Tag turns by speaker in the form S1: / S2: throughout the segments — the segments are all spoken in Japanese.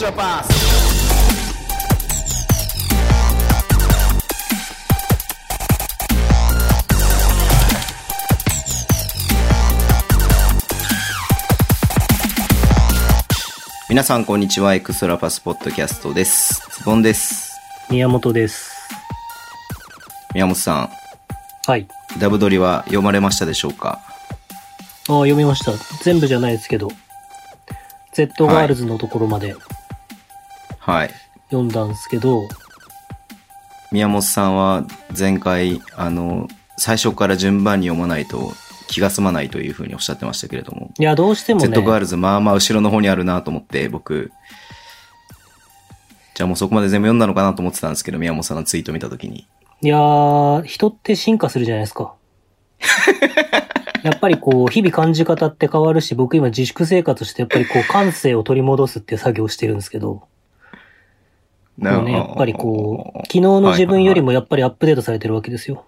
S1: your past.
S2: 皆さんこんにちはエクストラパスポッドキャストですズボンです
S3: 宮本です。
S2: 宮本さ
S3: はい。
S2: んダブドリは読まれましたでしょうか
S3: ああ、読みました。全部じゃないですけど、Z ガールズのところまで
S2: はい
S3: 読んだんですけど、
S2: 宮本さんは前回あの最初から順番に読まないと気が済まないというふうにおっしゃってましたけれども
S3: いや、どうしてもね、
S2: Z ガールズまあまあ後ろの方にあるなと思って僕じゃあもうそこまで全部読んだのかなと思ってたんですけど宮本さんのツイート見た時に
S3: いやー、人って進化するじゃないです か。やっぱりこう、日々感じ方って変わるし、僕今自粛生活して、やっぱりこう、感性を取り戻すっていう作業をしてるんですけど、もうね、やっぱりこう、昨日の自分より
S2: も
S3: もやっぱりアップデートされてるわけですよ。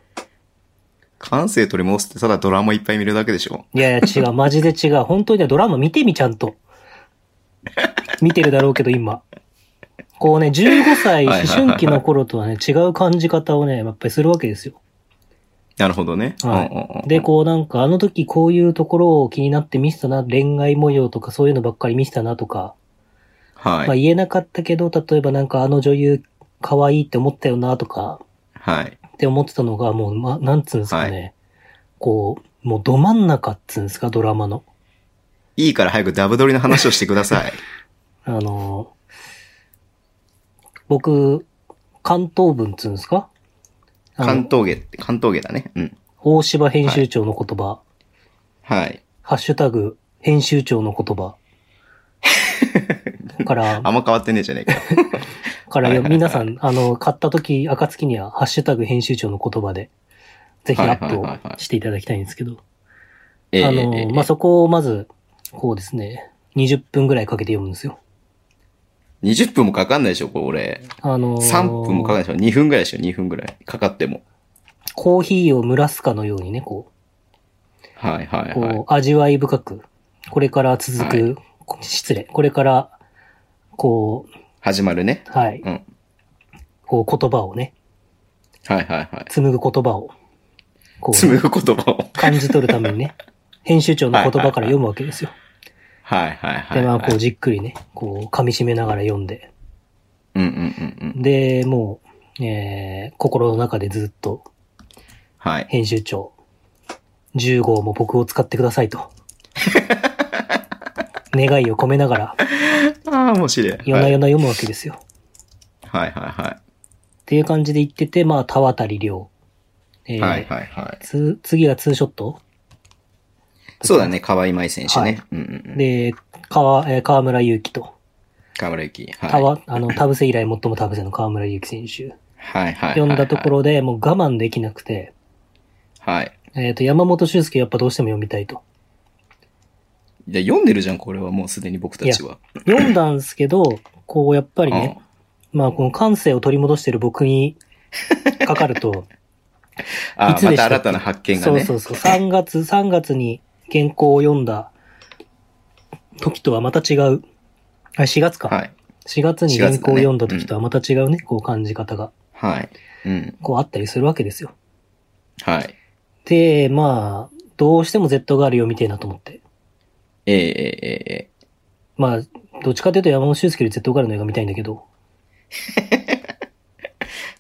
S2: 感性取り戻すってただドラマいっぱい見るだけでしょ
S3: いやいや、違う、 マジで違う。本当にね、ドラマ見てみ、ちゃんと。見てるだろうけど、今。こうね、15歳、
S2: はいはいはい
S3: 思春期の頃とはね、違う感じ方をね、やっぱりするわけですよ。
S2: なるほどね。
S3: は
S2: うんうんうん
S3: い。で、こうなんか、あの時こういうところを気になって見せたな、恋愛模様とかそういうのばっかり見せたなとか、
S2: はい。
S3: まあ言えなかったけど、例えばなんかあの女優可愛いって思ったよなとか、
S2: はい。
S3: って思ってたのが、もう、ま、なんつうんですかね、こう、もうど真ん中っつうんですか、ドラマの。
S2: いいから早くダブドリの話をしてください。
S3: あの、僕、関東文っつうんですか あの
S2: 関東芸、関東芸だね。うん。
S3: 大柴編集長の言葉、
S2: はい。
S3: ハッシュタグ、編集長の 言葉。から、
S2: あんま変わってねえじゃねえか。
S3: からよ
S2: はいはいはい
S3: 皆さん、あの、買った時、暁には、ハッシュタグ編集長の言葉で、ぜひアップ
S2: はいはいはいは
S3: を
S2: い
S3: していただきたいんですけど、
S2: ええ
S3: あ
S2: ええ
S3: の、まあ、そこをまず、こうですね、20分ぐらいかけて読むんですよ。
S2: 20分もかかんないでしょ、これ。
S3: あのー、
S2: 3分もかかんないでしょ。2分ぐらいでしょ、2分ぐらい。かかっても。
S3: コーヒーを蒸らすかのようにね、こう、
S2: はいはいはい。
S3: こう、味わい深く、これから続く、こ失礼、これから、こう、
S2: 始まるね。
S3: はい、
S2: うん
S3: こう言葉をね、
S2: はいはいはい。
S3: 紡ぐ言葉を、こう、
S2: 紡ぐ言葉を。
S3: 感じ取るために ね、編集長の言葉から読むわけですよ。
S2: はいはいはい。
S3: で、まあ、こう、
S2: う。
S3: じっくりね、こう、噛み締めながら読んで、
S2: うんうんうんうん。
S3: で、もう、えー、心の中でずっと、
S2: はい。
S3: 編集長、10号も僕を使ってくださ いと。願いを込めながら、
S2: ああ、面白い。はい
S3: 夜な夜な読むわけですよ。
S2: はいはいは
S3: っていう感じで言ってて、まあ、田渡り量。え
S2: い。
S3: ー
S2: はいはいはい。
S3: つ次がツーショット
S2: そうだね、河合舞選手ね。うんうんうん。
S3: で、川、えー河村勇輝と、
S2: 河村ゆき。はい。
S3: たわ、あの、田臥以来最も田臥の河村勇輝選手。
S2: はいはい。
S3: 読んだとこ。ろで、もう我慢できなくて、
S2: はい。
S3: えっ、と、山本修介やっぱどうしても読みたいと。
S2: いや、読んでるじゃん、これはもうすでに僕たちは。
S3: 読んだんすけど、こう、やっぱりね、まあ、この感性を取り戻してる僕にかかる と、
S2: うんあ
S3: いつ
S2: ま
S3: でしたた
S2: 新
S3: っけ
S2: たな発見がね。
S3: そうそうそう。3月、3月に原稿を読んだ時とはまた違う。あ、4月か。
S2: はい。
S3: 4月に原稿を読んだ時とはまた違うね、こう感じ方が、
S2: はい。うん。
S3: こうあったりするわけですよ。
S2: はい。
S3: で、まあ、どうしても Z ガール読みてえなと思って。
S2: えええええ
S3: まあ、どっちかというと山本修介より Z ガールの映画見たいんだけど。
S2: え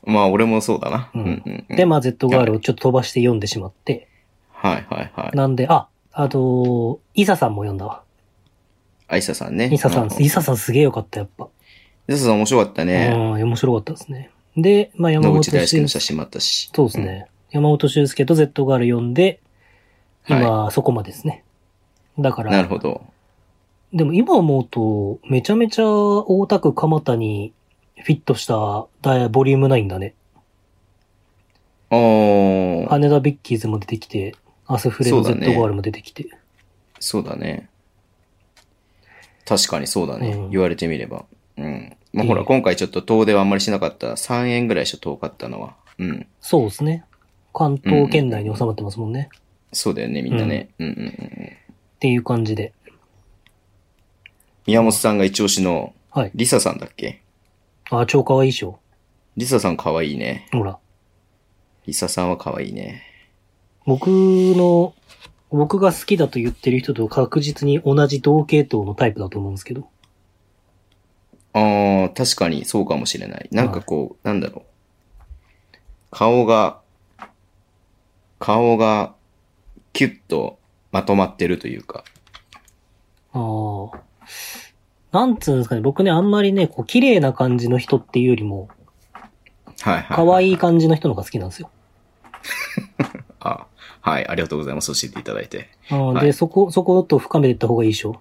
S2: まあ、俺もそうだな。う
S3: うんん
S2: うんうん。
S3: で、まあ Z ガールをちょっと飛ばして読んでしまって。
S2: はいはいはい。
S3: なんで、あ、あと、イサさんも読んだわ。
S2: アイサさんね。
S3: イサさん、
S2: イ
S3: イ
S2: サ
S3: サさんすげえよかった、やっぱ。
S2: さん面白かったね。
S3: うん、面白かったですね。で、まあ山
S2: 野
S3: 本
S2: 口大輔
S3: 修
S2: の写。
S3: 介
S2: 真もあったし。
S3: そうですね。山本修介と Z ガール読んで、
S2: うん。は
S3: 今、そこまでですね。だか
S2: い。
S3: ら、
S2: なるほど。
S3: でも今思うと、めちゃめちゃ大田区蒲田にフィットしたダイボリューム9だね。
S2: おー。
S3: 羽田ビッキーズも出てきて、アスフレの
S2: そう
S3: Z
S2: だね
S3: ガールも出てきて。
S2: そうだね。確かにそうだ
S3: う
S2: ね
S3: ん。
S2: 言われてみれば。うん。まあ、
S3: ええ
S2: ほら、今回ちょっと遠出はあんまりしなかった。3円ぐらいでしょ、遠かったのは。うん。
S3: そうですね。関東圏内に収まってますもんね。
S2: そうだよね、みんなね。うんうんうんうん。
S3: っていう感じで。
S2: 宮本さんが一押しの
S3: はい。
S2: リサさんだっけ
S3: あ、超可愛いっしょ。
S2: リサさん可愛いね。
S3: ほら。
S2: リサさんは可愛いね。
S3: 僕の、僕が好きだと言ってる人と確実に同じ同系統のタイプだと思うんですけど。
S2: ああ、確かにそうかもしれない。なんかこう、なんだろう。顔が、顔が、キュッとまとまってるというか。
S3: ああ。なんつうんですかね、僕ね、あんまりね、こう、綺麗な感じの人っていうよりも、
S2: はいはい。
S3: 可愛い感じの人の方が好きなんですよ。
S2: あ、はい。ありがとうございます。教えていただいて。
S3: あー
S2: は
S3: で、
S2: い
S3: そこ、そこと深めていった方がいいでしょ。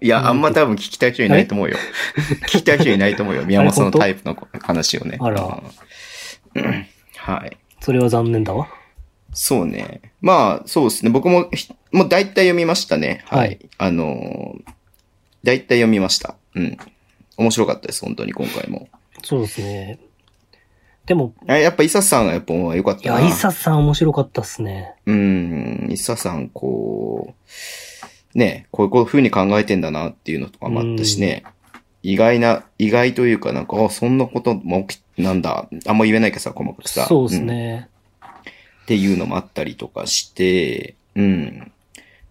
S2: いや、あんま多分聞きたい人いないと思うよ。 聞きたい人いないと思うよ。宮本さんのタイプの話をね。
S3: あら
S2: うんうんはい。
S3: それは残念だわ。
S2: そうね。まあ、そうですね。僕もひ、もう大体読みましたね。はい。
S3: はい
S2: あのー、大体読みました。うん。面白かったです、本当に今回も。
S3: そうですね。でも、
S2: あやっぱ、イサさんがやっぱ良かっ
S3: い
S2: たな。
S3: や、イサさん面白かったっすね。
S2: うん。イサさん、こう、ね、こういう風に考えてんだなっていうのとかもあったしね。意外な、意外というかなんか、あ、そんなことも起き、なんだ。あんま言えないけどさ、細かくさ。
S3: そうです
S2: ん
S3: ね。
S2: っていうのもあったりとかして、うん。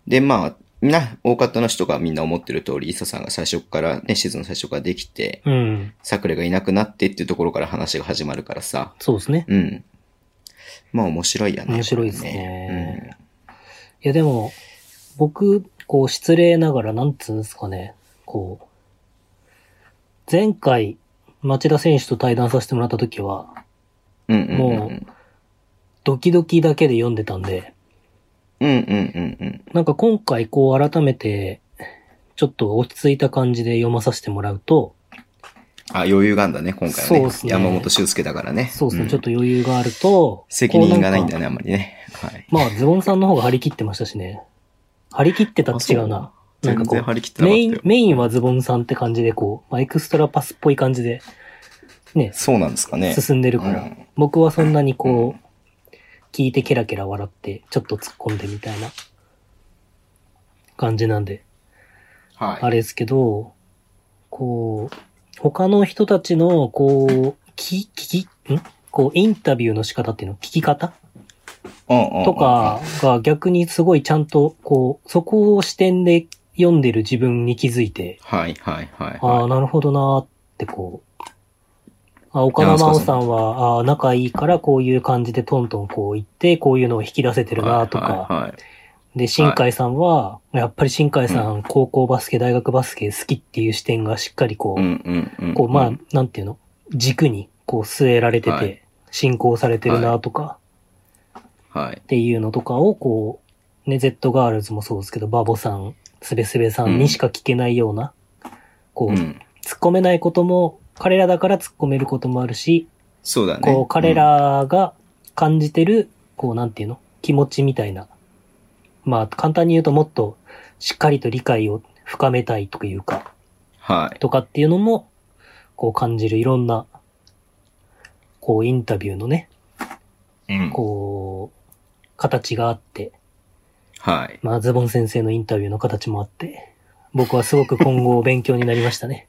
S2: で、まあ、な、大方の人がみんな思ってる通り、イサさんが最初から、ね、シーズンの最初からできて、
S3: うん、
S2: サクレがいなくなってっていうところから話が始まるからさ、
S3: そうですね。
S2: うん。まあ面白いやね。
S3: 面白いですね
S2: これ
S3: いや、でも、僕、こう、失礼ながら、なんつうんですかね、こう、前回、町田選手と対談させてもらった時は、
S2: うん。うんうんうんう
S3: も
S2: ん。
S3: ドキドキだけで読んでたんで、
S2: うんうんうんうん。
S3: なんか今回、こう、改めて、ちょっと落ち着いた感じで読まさせてもらうと、
S2: あ、余裕があんだね、今回はね。
S3: そうっすね
S2: 山本修介だからね。
S3: そうですね、
S2: ん
S3: ちょっと余裕があると、
S2: 責任がないん
S3: こう
S2: だ
S3: か
S2: ね、あんまりね。はい。
S3: まあ、ズボンさんの方が張り切ってましたしね。張り切ってたって違うな。
S2: あそう
S3: なんかこ
S2: 全然
S3: う
S2: 張り切ってなかっ
S3: メ
S2: た
S3: イ
S2: よ
S3: ン、メインはズボンさんって感じで、こう、まあ、エクストラパスっぽい感じで、ね、
S2: そうなんですかね。
S3: 進んでるから、
S2: うん
S3: 僕はそんなに
S2: う
S3: こう、聞いてケラケラ笑って、ちょっと突っ込んでみたいな感じなんで、
S2: はい。
S3: あれですけど、こう、他の人たちの、こう、聞き、聞き、んこう、インタビューの仕方っていうの、聞き方
S2: うんうんうん
S3: とかが逆にすごいちゃんと、こう、そこを視点で読んでる自分に気づいて、
S2: はいはいはい
S3: ああ、
S2: は
S3: なるほどなーってこう、あ岡田
S2: なんす
S3: 真
S2: か
S3: 央さんは、ああー、仲いいからこういう感じでトントンこう言って、こういうのを引き出せて
S2: い。
S3: るなーと
S2: はい
S3: か、
S2: はいはい
S3: で、新海さんは、やっぱり新海さん、高校バスケ、大学バスケ好きっていう視点がしっかりこ
S2: う
S3: う、
S2: んうんうん。
S3: こう、ま
S2: ん
S3: あ、なんていうの、軸にこう据えられて
S2: は
S3: て
S2: い、
S3: 進行されてるなーとか、
S2: はい
S3: っ。ていうのとかをこう、ね、Z ガールズもそうですけど、バボさん、スベスベさんにしか聞けないような、こう、
S2: うん。
S3: 突っ込めないことも、彼らだから突っ込めることもあるし、
S2: そうだね。
S3: こう、彼らが感じてる、こう、なんていうの気持ちみたいな。まあ、簡単に言うともっと、しっかりと理解を深めたいというか、
S2: うん。はい。
S3: とかっていうのも、こう感じるいろんな、こう、インタビューのね、
S2: うん
S3: こう、形があって、
S2: はい。
S3: まあ、ズボン先生のインタビューの形もあって、僕はすごく今後勉強になりましたね。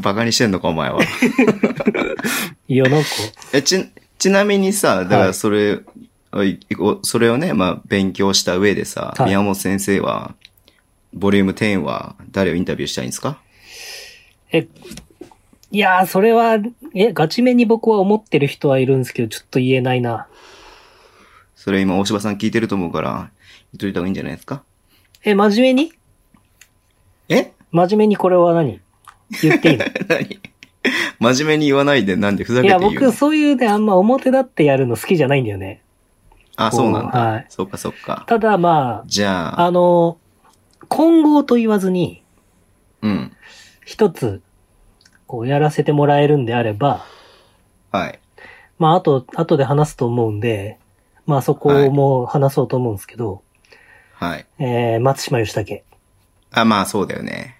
S2: バカにしてんのか、お前は。
S3: いや、なんか、
S2: え、ち、ちなみにさ、だか
S3: は
S2: ら
S3: い
S2: それ、おいおそれをね、まあ、勉強した上でさ、
S3: はい
S2: 宮本先生は、ボリューム10は誰をインタビューしたいんですか
S3: え、いやー、それは、え、ガチめに僕は思ってる人はいるんですけど、ちょっと言えないな。
S2: それ今、大柴さん聞いてると思うから、言っといた方がいいんじゃないですか
S3: え、真面目に
S2: え
S3: 真面目にこれは何言っていい の
S2: 何 真面目に言わないで、なんでふざ
S3: い
S2: けて
S3: や、
S2: 言う
S3: 僕、
S2: の
S3: そういうね、あんま表立ってやるの好きじゃないんだよね。
S2: あ、そうなんだ。
S3: はい。
S2: そうか、そうか。
S3: ただ、ま
S2: じゃ
S3: あ、
S2: あ、
S3: あの、今後と言わずに、
S2: うん。
S3: 一つ、こう、やらせてもらえるんであれば、
S2: はい。
S3: まあ、あと、後で話すと思うんで、まあ、そこ
S2: はい
S3: も話そうと思うんですけど、
S2: はい。
S3: えー、松島義武
S2: あ、まあそうだよね。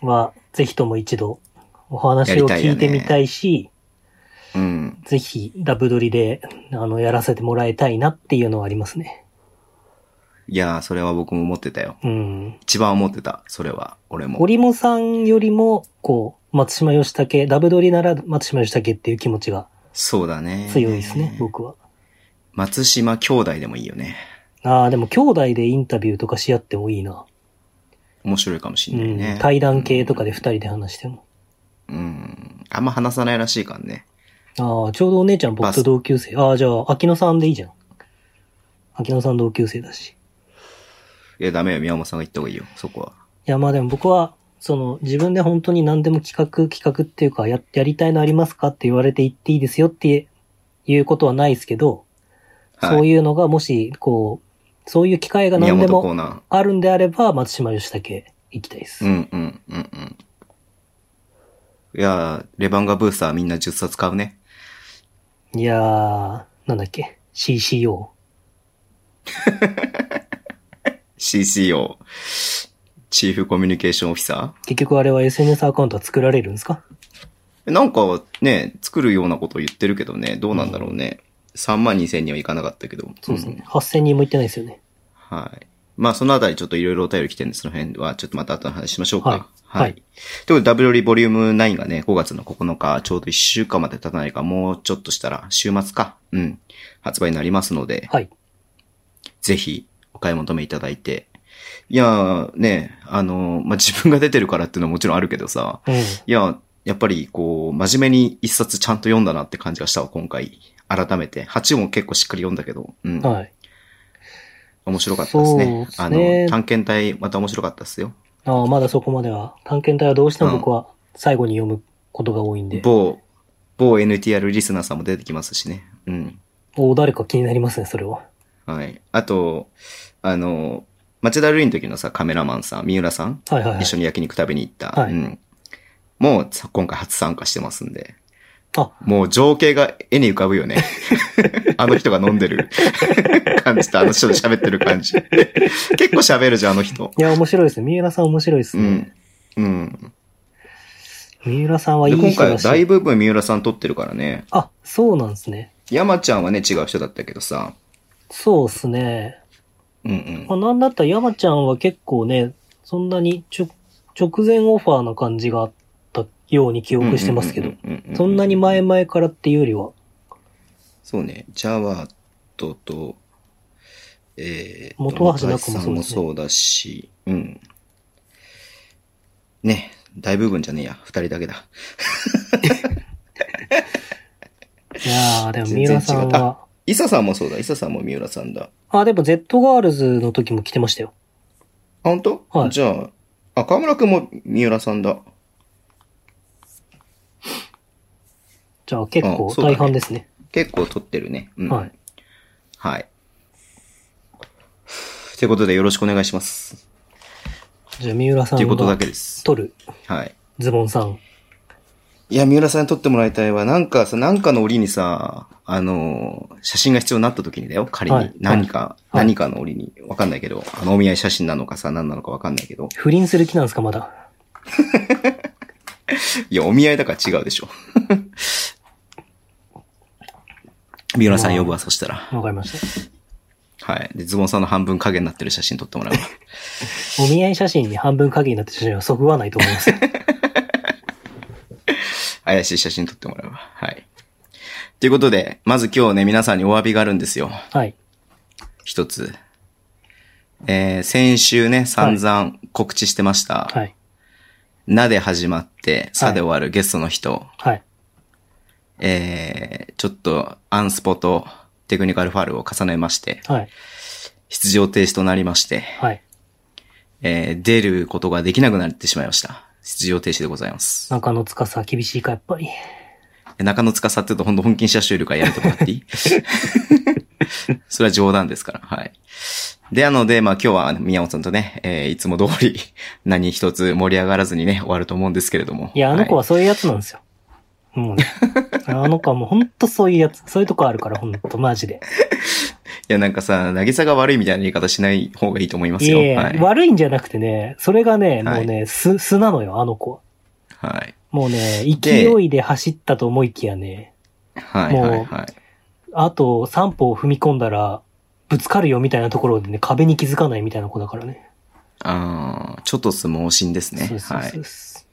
S3: は、ぜひとも一度、お話を聞いてみたいし、
S2: うん。
S3: ぜひ、ダブドリで、あの、やらせてもらいたいなっていうのはありますね。
S2: いやー、それは僕も思ってたよ。
S3: うん。
S2: 一番思ってた。それは、俺も。
S3: 織茂さんよりも、こう、松島義武、ダブドリなら松島義武っていう気持ちが
S2: そうだね。
S3: 強いですね、僕は。
S2: 松島兄弟でもいいよね。
S3: ああ、でも兄弟でインタビューとかし合ってもいいな。
S2: 面白いかもし
S3: うん
S2: ない
S3: ん。
S2: ね。
S3: 対談系とかで二人で話しても。
S2: うん。あんま話さないらしいからね。
S3: ああ、ちょうどお姉ちゃん僕と同級生。ああ、じゃあ、秋野さんでいいじゃん。秋野さん同級生だし。
S2: いや、ダメよ。宮本さんが言った方がいいよ。そこは。
S3: いや、まあでも僕は、その、自分で本当に何でも企画、企画っていうか、や、やりたいのありますかって言われて言っていいですよっていうことはないですけど、
S2: はい、
S3: そういうのがもし、こう、そういう機会が
S2: 宮
S3: 何で
S2: 本コー
S3: も
S2: ナ
S3: あるんであれば、松島義武行きたいです。
S2: ー。うんうんうんうん。いやー、レバンガブースターみんな10冊買うね。
S3: いやー、なんだっけ、CCO。
S2: CCO。チーフコミュニケーションオフィサ
S3: 結局あれは SNS アカウントは作られるんですか
S2: ーなんかね、作るようなことを言ってるけどね、どうなんだろうね。3万2千にはいかなかったけど。
S3: そうですね。8000人も行ってないですよね。
S2: うんはい。まあ、そのあたりちょっといろいろお便り来てるんで、その辺はちょっとまた後の話しましょうか。
S3: はいはい
S2: ということで、W リボリューム9がね、5月の9日、ちょうど1週間まで経たないか、もうちょっとしたら、週末か、うん、発売になりますので、
S3: はい。
S2: ぜひ、お買い求めいただいて。いやー、ね、あのー、まあ、自分が出てるからっていうのはもちろんあるけどさ、
S3: うん。
S2: いや、やっぱり、こう、真面目に一冊ちゃんと読んだなって感じがしたわ、今回。改めて。8も結構しっかり読んだけど、うん。
S3: はい。
S2: 面白かったですね。
S3: そうです
S2: あ
S3: ね
S2: の、探検隊、また面白かったですよ。
S3: ああ、まだそこまでは。探検隊はどうしても僕は最後に読むことが多いんで。
S2: 某、某 NTR リスナーさんも出てきますしね。うん。
S3: おお、誰か気になりますね、それは。
S2: はい。あと、あの、町田瑠唯の時のさ、カメラマンさん、三浦さん、
S3: はいはいはい
S2: 一。緒に焼肉食べに行った。
S3: はい
S2: うん。もうさ、今回初参加してますんで。
S3: あ、
S2: もう情景が絵に浮かぶよ ね。あの人が飲んでる感じと、あの人と喋ってる感じ。結構喋るじゃん、あの人。
S3: いや、面白いですね。三浦さん面白いです
S2: う
S3: ね
S2: ん。。うん。
S3: 三浦さんはい
S2: で、
S3: い
S2: 今
S3: 人
S2: 回は
S3: だ
S2: 大
S3: し。
S2: 部分三浦さん撮ってるからね。
S3: あ、そうなんですね。
S2: 山ちゃんはね、違う人だったけどさ。
S3: そうですね。
S2: うんうん
S3: ま。あ、なんだったら山ちゃんは結構ね、そんなにちょ直前オファーな感じがあったように記憶してますけど
S2: う、うううう
S3: そんなに前々からっていうよりは、
S2: そうね、ジャワットと、えー、
S3: 元橋
S2: な
S3: な
S2: く
S3: く
S2: も
S3: もそうですね
S2: さんもそうだし、うん。ね、大部分じゃねえや、二人だけだ。
S3: いやー、でも三浦さん
S2: 全然違う
S3: は、
S2: イサさんもそうだ、イサさんも三浦さんだ。あ、
S3: あ、でも Z ガールズの時も来てましたよ。
S2: 本当？
S3: はい
S2: じゃあ、あ、河村くんも三浦さんだ。
S3: じゃあ結
S2: あ
S3: 構
S2: そうだね
S3: 大半ですね。
S2: 結構撮ってるね。うん。
S3: はい。。
S2: はい。ということでよろしくお願いします。
S3: じゃあ三浦さ
S2: というんことだ
S3: が
S2: けです。
S3: 取る
S2: はい。
S3: ズボンさん。
S2: いや、三浦さんに撮ってもらいたいわ。なんかさ、なんかの折にさ、あのー、写真が必要になった時にだよ、仮に。
S3: はい
S2: 何か、
S3: はい
S2: 何かの折に。わかんないけど、あの、お見合い写真なのかさ、何なのかわかんないけど。
S3: 不倫する気なんですか、まだ。
S2: いや、お見合いだから違うで しょ。三浦さん呼ぶわ、そしたら。
S3: わかりまし
S2: はい。で、ズボンさんの半分影になってる写真撮ってもらう わ。
S3: た。お見合い写真に半分影になって写真はそぐわないと思い ます。
S2: 怪しい写真撮ってもらうわ。はい。ということで、まず今日ね、皆さんにお詫びがあるんですよ。
S3: はい。
S2: 一つ。えー、先週ね、散々告知してました。
S3: はい。
S2: なで始まって、さで終わるゲストの人、
S3: はい。
S2: えー、ちょっとアンスポとテクニカルファウルを重ねまして、
S3: はい。
S2: 出場停止となりまして、
S3: はい。
S2: えー、出ることができなくなってしまいました。出場停止でございます。
S3: 中野司厳しいか、やっぱり。
S2: え中野司って言うと本当本気に社集会やるとかって いいそれは冗談ですから、はい。で、なので、まあ今日は宮本さんとね、えー、いつも通り 何一つ盛り上がらずにね、終わると思うんですけれども。
S3: いや、あの子
S2: は
S3: はそういうやつなんですよ。もう ね。あの子はもうほんとそういうやつ。そういうとこあるから、ほんと、マジで。
S2: い。いや、なんかさ、渚が悪いみたいな言い方しない方がいいと思います
S3: い
S2: よ。
S3: え、
S2: はい。
S3: 悪いんじゃなくてね、それがね、
S2: はい
S3: もうね、素、素なのよ、あの子は。
S2: はい。
S3: もうね、勢
S2: で
S3: いで走ったと思いきやね、
S2: はいはいはい。
S3: あと3歩踏み込んだら、ぶつかるよみたいなところでね、壁に気づかないみたいな子だからね。
S2: ああ、ちょっと相撲心ですね。
S3: そうです
S2: は
S3: そう
S2: い
S3: で。す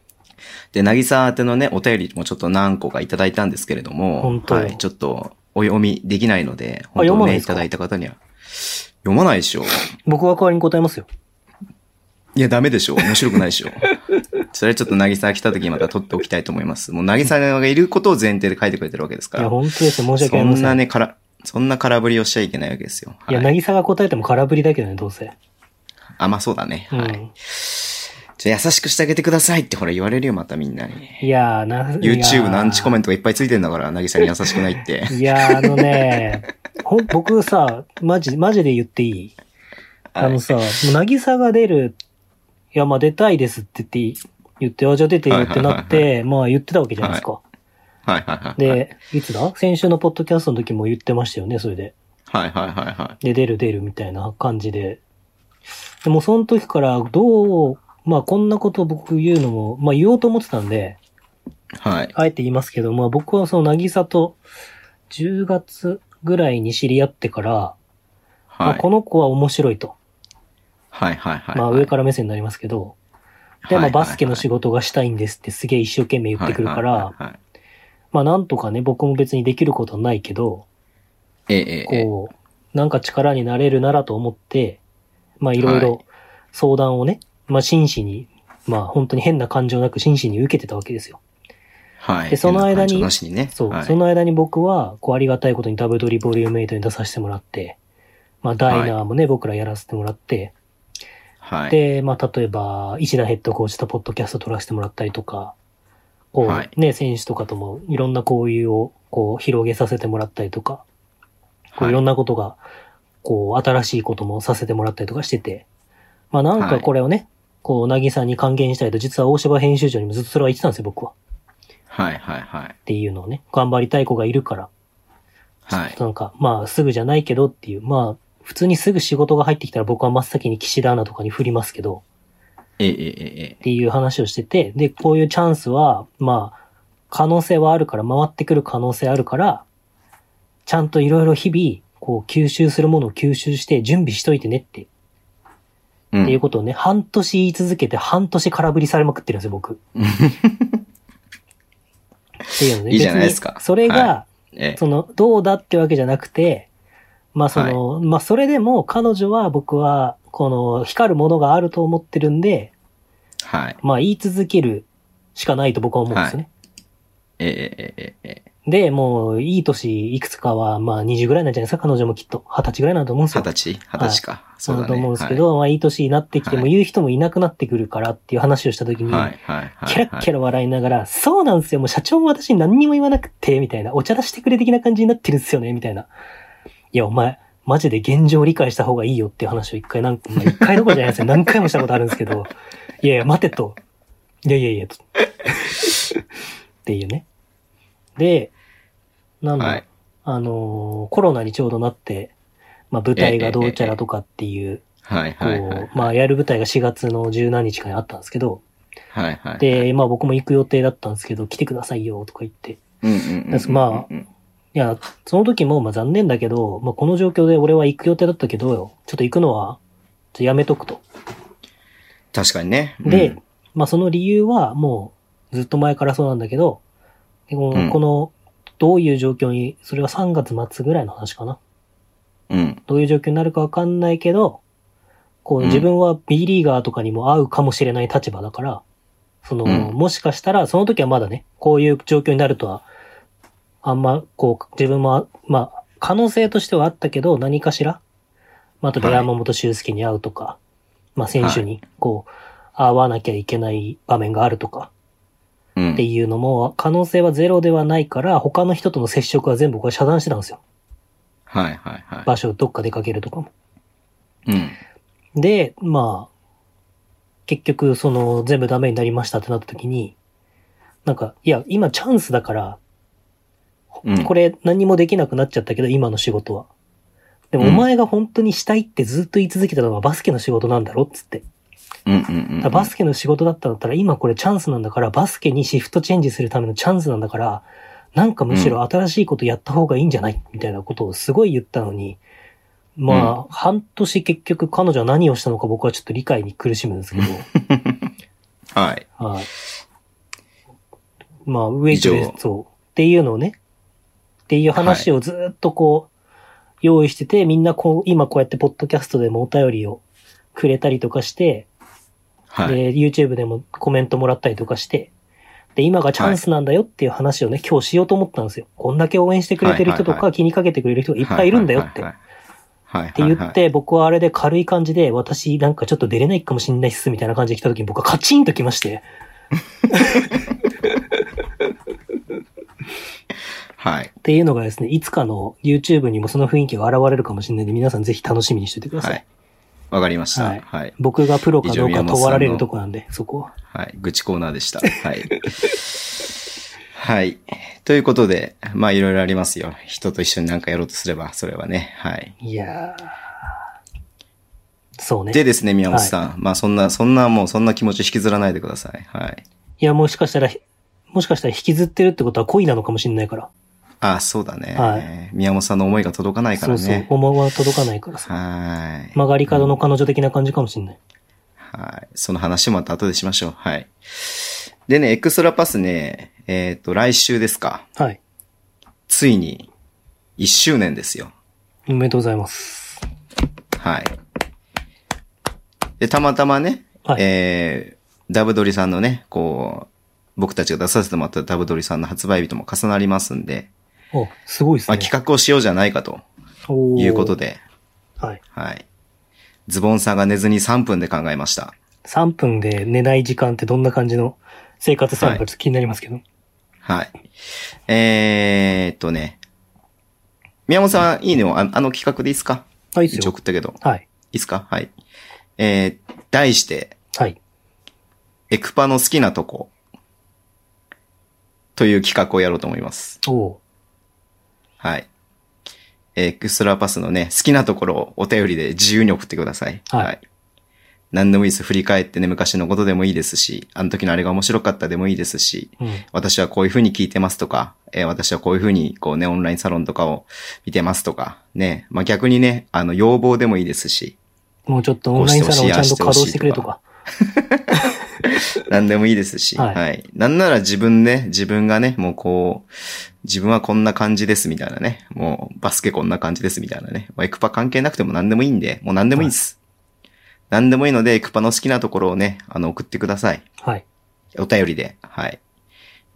S2: で、なぎさ宛てのね、お便りもちょっと何個かいただいたんですけれども、
S3: 本当
S2: はい、ちょっとお読みできないので、
S3: あ
S2: 本
S3: 読
S2: 当
S3: ま
S2: ね、
S3: ないで
S2: い
S3: すか
S2: ただいた方には。読まないでしょ。
S3: 僕は代わりに答えますよ。
S2: いや、ダメでしょ。面白くないでしょ。 それはちょっとなぎさ来た時また取っておきたいと思います。もうなぎさがいることを前提で書いてくれてるわけです
S3: い
S2: か
S3: や、
S2: ら。
S3: 本当ですね。申し訳あ
S2: そ
S3: りま
S2: ん
S3: せ。
S2: なんね、から、そんな空振りをしちゃいけないわけですよ。
S3: いや、
S2: はい、
S3: 渚が答えても空振りだけどね、どうせ。
S2: あ、まあそうだね。
S3: う
S2: はい。
S3: ん。
S2: じゃあ優しくしてあげてくださいってほら言われるよ、またみんなに。
S3: いやー、な、
S2: YouTube 何チコメ
S3: ン
S2: ントがいっぱいついてんだから、なぎさに優しくないって。
S3: いやー、あのね、ほん、僕さ、マジ、マジで言っていい あのさ、もう渚が出る、いや、まあ出たいですって言っていい言って、あ、じゃあ出てよってなっ
S2: はいは
S3: て、まあ言ってたわけじゃないですか。
S2: はいはいはい。、
S3: で、いつだ先週のポッドキャストの時も言ってましたよね、それで。
S2: はいはいはいはい。
S3: で、出る出るみたいな感じで。でもその時から、どう、まあこんなことを僕言うのも、まあ言おうと思ってたんで、
S2: はい。
S3: あえて言いますけど、まあ僕はその渚と10月ぐらいに知り合ってから、ま
S2: は
S3: あ
S2: い。
S3: この子は面白いと。
S2: はいはいはい。
S3: まあ上から目線になりますけど、
S2: ら
S3: で、まあバスケの仕事がしたいんですってすげえ一生懸命言ってくるか
S2: はいは
S3: ら
S2: い、はいはい。
S3: まあなんとかね、僕も別にできることはないけど、
S2: ええええええ。
S3: こう、なんか力になれるならと思って、まあいろい
S2: は
S3: ろ相談をね、まあ真摯に、まあ本当に変な感情なく真摯に受けてたわけですよ。
S2: はい。
S3: でその間に
S2: 変な感情なしにね。
S3: そう。
S2: はい
S3: その間に僕は、こうありがたいことにダブドリボリューム8に出させてもらって、まあダイナーもね、僕らやらせてもらって、
S2: はい。
S3: で、まあ例えば、石田ヘッドコーチとポッドキャスト撮らせてもらったりとか、こう、
S2: はい
S3: ね、選手とかともいろんな交流をこう広げさせてもらったりとか、こういろんなことが、こう、新しいこともさせてもらったりとかしてて、まあなん
S2: は
S3: か
S2: い
S3: これをね、こう、なぎさんに還元したいと、実は大芝編集長にもずっとそれは言ってたんですよ、僕は。
S2: はいはいはい。
S3: っていうのをね、頑張りたい子がいるから、
S2: はい。
S3: なんか、まあすぐじゃないけどっていう、まあ、普通にすぐ仕事が入ってきたら僕は真っ先に岸田アナとかに振りますけど、
S2: ええええええ。
S3: っていう話をしてて、で、こういうチャンスは、まあ、可能性はあるから、回ってくる可能性あるから、ちゃんといろいろ日々、こう吸収するものを吸収して準備しといてねって
S2: うん
S3: っていうことをね、半年言い続けて、半年空振りされまくってるんですよ、僕。っていうのね
S2: いいじゃないですか
S3: 別にそれが、
S2: はええ
S3: その、どうだってわけじゃなくて、まあその、まあそれでも彼女は僕は、この、光るものがあると思ってるんで、
S2: はい。
S3: まあ言い続けるしかないと僕は思うんですよね。
S2: ええええええええ。
S3: で、もう、いい年、いくつかは、まあ20ぐらいなんじゃないですか、彼女もきっと。20歳ぐらいなんだと思うんですよ
S2: 二。十歳二十歳か。そ
S3: そうう
S2: だね。
S3: だと思うんですけど、まあいい年になってきても
S2: は
S3: 言う人もいなくなってくるからっていう話をしたときに、
S2: はい。はいはいはい。
S3: キャラッキャ
S2: ラ。
S3: ラ笑いながら、そうなんですよ、もう社長も私に何にも言わなくて、みたいな、お茶出してくれ的な感じになってるんですよね、みたいな。いや、お前、マジで現状を理解した方がいいよっていう話を一回なんか、まあ一回どころじゃない ですよ、何回もしたことあるんですけど、いやいや、待てと。いやいやいや、と。っていうね。で、なんだ、
S2: はい
S3: あのーコロナにちょうどなって、まあ舞台がどうちゃらとかっていう、
S2: はい
S3: こ、。
S2: はいはいう
S3: まあやる舞台が4月の十何日かにあったんですけど、
S2: はいはい。、
S3: で、まあ僕も行く予定だったんですけど、来てくださいよとか言って。い
S2: うんうんうんうんうん。
S3: まあや、その時もまあ残念だけど、まあこの状況で俺は行く予定だったけどよ、ちょっと行くのは、ちょっとやめとくと。
S2: 確かにね。うん
S3: で、まあその理由はもうずっと前からそうなんだけど、こ
S2: うん
S3: の、このどういう状況に、それは3月末ぐらいの話かな。
S2: うん。
S3: どういう状況になるかわかんないけど、こ
S2: う
S3: うん自分は B リーガーとかにも合うかもしれない立場だから、その、
S2: うん
S3: もしかしたら、その時はまだね、こういう状況になるとは、あんま、こう、自分も、まあ、可能性としてはあったけど、何かしら、まあ、例えば
S2: はい
S3: 山本修介に会うとか、まあ、選手に、こう、会わなきゃいけない場面があるとか、
S2: う
S3: って
S2: ん。
S3: いうのも、可能性はゼロではないから、他の人との接触は全部これ遮断してたんですよ。
S2: はいはいはい。
S3: 場所、どっか出かけるとかも。
S2: うん。
S3: で、まあ、結局、その、全部ダメになりましたってなった時に、なんか、いや、今チャンスだから、
S2: うん
S3: これ何もできなくなっちゃったけど、今の仕事は。でも、
S2: う
S3: お
S2: ん
S3: 前が本当にしたいってずっと言い続けたのはバスケの仕事なんだろっつって。
S2: うんうんうんうん。
S3: だからバスケの仕事だったんだったら、今これチャンスなんだから、バスケにシフトチェンジするためのチャンスなんだから、なんかむしろ新しいことやった方がいいんじゃないみたいなことをすごい言ったのに、まあ、半年結局彼女は何をしたのか僕はちょっと理解に苦しむんです けど、
S2: はい。
S3: はい。まあ、ウェイトレ
S2: 以上
S3: スを、っていうのをね、っていう話をずーっとこう、用意してて、みんなこう、今こうやってポッドキャストでもお便りをくれたりとかして、
S2: はい。
S3: で、YouTube でもコメントもらったりとかして、で、今がチャンスなんだよっていう話をね、今日しようと思ったんですよ。こんだけ応援してくれてる人と
S2: はいはいは
S3: か気にかけてくれる人がいっぱいいるんだよって。
S2: は
S3: っ
S2: いはいはいはい。
S3: て
S2: はい
S3: 言
S2: はいはい
S3: って、僕はあれで軽い感じで、私なんかちょっと出れないかもしんないっすみたいな感じで来た時に僕はカチンと来まして、
S2: はい。
S3: っていうのがですね、いつかの YouTube にもその雰囲気が現れるかもしれないんで、皆さんぜひ楽しみにしておいてください。
S2: はい。わかりました。
S3: は
S2: はいい。はい。
S3: 僕がプロかど
S2: 以上
S3: う
S2: 宮
S3: か
S2: 本さんの
S3: 問わられるとこなんで、そこ。
S2: 愚痴コーナーでした。はい。はい。ということで、まあいろいろありますよ。人と一緒になんかやろうとすれば、それはね。はい。
S3: いやー。そうね。
S2: でですね、宮本さん。まあそんな、そんなもうそんな気持ち引きずらないでください。はい。
S3: いや、もしかしたら、もしかしたら引きずってるってことは恋なのかもしれないから。
S2: あそうだね。
S3: はい
S2: 宮本さんの思いが届かないか
S3: そ
S2: ら
S3: う
S2: ね。
S3: そう。思いは届かないからさ。
S2: はい。
S3: 曲がり角の彼女的な感じかもしれない。
S2: はい。その話もまた後でしましょう。はい。でね、エクストラパスね、えっ、と、来週ですか。
S3: はい。
S2: ついに、1周年ですよ。
S3: おめでとうございます。
S2: はい。で、たまたまね、
S3: はい
S2: えー、ダブドリさんのね、こう、僕たちが出させてもらったダブドリさんの発売日とも重なりますんで、
S3: お、すごいです
S2: ま
S3: ね。
S2: あ、企画をしようじゃないかと
S3: おー
S2: いうこと。で、
S3: はい。
S2: はい。ズボンさんが寝ずに3分で考えました。
S3: 3分で寝ない時間ってどんな感じの生活スタイルかちょっと気になりますけど。
S2: はい。えーっとね。宮本さん、いいねを、ああの企画でいいっすか
S3: はい、いいっす
S2: 一応
S3: よ
S2: 送。ったけど。い
S3: はい。
S2: いっすかはい。えー、題して、
S3: はい。
S2: エクパの好きなとこ。という企画をやろうと思います。
S3: おお
S2: はい。えーエクストラパスのね、好きなところをお便りで自由に送ってください。
S3: はい
S2: 何でもいいです。振り返ってね、昔のことでもいいですし、あの時のあれが面白かったでもいいですし、
S3: う。うん。
S2: 私はこういう風に聞いてますとか、えー私はこういう風に、こうね、オンラインサロンとかを見てますとか、ね、まあ、逆にね、あの、要望でもいいですし、
S3: もうちょっとオンラインサロンをちゃんと稼働してくれとか。
S2: 何でもいいですし、
S3: はい
S2: なんなら自分ね、自分がね、もうこう、自分はこんな感じですみたいなね、もうバスケこんな感じですみたいなね、まあエクパ関係なくても何でもいいんで、もう何でもいいです。何でもいいので、エクパの好きなところをね、あの、送ってください。
S3: はい。
S2: お便りで。はい。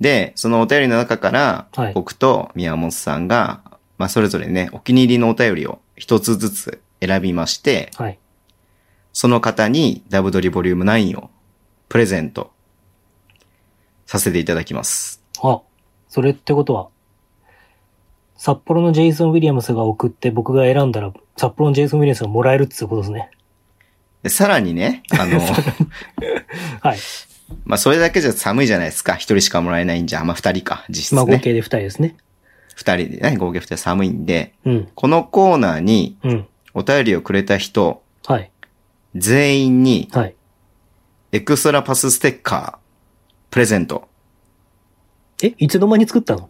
S2: で、そのお便りの中から、
S3: はい
S2: 僕と宮本さんが、まあ、それぞれね、お気に入りのお便りを一つずつ選びまして、
S3: はい。
S2: その方にダブドリボリューム9をプレゼントさせていただきます。
S3: あ、それってことは、札幌のジェイソン・ウィリアムスが送って僕が選んだら、札幌のジェイソン・ウィリアムスがもらえるっていうことですね。
S2: で、さらにね、あ の、
S3: はい。
S2: まあ、それだけじゃ寒いじゃないですか。一人しかもらえないんじゃ、まあ、二人か、実
S3: まあ
S2: 質
S3: 合
S2: ね。
S3: 計で二人ですね。
S2: 二人でね、合計二人寒いんで、
S3: うん。
S2: このコーナーに
S3: うん。
S2: お便りをくれた人、
S3: はい。
S2: 全員に
S3: はい。
S2: エクストラパスステッカー、プレゼント。
S3: え、いつの間に作ったの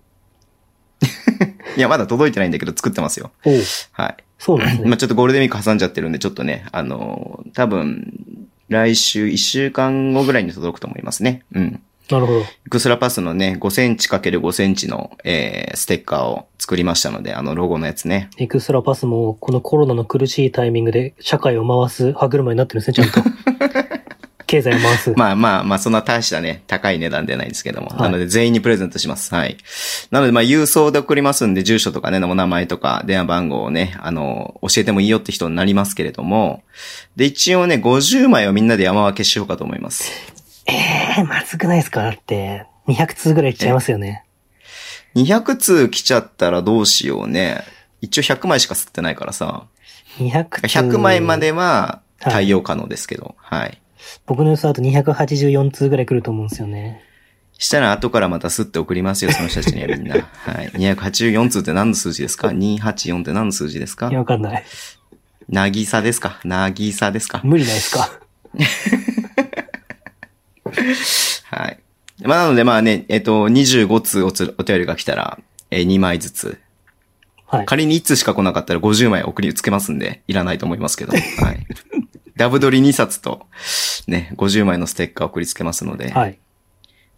S2: いや、まだ届いてないんだけど、作ってますよ。
S3: おう
S2: はい。
S3: そうなんです
S2: まあ
S3: ね。
S2: ちょっとゴールデンウィーク挟んじゃってるんで、ちょっとね、あのー多分、来週1週間後ぐらいに届くと思いますね。うん。
S3: なるほど。
S2: グスラパスのね、5センチ ×5 センチの、えー、ステッカーを作りましたので、あの、ロゴのやつね。
S3: エクストラパスも、このコロナの苦しいタイミングで、社会を回す歯車になってるんですね、ちゃ んと。経済を回す。
S2: まあまあまあ、そんな大したね、高い値段ではないんですけども。
S3: はい
S2: なので、全員にプレゼントします。はい。なので、まあ、郵送で送りますんで、住所とかね、お名前とか、電話番号をね、あの、教えてもいいよって人になりますけれども、で、一応ね、50枚をみんなで山分けしようかと思います。
S3: えー、まずくないですかだって、200通ぐらいいっちゃいますよね。
S2: 200通来ちゃったらどうしようね。一応100枚しか吸ってないからさ。
S3: 200通。
S2: 100枚ま。では
S3: はい
S2: 対応可能ですけど。はい。
S3: 僕の予想だと284通ぐらい来ると思うんですよね。
S2: したら後からまた吸って送りますよ、その人たちにはみん な。はい。284通って何の数字ですか ?284 って何の数字ですか
S3: いや、わかんない。
S2: なぎさですかなぎさですか
S3: 無理ないですか
S2: はい。まあ、なのでまあね、えっと、25通おつお便りが来たら、えー2枚ずつ
S3: はい。
S2: 仮に1通しか来なかったら50枚送りつけますんで、いらないと思いますけど。はい。 ダブドリ2冊と、ね、50枚のステッカー送りつけますので、
S3: はい。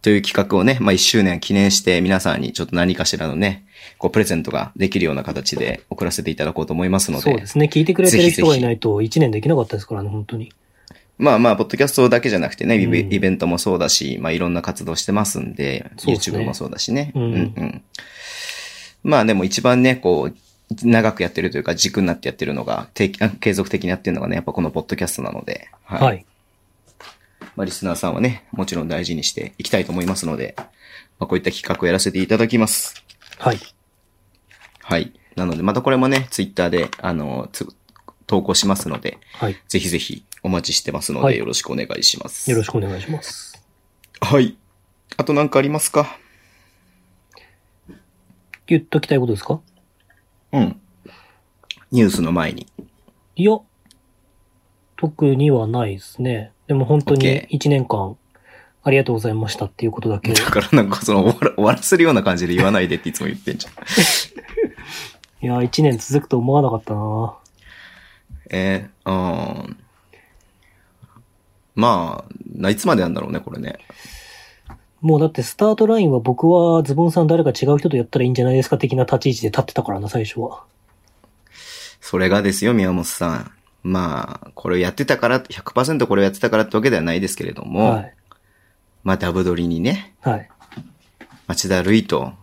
S2: という企画をね、まあ1周年記念して皆さんにちょっと何かしらのね、こうプレゼントができるような形で送らせていただこうと思いますので、
S3: そうですね。聞いてくれてる人が
S2: ぜひぜひ
S3: いないと1年できなかったですからね、本当に。
S2: まあまあ、ポッドキャストだけじゃなくてね、イベ
S3: うん
S2: イベントもそうだし、まあいろんな活動してますんで、
S3: そうですね
S2: YouTube もそうだしね。
S3: うん
S2: うんうんまあでも一番ね、こう、長くやってるというか軸になってやってるのが、定期あ 継続的にやってるのがね、やっぱこのポッドキャストなので、は
S3: はい。
S2: まあリスナーさんはね、もちろん大事にしていきたいと思いますので、まあこういった企画をやらせていただきます。
S3: はい。
S2: はい。なので、またこれもね、ツイッターで、あの、つ投稿しますので、
S3: はい。
S2: ぜひぜひお待ちしてますので、
S3: はい
S2: よろしくお願いします。
S3: よろしくお願いします。
S2: はい。あと何かありますか
S3: 言っときたいことですか
S2: うん。ニュースの前に。
S3: いや、特にはないですね。でも本当に
S2: OK
S3: 1年間ありがとうございましたっていうことだ け
S2: だ。からなんかその終わら終わらせるような感じで言わないでっていつも言ってんじゃん。
S3: いや、1年続くと思わなかったな
S2: えー、うん。まあ、ないつまでやんだろうね、これね。
S3: もうだってスタートラインは僕はズボンさん誰か違う人とやったらいいんじゃないですか的な立ち位置で立ってたからな、最初は。
S2: それがですよ、宮本さん。まあ、これをやってたから、100%これをやってたからってわけではないですけれども、
S3: はい。
S2: まあ、ダブドリにね、
S3: はい。
S2: 町田瑠衣と、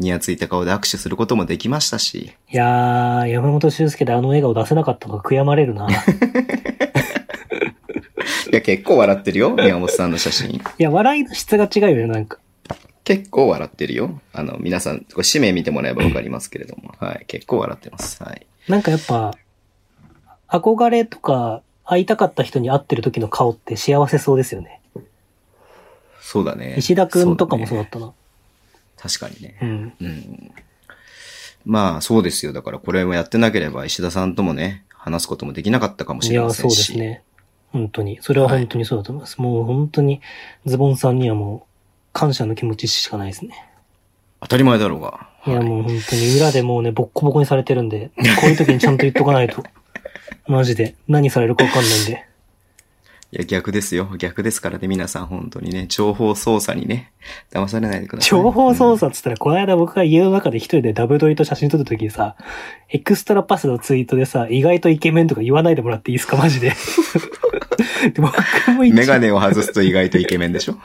S2: ニヤついた顔で握手することもできました し、
S3: いやー、山本修介であの笑顔出せなかったのが悔やまれる な。い
S2: いや、結構笑ってるよ、宮本さんの写真。
S3: や、笑いの質が違うよね、なんか。
S2: 結構笑ってるよ。あの、皆さん、これ氏名見てもらえばわかりますけれども。はい。結構笑ってます。はい。
S3: なんかやっぱ、憧れとか、会いたかった人に会ってる時の顔って幸せそうですよね。
S2: そうだね。
S3: 石田くんとかもそう
S2: う
S3: だったな。
S2: だね。確かにね
S3: う。ん。
S2: うん。まあ、そうですよ。だから、これをやってなければ、石田さんともね、話すこともできなかったかもし
S3: い
S2: れ
S3: や、
S2: ませ
S3: そうんで
S2: し。
S3: すね。本当に。それは本当にそうだと思います。もう本当に、ズボンさんにはもう、感謝の気持ちしかないですね。
S2: 当たり前だろうが。
S3: いや、
S2: はい
S3: もう本当に裏でもうね、ボッコボコにされてるんで、こういう時にちゃんと言っとかない と。マジで。何されるかわかんないんで。
S2: いや、逆ですよ。逆ですからね、皆さん、本当にね、情報操作にね、騙されないでください。
S3: 情報
S2: うん
S3: 操作っつったら、この間僕が家の中で一人でダブドリと写真撮った時にさ、エクストラパスのツイートでさ、意外とイケメンとか言わないでもらっていいですかマジで。で僕も一
S2: メガネを外すと意外とイケメンでしょ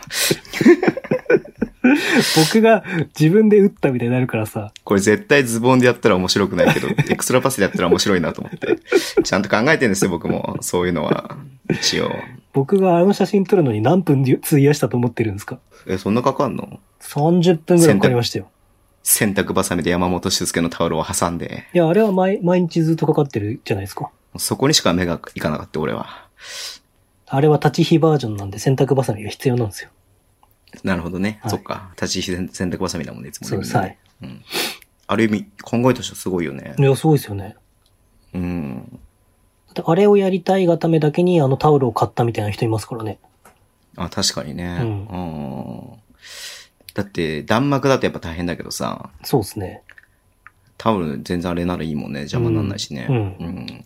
S3: 僕が自分で打ったみたいになるからさ、
S2: これ絶対ズボンでやったら面白くない けど、エクストラパスでやったら面白いなと思って。ちゃんと考えてるんですよ、僕も。そういうのは。一応。
S3: 僕があの写真撮るのに何分費やしたと思ってるんですか
S2: え、そんなかかんの
S3: ?30 分ぐらいかかりましたよ。
S2: 洗濯バサミで山本修介のタオルを挟んで、
S3: いや、あれは毎毎日ずっとかかってるじゃないですか。
S2: そこにしか目がいかなかった、俺は。
S3: あれは立ち火バージョンなんで洗濯バサミが必要なんですよ。
S2: なるほどね。
S3: はい
S2: そっか。立ち火洗洗濯バサミだもんね、いつもね。
S3: そうです。はい。
S2: うん。ある意味、考えとしてはすごいよね
S3: い。や、すごいですよね。
S2: うん。
S3: だってあれをやりたいがためだけにあのタオルを買ったみたいな人いますからね。
S2: あ、確かにね。う
S3: う
S2: んだって、弾幕だとやっぱ大変だけどさ、
S3: そうですね。
S2: タオル全然あれならいいもんね。邪魔になんないしね。
S3: うん
S2: うん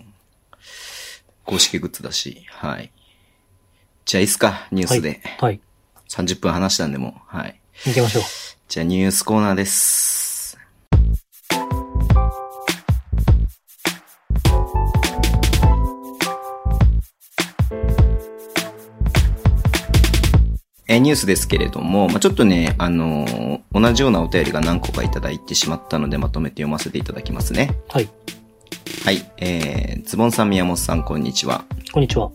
S2: 公式グッズだし。はい。じゃあいいっすか、ニュースで。
S3: はい。
S2: 30分話したんでもう。はい。
S3: 行きましょう。
S2: じゃあニュースコーナーです。えーニュースですけれども、まあ、ちょっとね、あのー同じようなお便りが何個かいただいてしまったので、まとめて読ませていただきますね。
S3: はい。
S2: はい、えー、ズボンさん、宮本さん、こんにちは。
S3: こんにちは。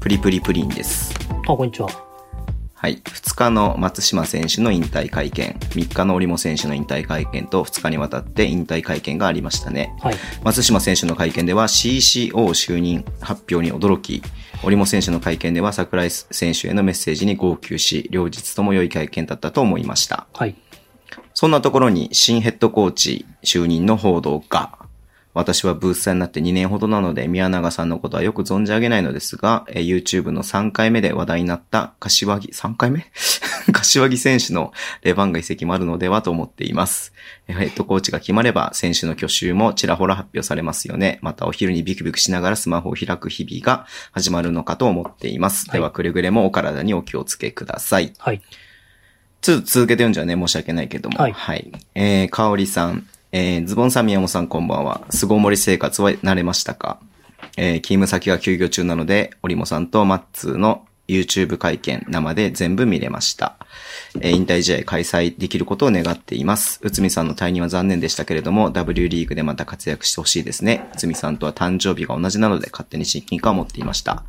S2: プリプリプリンです。
S3: あ、こんにちは。
S2: はい。2日の松島選手の引退会見、3日の織茂選手の引退会見と2日にわたって引退会見がありましたね。
S3: はい。
S2: 松島選手の会見では CCO 就任発表に驚き、織茂選手の会見では桜井選手へのメッセージに号泣し、両日とも良い会見だったと思いました。
S3: はい。
S2: そんなところに新ヘッドコーチ就任の報道が、私はブースターになって2年ほどなので宮永さんのことはよく存じ上げないのですが、えー YouTube の3回目で話題になった柏木、3回目 柏木選手のレバンガ移籍もあるのではと思っています。えヘッドコーチが決まれば、選手の去就もちらほら発表されますよね。またお昼にビクビクしながらスマホを開く日々が始まるのかと思っています。
S3: はい
S2: では、くれぐれもお体にお気をつけください。
S3: はい。
S2: ちょっと続けて読んじゃね、申し訳ないけども。
S3: はい
S2: えー、かおりさん。えー、ズボンさん、宮本さん、こんばんは。凄盛り生活は慣れましたかえー、勤務先が休業中なので、オリモさんとマッツーの YouTube 会見生で全部見れました。えー引退試合開催できることを願っています。内海さんの退任は残念でしたけれども、W リーグでまた活躍してほしいですね。内海さんとは誕生日が同じなので勝手に親近感を持っていました。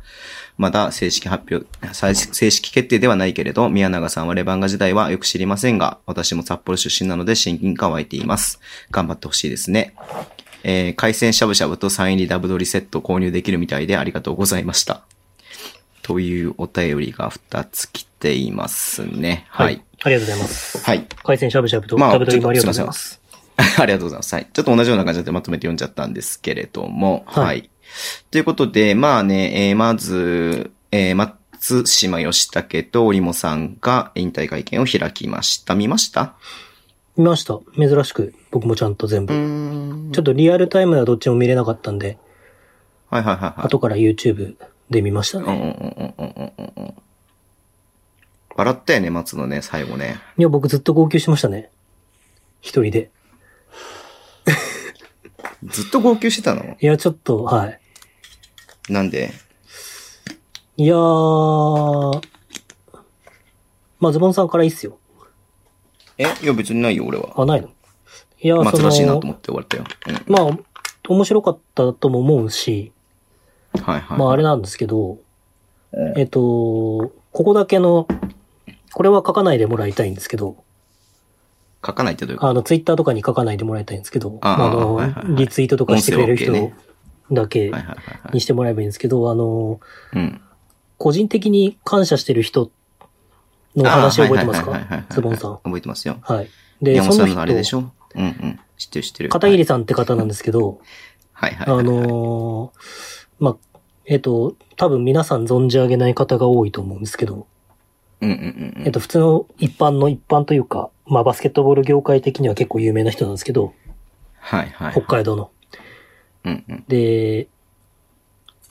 S2: まだ正式発表、正正式決定ではないけれど、宮永さんはレバンガ時代はよく知りませんが、私も札幌出身なので親近感湧いています。頑張ってほしいですね。えー海鮮しゃぶしゃぶとサイン入りダブドリセット購入できるみたいでありがとうございました。というお便りが2つ来ていますね。はい。。
S3: ありがとうございます。
S2: はい。
S3: 海鮮しゃぶしゃぶと
S2: まあ
S3: 食べ取りもありがとうございます。
S2: ありがとうございます。はい。ちょっと同じような感じでまとめて読んじゃったんですけれども、
S3: はい
S2: はい。ということで、まあね、えーまず、えー松島義武と織茂さんが引退会見を開きました。見ました
S3: 見ました。珍しく、僕もちゃんと全
S2: う
S3: 部。
S2: ん
S3: ちょっとリアルタイムではどっちも見れなかったんで、
S2: はいはいはいはい。
S3: 後から YouTube で見ました
S2: うん
S3: ね。
S2: うんうんうんうんうんうん。笑ったよね、松のね、最後ね。
S3: いや、僕ずっと号泣しましたね。一人で。
S2: ずっと号泣してたの
S3: いや、ちょっと、はい。
S2: なんで
S3: いやー、まあ、ズボンさんからいいっすよ。
S2: えいや、別にないよ、俺は。
S3: あ、ないのいや、そ
S2: 松らしいなと
S3: の
S2: 思、って終わったよ。うん。
S3: まあ、面白かったとも思うし、
S2: はいはい。
S3: まあ、あれなんですけど、
S2: うん
S3: えっと、ここだけの、これは書かないでもらいたいんですけど、
S2: 書かないってどういうこと
S3: あの、ツイッターとかに書かないでもらいたいんですけど、
S2: あ
S3: あ
S2: あはいはいは
S3: の、
S2: い
S3: リツイートとかしてくれる人
S2: 音声 OK ね
S3: だけ
S2: はいはいはいは
S3: に
S2: い。
S3: してもらえばいいんですけど、あの、
S2: うん。
S3: 個人的に感謝してる人の話覚えてます
S2: あーはいはいはいはいは
S3: か
S2: い
S3: ズボンさん。
S2: 覚えてますよ。
S3: はい。で、
S2: 山本
S3: そ
S2: さ
S3: の
S2: んのあれでし
S3: 人、
S2: ょうんうん。知ってる知ってる。
S3: 片桐さんって方なんですけど、
S2: はいはい
S3: あ
S2: はい。
S3: のーまあ、えっと、多分皆さん存じ上げない方が多いと思うんですけど、
S2: うんうんうんう
S3: えっ
S2: ん。
S3: と、普通の一般の一般というか、まあ、バスケットボール業界的には結構有名な人なんですけど、
S2: はいはい。
S3: 北海道の。
S2: うんうん。
S3: で、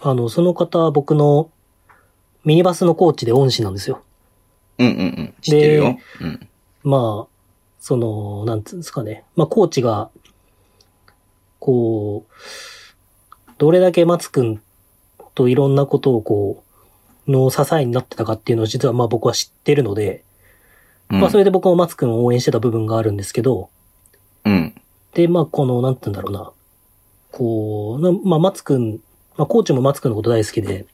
S3: あの、その方は僕のミニバスのコーチで恩師なんですよ。
S2: うんうんうん。知ってるよ。うん。
S3: まあ、その、なんつうんですかね。まあ、コーチが、こう、どれだけ松くんといろんなことをこう、の支えになってたかっていうのを実はまあ僕は知ってるので、
S2: うん
S3: まあそれで僕も松くんを応援してた部分があるんですけど、
S2: うん。
S3: で、まあこの、なんて言うんだろうな、こう、なまあ松くん、まあコーチも松くんのこと大好きで、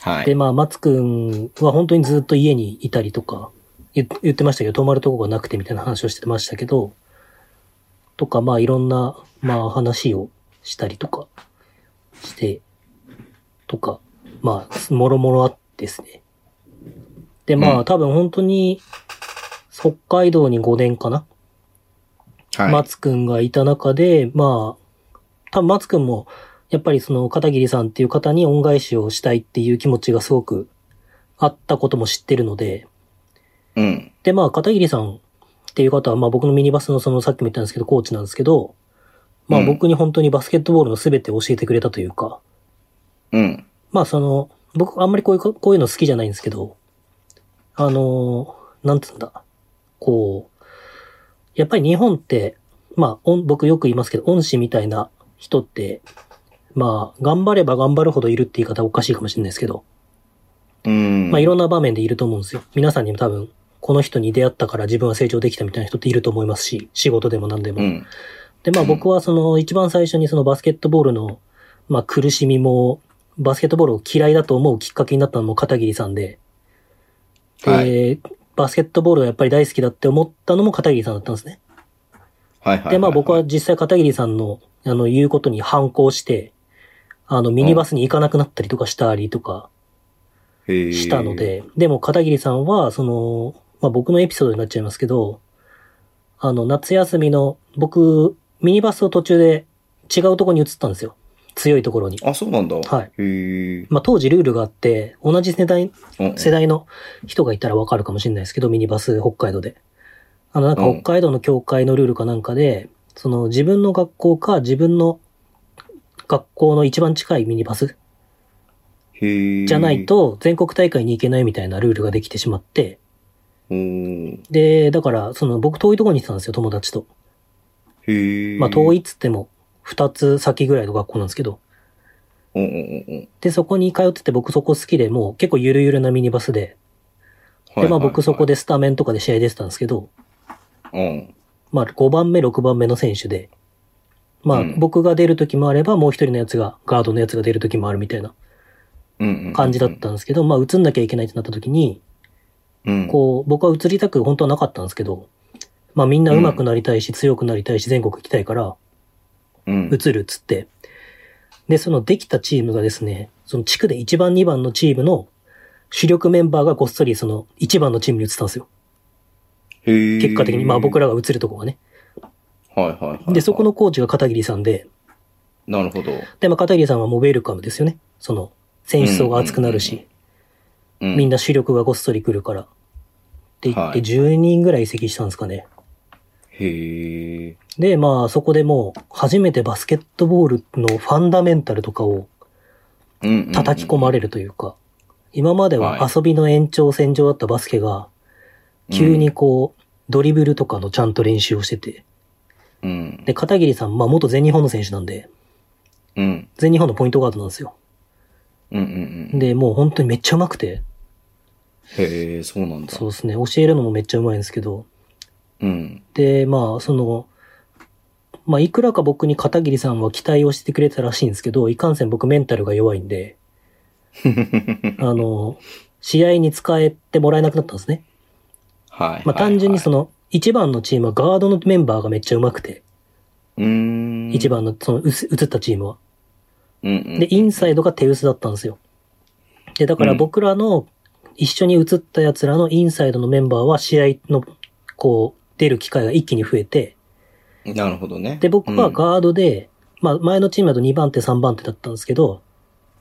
S2: は
S3: で、
S2: い。
S3: まあ、松くんは本当にずっと家にいたりとか、言言ってましたけど、泊まるとこがなくてみたいな話をしてましたけど、とか、まあ、いろんな、まあ、話をしたりとか、して、とか、まあ、もろもろあってですね。で、ま
S2: う
S3: あ、多分本当に、北海道に5年かな、
S2: はい。
S3: 松くんがいた中で、まあ、多分松くんも、やっぱりその片桐さんっていう方に恩返しをしたいっていう気持ちがすごくあったことも知ってるので、
S2: うん。
S3: で、まあ、片桐さんっていう方は、まあ僕のミニバスのそのさっきも言ったんですけど、コーチなんですけど、ま
S2: う
S3: あ
S2: ん
S3: 僕に本当にバスケットボールの全てを教えてくれたというか、
S2: うん。
S3: まあその、僕あんまりこういうこ、こういうの好きじゃないんですけど、あのー、なんつうんだ、こう、やっぱり日本って、まあ、おん僕よく言いますけど、恩師みたいな人って、まあ、頑張れば頑張るほどいるって言い方おかしいかもしれないですけど、
S2: うん。
S3: まあいろんな場面でいると思うんですよ。皆さんにも多分、この人に出会ったから自分は成長できたみたいな人っていると思いますし、仕事でも何でも。
S2: うん。
S3: で、まあ
S2: うん
S3: 僕はその一番最初にそのバスケットボールの、まあ苦しみも、バスケットボールを嫌いだと思うきっかけになったのも片桐さんで、で、
S2: はい。
S3: バスケットボールがやっぱり大好きだって思ったのも片桐さんだったんですね。
S2: はいはい。
S3: で、まあ僕は、実際片桐さんの、あの、言うことに反抗して、あの、ミニバスに行かなくなったりとかしたりとか
S2: し
S3: したの。で、でも片桐さんは、その、まあ僕のエピソードになっちゃいますけど、あの、夏休みの、僕、ミニバスを途中で違うとこに移ったんですよ。強いところに。
S2: あ、そうなんだ。
S3: はい。
S2: へえ。
S3: まあ、当時ルールがあって、同じ世代、
S2: うん
S3: 世代の人がいたらわかるかもしれないですけど、ミニバス北海道で。あの、なんか
S2: うん
S3: 北海道の教会のルールかなんかで、その自分の学校か自分の学校の一番近いミニバス
S2: へえ。
S3: じゃない。と全国大会に行けないみたいなルールができてしまって、
S2: おー
S3: で、だから、その僕遠いところに行ってたんですよ、友達と。
S2: へえ。
S3: まあ遠
S2: い。
S3: いっつっても、二つ先ぐらいの学校なんですけど。
S2: うんうんうん
S3: で、そこに通ってて僕そこ好きで、もう結構ゆるゆるなミニバスで。
S2: うん。
S3: で、まあ僕そこ
S2: で。
S3: でスタメンとかで試合出てたんですけど、
S2: うん。
S3: まあ5番目、6番目の選手で、まあ
S2: うん
S3: 僕が出る時もあれば、もう一人のやつが、ガードのやつが出る時もあるみたいな
S2: うんうんうん。
S3: 感じだったんですけど、まあ映んなきゃいけないってなった時に、
S2: うん。
S3: こう、僕は映りたく本当はなかったんですけど、まあみんな上手くなりたいし、強くなりたいし、全国行きたいから、
S2: うん。うん。
S3: 映るっつって。で、そのできたチームがですね、その地区で1番2番のチームの主力メンバーがごっそりその1番のチームに移ったんですよ。
S2: へえ。
S3: 結果的に、まあ僕
S2: ら。
S3: らが映るとこがね。
S2: はいはいはいはい。
S3: で、そこ。のコーチが片桐さんで、
S2: なるほど。
S3: で、まあ片桐さんはもうウェルカムですよね。その、選手層が厚くなる
S2: うんう
S3: し、
S2: うん。
S3: みんな主力がごっそり来るから。って言っ
S2: は
S3: て
S2: い
S3: 10人ぐらい移籍したんですかね。
S2: へえ。
S3: で、まあそこでもう初めてバスケットボールのファンダメンタルとかを
S2: うんうんうん。
S3: 叩き込まれるというか、今までは遊びの延長線上だったバスケが、急にこう、ドリブルとかのちゃんと練習をしてて、
S2: うん。
S3: で、片桐さん、まあ元全日本の選手なんで、
S2: うん。
S3: 全日本のポイントガードなんですよ。
S2: うんうんうん。
S3: で、もう本当にめっちゃ上手くて、
S2: へえ、そうなんだ。
S3: そうですね、教えるのもめっちゃ上手いんですけど、
S2: うん。
S3: で、まあその、まあいくらか僕に片桐さんは期待をしてくれてたらしいんですけど、いかんせん僕メンタルが弱いんで、あの、試合に使えてもらえなくなったんですね。
S2: はい。
S3: まあ、単純にそ
S2: の、
S3: の、一番のチームはガードのメンバーがめっちゃ上手くて、
S2: うーん。
S3: 一。番のその、うす映ったチームは。
S2: うんうん。
S3: で、インサイドが手薄だったんですよ。で、だから
S2: うん
S3: 僕らの、一緒に映った奴らのインサイドのメンバーは試合の、こう、出る機会が一気に増えて、
S2: なるほどね。
S3: で、僕は
S2: うん
S3: ガードで、まあ、前のチームだと2番手、3番手だったんですけど、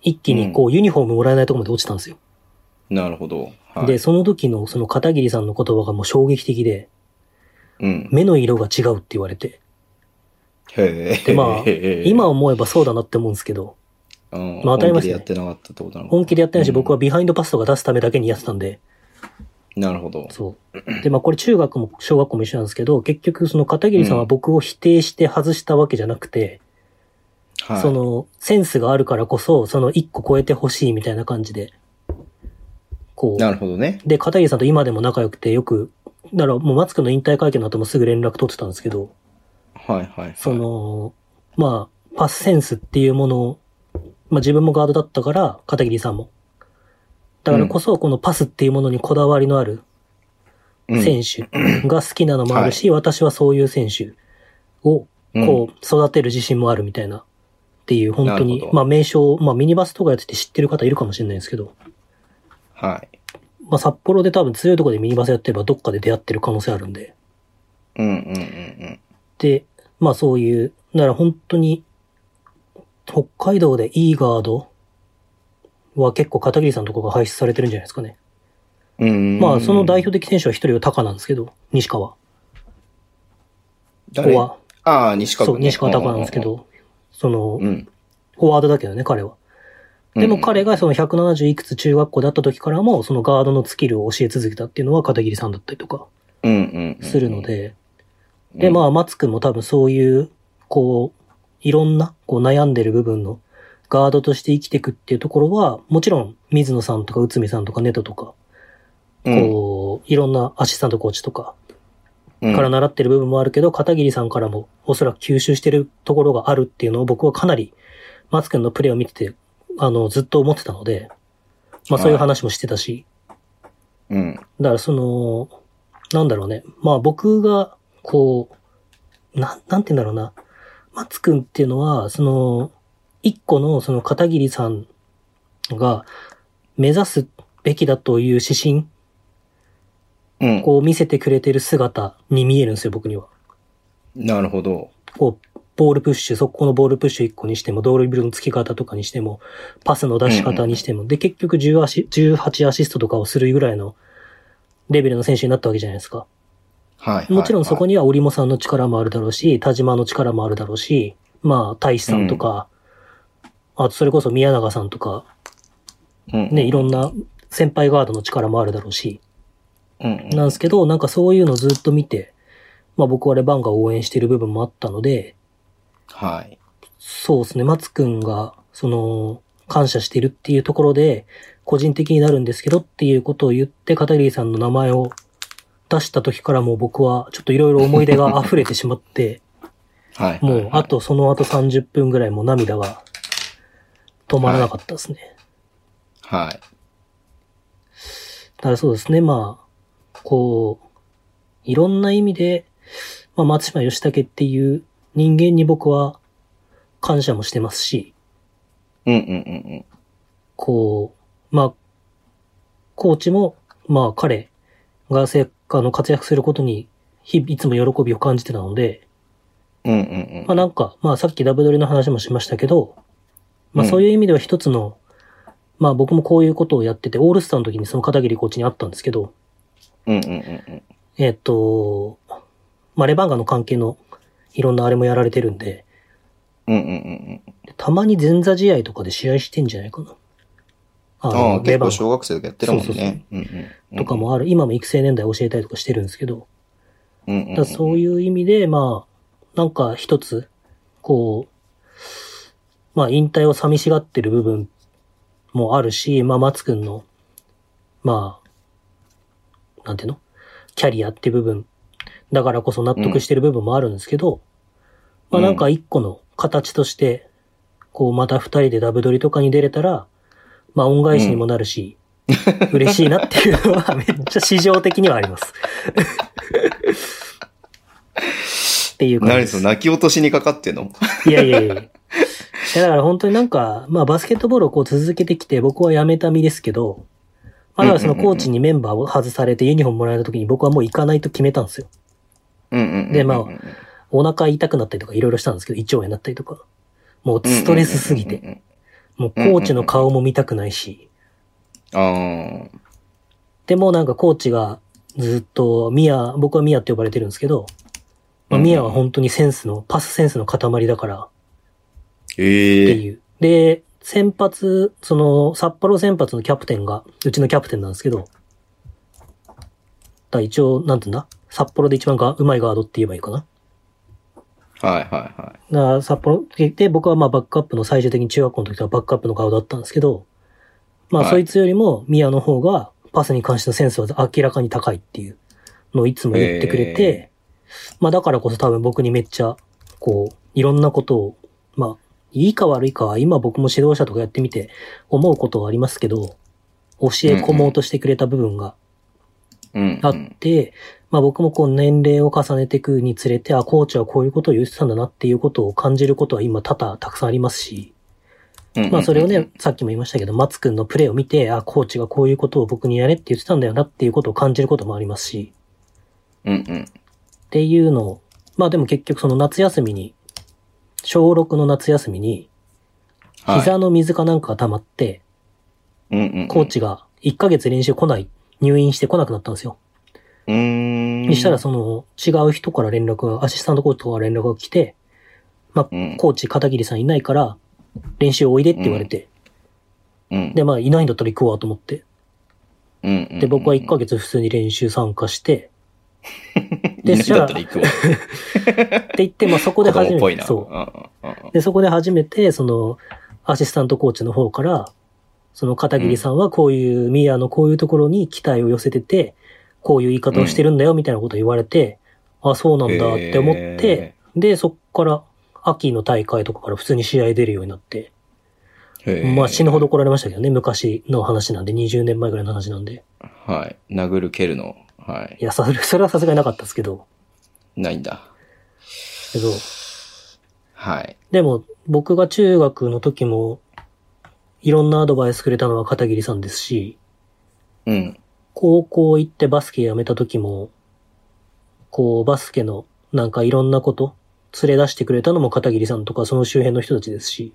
S3: 一気にこう、ユニフォームもらえないところまで落ちたんですよ。
S2: なるほど。はい、
S3: で、、その時のその片桐さんの言葉がもう衝撃的で、
S2: うん。
S3: 目の色が違うって言われて、
S2: へえ。
S3: でまあ
S2: へえ
S3: 今、思えばそうだなって思うんですけど、
S2: うん
S3: まあ当たり前
S2: 本気で
S3: ですね
S2: やってなかったってことなのか
S3: 本気でやってないし、
S2: うん
S3: 僕はビハインドパスとか出すためだけにやってたんで、
S2: なるほど。
S3: そう。で、まあこれ中学も小学校も一緒なんですけど、結局その片桐さんは僕を否定して外したわけじゃなくて、
S2: はい。
S3: そ、のセンスがあるからこそ、その一個超えてほしいみたいな感じで、こ
S2: な
S3: う。
S2: るほどね。
S3: で、片桐さんと今でも仲良くてよく、だからもうマツクの引退会見の後もすぐ連絡取ってたんですけど、
S2: はいはい、はい。
S3: そ、の、まあ、パスセンスっていうものを、まあ自分もガードだったから、片桐さんも。だからこそ、このパスっていうものにこだわりのある
S2: うん、
S3: 選手が好きなのもあるし、私はそういう選手を、
S2: うん
S3: こう、育てる自信もあるみたいな、っていう、本当
S2: なる
S3: に
S2: ほ、ど
S3: まあ名称、まあミニバスとかやってて知ってる方いるかもしれないんですけど、
S2: はい。
S3: まあ札幌で多分強いところでミニバスやってればどっかで出会ってる可能性あるんで、
S2: うんうんうんうん。
S3: で、まあそういう、なら本当に、北海道でいいガードは結構片桐さんとかが輩出されてるんじゃないですかね。
S2: うーん
S3: まあその代表的選手は一人は高なんですけど、西川。ここ
S2: 誰
S3: は、
S2: ああ、西川
S3: そ
S2: 君、
S3: う、西川高なんですけ。ど、その、
S2: うんうん
S3: フォワードだけどね、彼は。
S2: うん。
S3: でも彼がその170いくつ中学校だった時からも、そのガードのスキルを教え続けたっていうのは片桐さんだったりとか
S2: うん、うんうんうん。
S3: するので、
S2: うん、
S3: で、まあ、松君も多分そういう、こう、いろんな、こう悩んでる部分のガードとして生きていくっていうところは、もちろん、水野さんとか内海さんとかネトとか、
S2: あ
S3: こう、いろんなアシスタントコーチとか
S2: うん、
S3: から習ってる部分もあるけど、片桐さんからもおそらく吸収してるところがあるっていうのを僕はかなり、松君のプレーを見てて、あの、ずっと思ってたので、まあそういう話もしてたし、
S2: うん。
S3: だからその、なんだろうね。まあ僕が、こう、なん、なんて言うんだろうな。松くんっていうのは、その、一個のその片桐さんが目指すべきだという指針
S2: うん。
S3: こう見せてくれてる姿に見えるんですよ、僕には。
S2: なるほど。
S3: こう、ボールプッシュ、速攻のボールプッシュ1個にしても、ドールビルの付き方とかにしても、パスの出し方にしても、で、結局10アシ18アシストとかをするぐらいのレベルの選手になったわけじゃないですか。
S2: はい。
S3: もちろんそこ
S2: に。
S3: には織茂さんの力もあるだろうし、田島の力もあるだろうし、まあ、大志さんとか、あとそれこそ宮永さんとか、
S2: うん。
S3: ね、いろんな先輩ガードの力もあるだろうし、
S2: うんうん。
S3: なんですけど、なんかそういうのずっと見て、まあ僕はレバンが応援してる部分もあったので、
S2: はい。
S3: そうですね、松くんが、その、感謝してるっていうところで、個人的になるんですけどっていうことを言って、片桐さんの名前を出した時からもう僕は、ちょっといろいろ思い出が溢れてしまって、
S2: はい。はい
S3: もう、あ。とその後30分ぐらいもう涙が止まらなかったですね。
S2: はい。
S3: だからそうですね、まあ、こう、いろんな意味で、まあ、松島義武っていう人間に僕は感謝もしてますし、
S2: うんうんうん
S3: こう、まあ、コーチも、まあ、彼がせあの活躍することに、日々いつも喜びを感じてたので、
S2: うん。うんうんう
S3: まあ
S2: ん。
S3: なんか、まあさっきダブドリの話もしましたけど、まあ
S2: うん
S3: そういう意味では一つの、まあ僕もこういうことをやってて、オールスターの時にその片桐コーチに会ったんですけど、
S2: うんうんうん
S3: えっ、と、まあレバンガの関係のいろんなあれもやられてるんで、
S2: うん。うんうんうんうん。
S3: たまに前座試合とかで試合してんじゃないかな。あ
S2: ああ、結
S3: レバ
S2: 構
S3: ンガ
S2: 小学生とかやってるもん
S3: そうそうそう
S2: ね。うんうんうん。
S3: とかもある、今も育成年代教えたりとかしてるんですけど、
S2: うんうんうん。
S3: だからそういう意味で、まあ、なんか一つ、こう、まあ引退を寂しがってる部分もあるし、まあ松くんの、まあ、なんていうのキャリアって部分、だからこそ納得してる部分もあるんですけど、まあなんか一個の形として、こうまた二人でダブドリとかに出れたら、まあ恩返しにもなるし、嬉しいなっていうのはめっちゃ市場的にはあります。っていう感じ
S2: 何
S3: で
S2: そ
S3: す
S2: の。泣き落としにかかってんの
S3: いやいやいやいや。いやだから本当になんか、まあバスケットボールをこう続けてきて、僕は辞めた身ですけど、まあだからその
S2: うんうんうん
S3: コ
S2: う
S3: ー
S2: ん
S3: チにメンバーを外されてユニフォームもらえた時に僕はもう行かないと決めたんですよ。
S2: うんうんうんうん。
S3: でまあお腹痛くなったりとかいろいろしたんですけど、胃腸炎になったりとか。もうストレスすぎて。
S2: て。
S3: もうコーチの顔も見たくないし。
S2: ああ。
S3: でもなんかコーチがずっとミア、僕はミアって呼ばれてるんですけど、まあ、ミアは本当にセンスの、パスセンスの塊だから、って
S2: ええ。
S3: いう。で、先発、その、札幌先発のキャプテンが、うちのキャプテンなんですけど、だから一応、なんていうんだ札幌で一番がうまいガードって言えばいいかな。
S2: はいはいはい。
S3: だから札幌で、僕はまあバックアップの最終的に中学校の時はバックアップの顔だったんですけど、まあ
S2: はい
S3: そいつよりも宮の方がパスに関してのセンスは明らかに高いっていうのをいつも言ってくれて、まあだからこそ多分僕にめっちゃ、こう、いろんなことを、まあ、いいか悪いかは今僕も指導者とかやってみて思うことはありますけど、教え込もうとしてくれた部分が
S2: うん。
S3: あって、まあ僕もこう年齢を重ねていくにつれて、あ、コーチはこういうことを言ってたんだなっていうことを感じることは今多々たくさんありますし、
S2: うん
S3: まあそれをね、、さっきも言いましたけど、松くんのプレーを見て、あ、コーチがこういうことを僕にやれって言ってたんだよなっていうことを感じることもありますし、
S2: うんうん。
S3: っていうのを、まあでも結局その夏休みに、小6の夏休みに、
S2: はい
S3: 膝の水かなんかが溜まって、
S2: うんうんうん
S3: コー。チが1ヶ月練習来ない、入院して来なくなったんですよ。
S2: うーん。
S3: にしたらその違う人から連絡が、アシスタントコーチから連絡が来て、まあ、
S2: うん
S3: コーチ片桐さんいないから、練習おいでって言われて、
S2: うん。
S3: で、まあ、いないんだったら行くわと思って。
S2: うんうんうん、
S3: で、僕は1ヶ月普通に練習参加して、で
S2: いな
S3: し
S2: いんだ
S3: たら
S2: ったら行くわ。こ
S3: って言って、まあ、そこで初
S2: っぽい
S3: め
S2: な。
S3: て、
S2: うん
S3: そ
S2: うん
S3: う。で、そこで初めて、その、アシスタントコーチの方から、その片桐さんはこういう、ミアのこういうところに期待を寄せてて、こういう言い方をしてるんだよ、みたいなことを言われて、あ、そうなんだって思って
S2: へ、
S3: で、そこから、秋の大会とかから普通に試合出るようになって、
S2: うんうん
S3: まあ死ぬほど。
S2: へ
S3: 怒られましたけどね、昔の話なんで、20年前ぐらいの話なんで。
S2: ーはい。殴る蹴るの。はい
S3: い。や、それそれはさすがにな かったですけど、
S2: ないんだ。
S3: けど、
S2: はい。
S3: でも、僕が中学の時も、いろんなアドバイスくれたのは片桐さんですし、
S2: うん。
S3: 高校行ってバスケやめた時も、こう、バスケの、なんかいろんなこと、連れ出してくれたのも片桐さんとか、その周辺の人たちですし、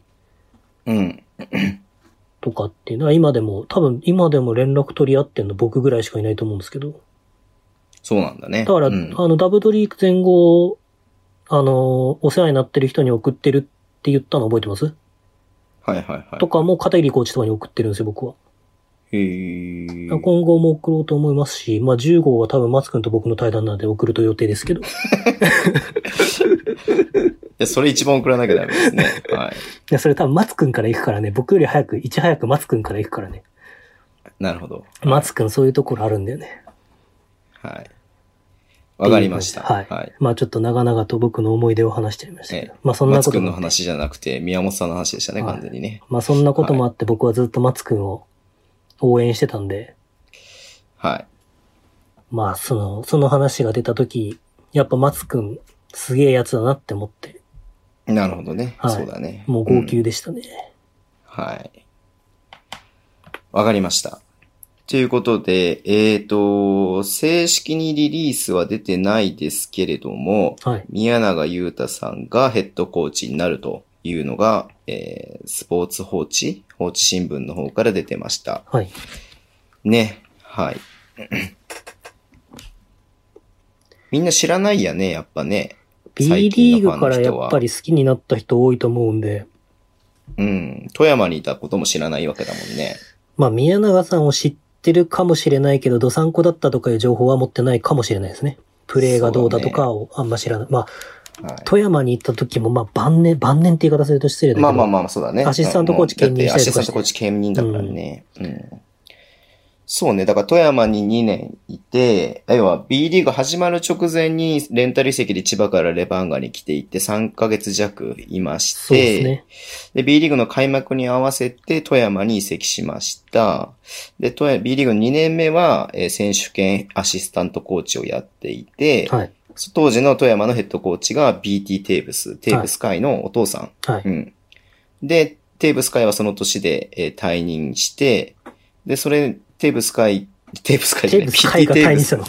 S2: うん。
S3: とかっていうのは今でも、多分今でも連絡取り合ってんの僕ぐらいしかいないと思うんですけど。
S2: そうなんだね。
S3: だから、
S2: うん、
S3: あの、ダブドリー前後、あの、お世話になってる人に送ってるって言ったの覚えてます
S2: はいはいはい。
S3: とかも片桐コーチとかに送ってるんですよ、僕は。
S2: へー
S3: 今後も送ろうと思いますし、まあ、10号は多分松君と僕の対談なんで送ると予定ですけど。 い
S2: でそれ一番送らなきゃダメです ね。はい。
S3: や、それ多分松君から行くからね、僕より早く、いち早く松君から行くからね。
S2: なるほど。
S3: 松君そういうところあるんだよね。
S2: はい。わかりました。
S3: はい。まあちょっと長々と僕の思い出を話しちゃいましたけど。
S2: ええ
S3: まあそんな
S2: 松
S3: こと
S2: くんの
S3: も、
S2: 話じゃなくて、宮本さんの話でしたね、
S3: はい
S2: 完全にね。
S3: まあそんなこともあって僕はずっと松君を応援してたんで、
S2: はい。
S3: まあその、その話が出た時、やっぱ松君すげえやつだなって思って、
S2: なるほどね。
S3: はい
S2: そうだね。
S3: もう号
S2: ん
S3: 泣でしたね。
S2: はい。わかりました。ということで、えっ、と、正式にリリースは出てないですけれども、
S3: はい。
S2: 宮永優太さんがヘッドコーチになるというのが、えースポーツ報知、報知新聞の方から出てました。
S3: はい。
S2: ね。はい。 みんな知らないやね、やっぱね。
S3: B リーグからやっぱり好きになった人多いと思うんで、
S2: うん。富山にいたことも知らないわけだもんね。
S3: まあ宮永さんを知ってるかもしれないけど、どさんこだったとかいう情報は持ってないかもしれないですね。プレーがどうだとかをあんま知らない。まあ、
S2: はい。
S3: 富山に行った時も、まあ晩年、晩年って言い方すると失礼だけど、
S2: まあまあまあ、そうだね。
S3: アシスタントコーチ兼任
S2: うん
S3: し
S2: だ
S3: た
S2: っ
S3: り
S2: てアシ
S3: と
S2: スタント
S3: かして
S2: コーチ兼任だからね。うん。そうね。だから富山に2年いて、要は B リーグ始まる直前にレンタル移籍で千葉からレバンガに来ていて3ヶ月弱いまして、
S3: そうですね。
S2: で、B リーグの開幕に合わせて富山に移籍しました。で、富山、B リーグの2年目は、えー選手権アシスタントコーチをやっていて、
S3: はい。
S2: 当時の富山のヘッドコーチが BT テーブス、テーブス会のお父さん。
S3: は
S2: う
S3: い。
S2: ん。で、テーブス会はその年で、えー退任して、で、それ、テーブス会、テーブス会じ
S3: テ
S2: ゃな
S3: ー
S2: い
S3: ブス会
S2: BT
S3: が
S2: テ
S3: 退
S2: ーブ
S3: 任
S2: ス
S3: したの。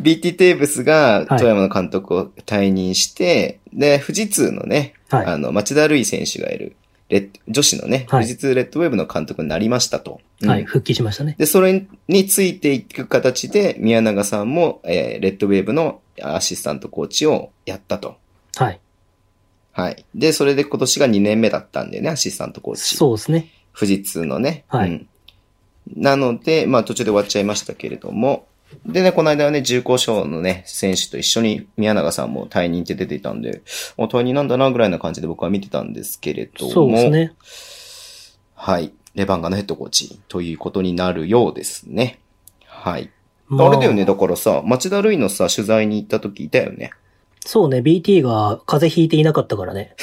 S2: BT テーブスが
S3: はい
S2: 富山の監督を退任して、で、富士通のね、
S3: はい
S2: あの、町田瑠唯選手がいる、レッ女子のね、
S3: はい
S2: 富士通レッドウェーブの監督になりましたと。うん
S3: はい。復帰しましたね。
S2: で、それについていく形で、宮永さんも、えーレッドウェーブのアシスタントコーチをやったと。
S3: はい。
S2: はい。で、それで今年が2年目だったんだよね、アシスタントコーチ。
S3: そうですね。
S2: 富士通のね。
S3: はい
S2: うんなので、まあ途中で終わっちゃいましたけれども、でね、この間はね、重厚賞のね、選手と一緒に宮永さんも退任って出ていたんで、もう退任なんだなぐらいな感じで僕は見てたんですけれども、
S3: そうですね。
S2: はい。レバンガのヘッドコーチということになるようですね。はい。
S3: ま
S2: あれだよね、。だからさ、町田瑠唯のさ、取材に行った時いたよね。
S3: そうね。BT が風邪ひいていなかったからね。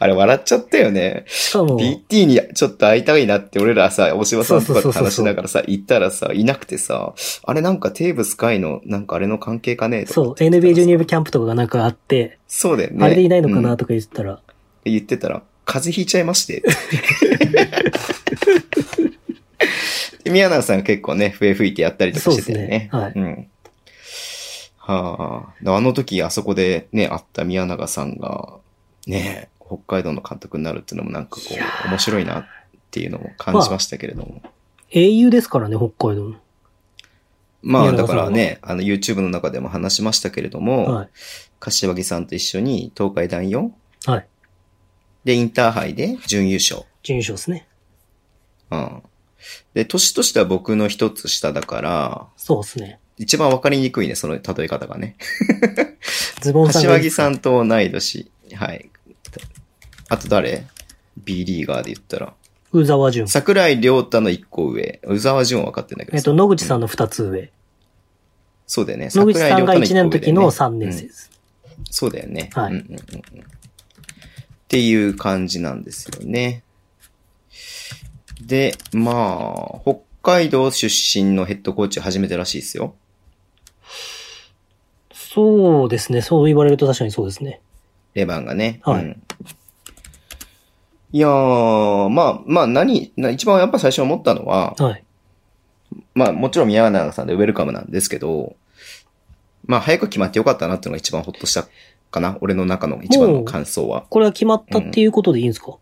S2: あれ笑っちゃったよね。
S3: しかも、
S2: BT にちょっと会いたいなって俺らさ、大島さんとかと話しながらさ、行ったらさ、いなくてさ、あれなんかテーブス海の、なんかあれの関係かねとか
S3: そう、
S2: 言ってたら
S3: NBA
S2: さ
S3: ジュニアキャンプとかがなんかあって、
S2: そうだよね。
S3: あれでいないのかな
S2: うん
S3: とか言ってたら、
S2: 言ってたら、風邪ひいちゃいまして。 で宮永さんが結構ね、笛吹いてやったりとかしてたよね。
S3: そうです
S2: うん。はあ、あの時あそこでね、会った宮永さんが、ね、北海道の監督になるっていうのもなんかこ
S3: いや
S2: う、面白いなっていうのも感じましたけれども。
S3: 英雄ですからね、北海道の。
S2: まあ、
S3: 宮永
S2: だ
S3: さ
S2: か
S3: んは
S2: らね、あの、YouTube の中でも話しましたけれども、
S3: はい。
S2: 柏木さんと一緒に東海大 4?
S3: はい。
S2: で、インターハイで準優勝。
S3: 準優勝ですね。
S2: うん。で、年としては僕の一つ下だから、
S3: そうですね。
S2: 一番わかりにくいね、その例え方がね。
S3: ズボンさん
S2: 柏木さ
S3: ん。
S2: んと同い年。はい。あと誰 ?B リーガーで言ったら。
S3: 宇沢淳。
S2: 桜井亮太の一個上。宇沢淳は分かってんだけど
S3: えっ
S2: さ
S3: と、野口さんの二つ上。
S2: そうだよね。
S3: 野口さんが1年の時の
S2: 桜
S3: 3
S2: 井亮太一個上だよねう
S3: 年生
S2: ん
S3: です。
S2: そうだよね。
S3: はい
S2: うんうんうんうん。っていう感じなんですよね。で、まあ、北海道出身のヘッドコーチ初めてらしいですよ。
S3: そうですね。そう言われると確かにそうですね。
S2: レバンがね。
S3: はい
S2: うんいやー、まあ、まあ何、な一番やっぱ最初思ったのは、
S3: はい。
S2: まあもちろん宮永さんでウェルカムなんですけど、まあ早く決まってよかったなっていうのが一番ほっとしたかな。俺の中の一番の感想は。
S3: これは決まったっていうことでいいんですか、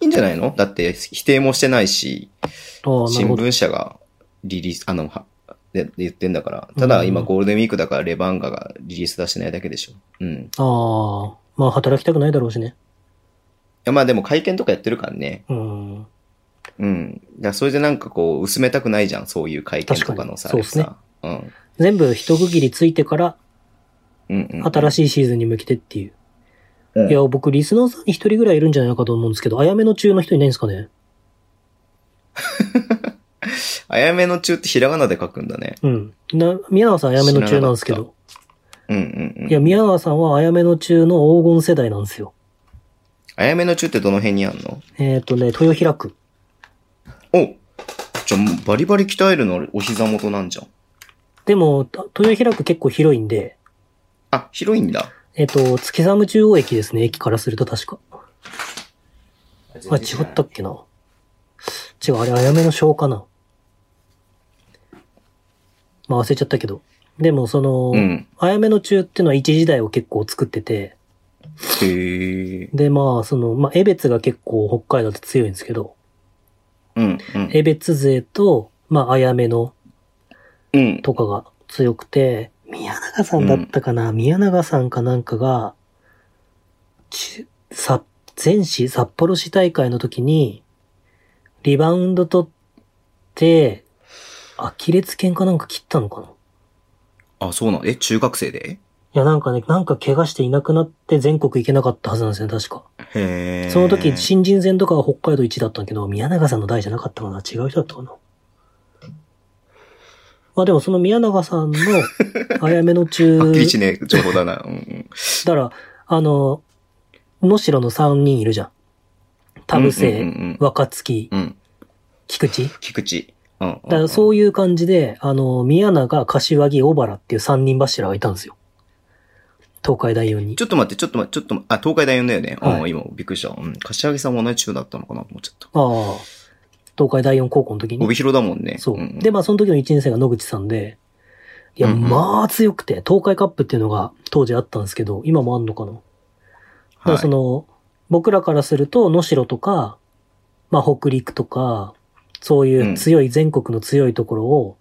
S2: いいんじゃないのだって否定もしてないし、
S3: ああ、なる
S2: 新
S3: ほど。
S2: 聞社がリリース、あの、はで言ってんだから。ただ今
S3: うん
S2: ゴールデンウィークだからレバンガがリリース出してないだけでしょ。うん。い
S3: ああ、まあ働きたくないだろうしね。
S2: やまあでも会見とかやってるからね。
S3: うん。
S2: うん。いや、それでなんかこう、薄めたくないじゃん。そういう会見とかのさ。
S3: 確かにそうっすね
S2: あれさ
S3: 全部一区切りついてから
S2: うん。うん、うん。
S3: 新しいシーズンに向けてっていう。
S2: うん
S3: いや、僕、リスナーさんに一人ぐらいいるんじゃないかと思うんですけど、あやめの中の人いないんですかね
S2: あやめの中ってひらがなで書くんだね。
S3: うん。な、宮川さんあやめの中なんですけ
S2: 知ら
S3: ど。
S2: うんうんうん。
S3: いや、宮川さんはあやめの中の黄金世代なんですよ。
S2: あやめの中ってどの辺にあんの
S3: えっ、とね、豊平区。
S2: おじゃあ、もうバリバリ鍛えるのお膝元なんじゃん。
S3: でも、た豊平区結構広いんで、
S2: あ、広いんだ。
S3: えっ、と、月寒中央駅ですね、駅からすると確か。あ、違ったっけな。違う、あれ、あやめの章かな。まあ、忘れちゃったけど。でも、その、
S2: うん。
S3: あやめの中っていうのは一時代を結構作ってて、
S2: へえ。
S3: で、まあ、その、まあ、江別が結構北海道って強いんですけど、
S2: うん、うん。
S3: 江別勢と、まあ、あやめの
S2: うん。
S3: とかが強くて、宮永さんだったかな、宮永さんかなんかが、ちさ、前市、札幌市大会の時に、リバウンド取って、アキレス腱かなんか切ったのかな
S2: あ、そうなのえ、中学生で
S3: いや、なんかね、なんか怪我していなくなって全国行けなかったはずなんですね、確か。
S2: へえ。
S3: その時、新人戦とかは北海道1だったんだけど、宮永さんの代じゃなかったかな違う人だったかなまあでもその宮永さんの、あやめの中、
S2: はっきりしねえ情報だな。うんうん。
S3: だから、あの、能代の3人いるじゃん。田臥、
S2: うんうん
S3: 若月、
S2: うん。うん。
S3: 菊池。
S2: 菊池。うんうんうん。
S3: だからそういう感じで、あの、宮永、柏木、小原っていう3人柱がいたんですよ。東海大4に
S2: ち。ょっと待って、ちょっと待って、ちょっと待って、あ、東海大4だよね。
S3: はい
S2: うん、今、びっくりした。うん。柏木さんも同じ中だったのかなと思っちゃった。
S3: ああ、東海大4高校の時に
S2: 帯。広だもんね。
S3: そう。
S2: んん
S3: で、まあその時の1年生が野口さんで、いや、
S2: うんうん
S3: まあ強くて、東海カップっていうのが当時あったんですけど、今もあんのかな。だからその、僕らからすると、能代とか、まあ、北陸とか、そういう強い、全国の強いところを、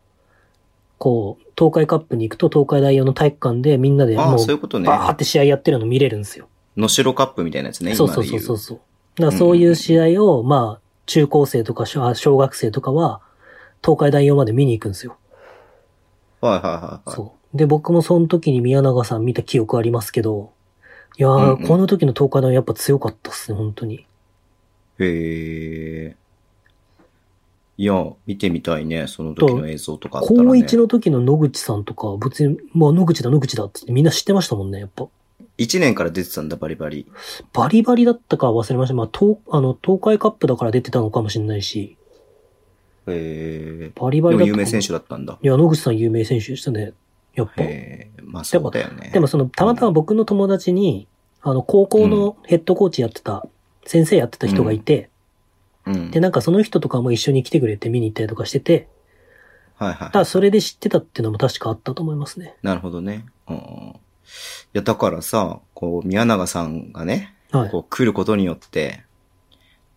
S3: こう、東海カップに行くと、東海大用の体育館でみんなで
S2: はい、あ
S3: も、
S2: あ、そういううことね。
S3: バーって試合やってるの見れるんですよ。
S2: のしろカップみたいなやつね。
S3: そう
S2: 今
S3: そう
S2: で
S3: そ
S2: 言
S3: うそうそう。だからそういう試合を、まあ、中高生とか小あ小学生とかは、東海大用まで見に行くんですよ。
S2: はいはいはいはい。
S3: そう。で、僕もその時に宮永さん見た記憶ありますけど、いやー、
S2: うんうん
S3: この時の東海大やっぱ強かったっすね、本当に。
S2: へえ。いや、見てみたいね、その時の映像とかあったら、ね。
S3: 高一の時の野口さんとか、別に、まあ野口だ野口だってみんな知ってましたもんね、やっぱ。
S2: 1年から出てたんだ、バリバリ。
S3: バリバリだったか忘れました。まあ、東、あの、東海カップだから出てたのかもしれないし、
S2: へえ。
S3: バリバ
S2: でも
S3: リだった
S2: 有
S3: かも
S2: 名選手だったんだ。
S3: いや、野口さん有名選手でしたね、やっぱ。
S2: へえ。まあそうだよね。
S3: でも、その、たまたま僕の友達に、あの、高校のヘッドコーチやってた、先生やってた人がいて、
S2: うん。
S3: で、なんかその人とかも一緒に来てくれて見に行ったりとかしてて、
S2: はい
S3: た
S2: は
S3: だそれで知ってたっていうのも確かあったと思いますね。
S2: い。なるほどね。うんうん。いや、だからさ、こう、宮永さんがね、
S3: はい
S2: こ。う来ることによって、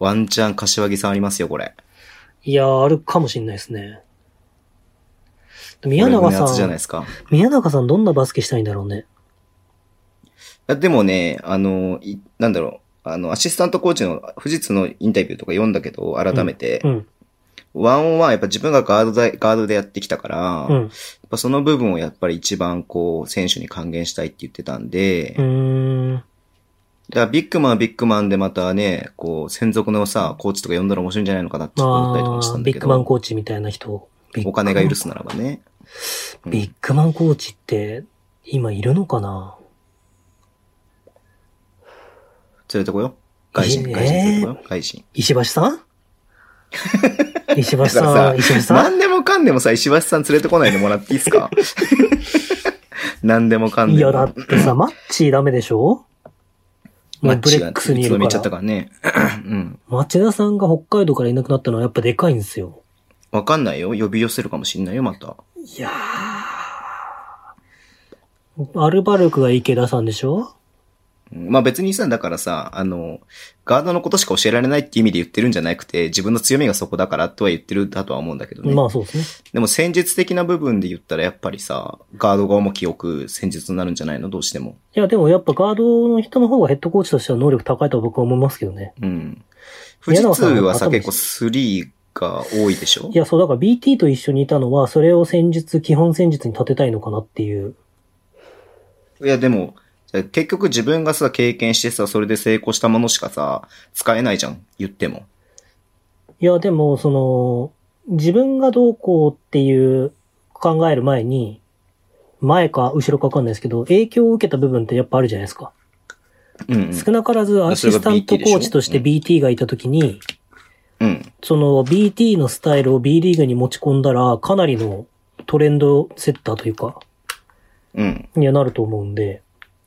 S2: ワンチャン柏木さんありますよ、これ。
S3: いやー、あるかもしれないですね。宮
S2: 俺
S3: 永
S2: のや
S3: さ
S2: つじゃない
S3: ん
S2: で、すか。
S3: 宮永さんどんなバスケしたいんだろうね。
S2: あでもね、あの、いなんだろう、あの、アシスタントコーチの富士通のインタビューとか読んだけど、改めて、
S3: うん、
S2: ワンオンワンやっぱ自分がガードで、ガードでやってきたから、
S3: う
S2: やっ
S3: ん。う
S2: ぱその部分をやっぱり一番こう、選手に還元したいって言ってたんで、
S3: ーん。
S2: だからビッグマンはビッグマンでまたね、こう、専属のさ、コーチとか呼んだら面白いんじゃないのかなってちょっと思ったりとかし
S3: あ
S2: た
S3: ー
S2: んだ
S3: ビ
S2: け
S3: ッグマン
S2: ど、
S3: コーチみたいな人。ビッグ
S2: お金が許すならばね。うん
S3: ビッグマンコーチって、今いるのかな
S2: 連れてこよ。外人、
S3: えー
S2: 外人連れてこよ。外人。
S3: 石橋 さん石橋
S2: だ
S3: さ
S2: から
S3: ん、
S2: さ
S3: 石橋さん
S2: 何でもかんでもさ、石橋さん連れてこないでもらっていいです か何でもかん
S3: い
S2: でも。
S3: や、だってさ、マッチーダメでしょ
S2: マッ
S3: ブ
S2: チ
S3: レ
S2: が
S3: ッ
S2: い
S3: クスにい
S2: つの
S3: るか
S2: めっちゃった
S3: ら。
S2: からね。うん。
S3: 町田さんが北海道からいなくなったのはやっぱでかいんですよ。
S2: わかんないよ。呼び寄せるかもしんないよ、また。
S3: いやー。アルバルクが池田さんでしょ
S2: まあ別にさ、だからさ、あの、ガードのことしか教えられないって意味で言ってるんじゃなくて、自分の強みがそこだからとは言ってるだとは思うんだけどね。
S3: まあそうです
S2: でも戦術的な部分で言ったらやっぱりさ、ガードが重き置く戦術になるんじゃないのどうしても。
S3: ね。いや、でもやっぱガードの人の方がヘッドコーチとしては能力高いとは僕は思いますけどね。
S2: うん。富
S3: 宮
S2: 士
S3: 永
S2: 通
S3: さん
S2: はさ、
S3: 頭いい
S2: 結構3が多いでしょ
S3: いや、そう、だから BT と一緒にいたのは、それを戦術、基本戦術に立てたいのかなっていう。
S2: いや、でも、じゃあ結局自分がさ、経験してさ、それで成功したものしかさ、使えないじゃん。言っても。
S3: いや、でも、その、自分がどうこうっていう考える前に、前か後ろかわかんないですけど、影響を受けた部分ってやっぱあるじゃないですか。
S2: うん、うん。
S3: 少なからずアシスタントコーチとして
S2: それが
S3: BT がいたときに、
S2: うん。
S3: その BT のスタイルを B リーグに持ち込んだら、かなりのトレンドセッターというか、
S2: うん。
S3: にはなると思うんで、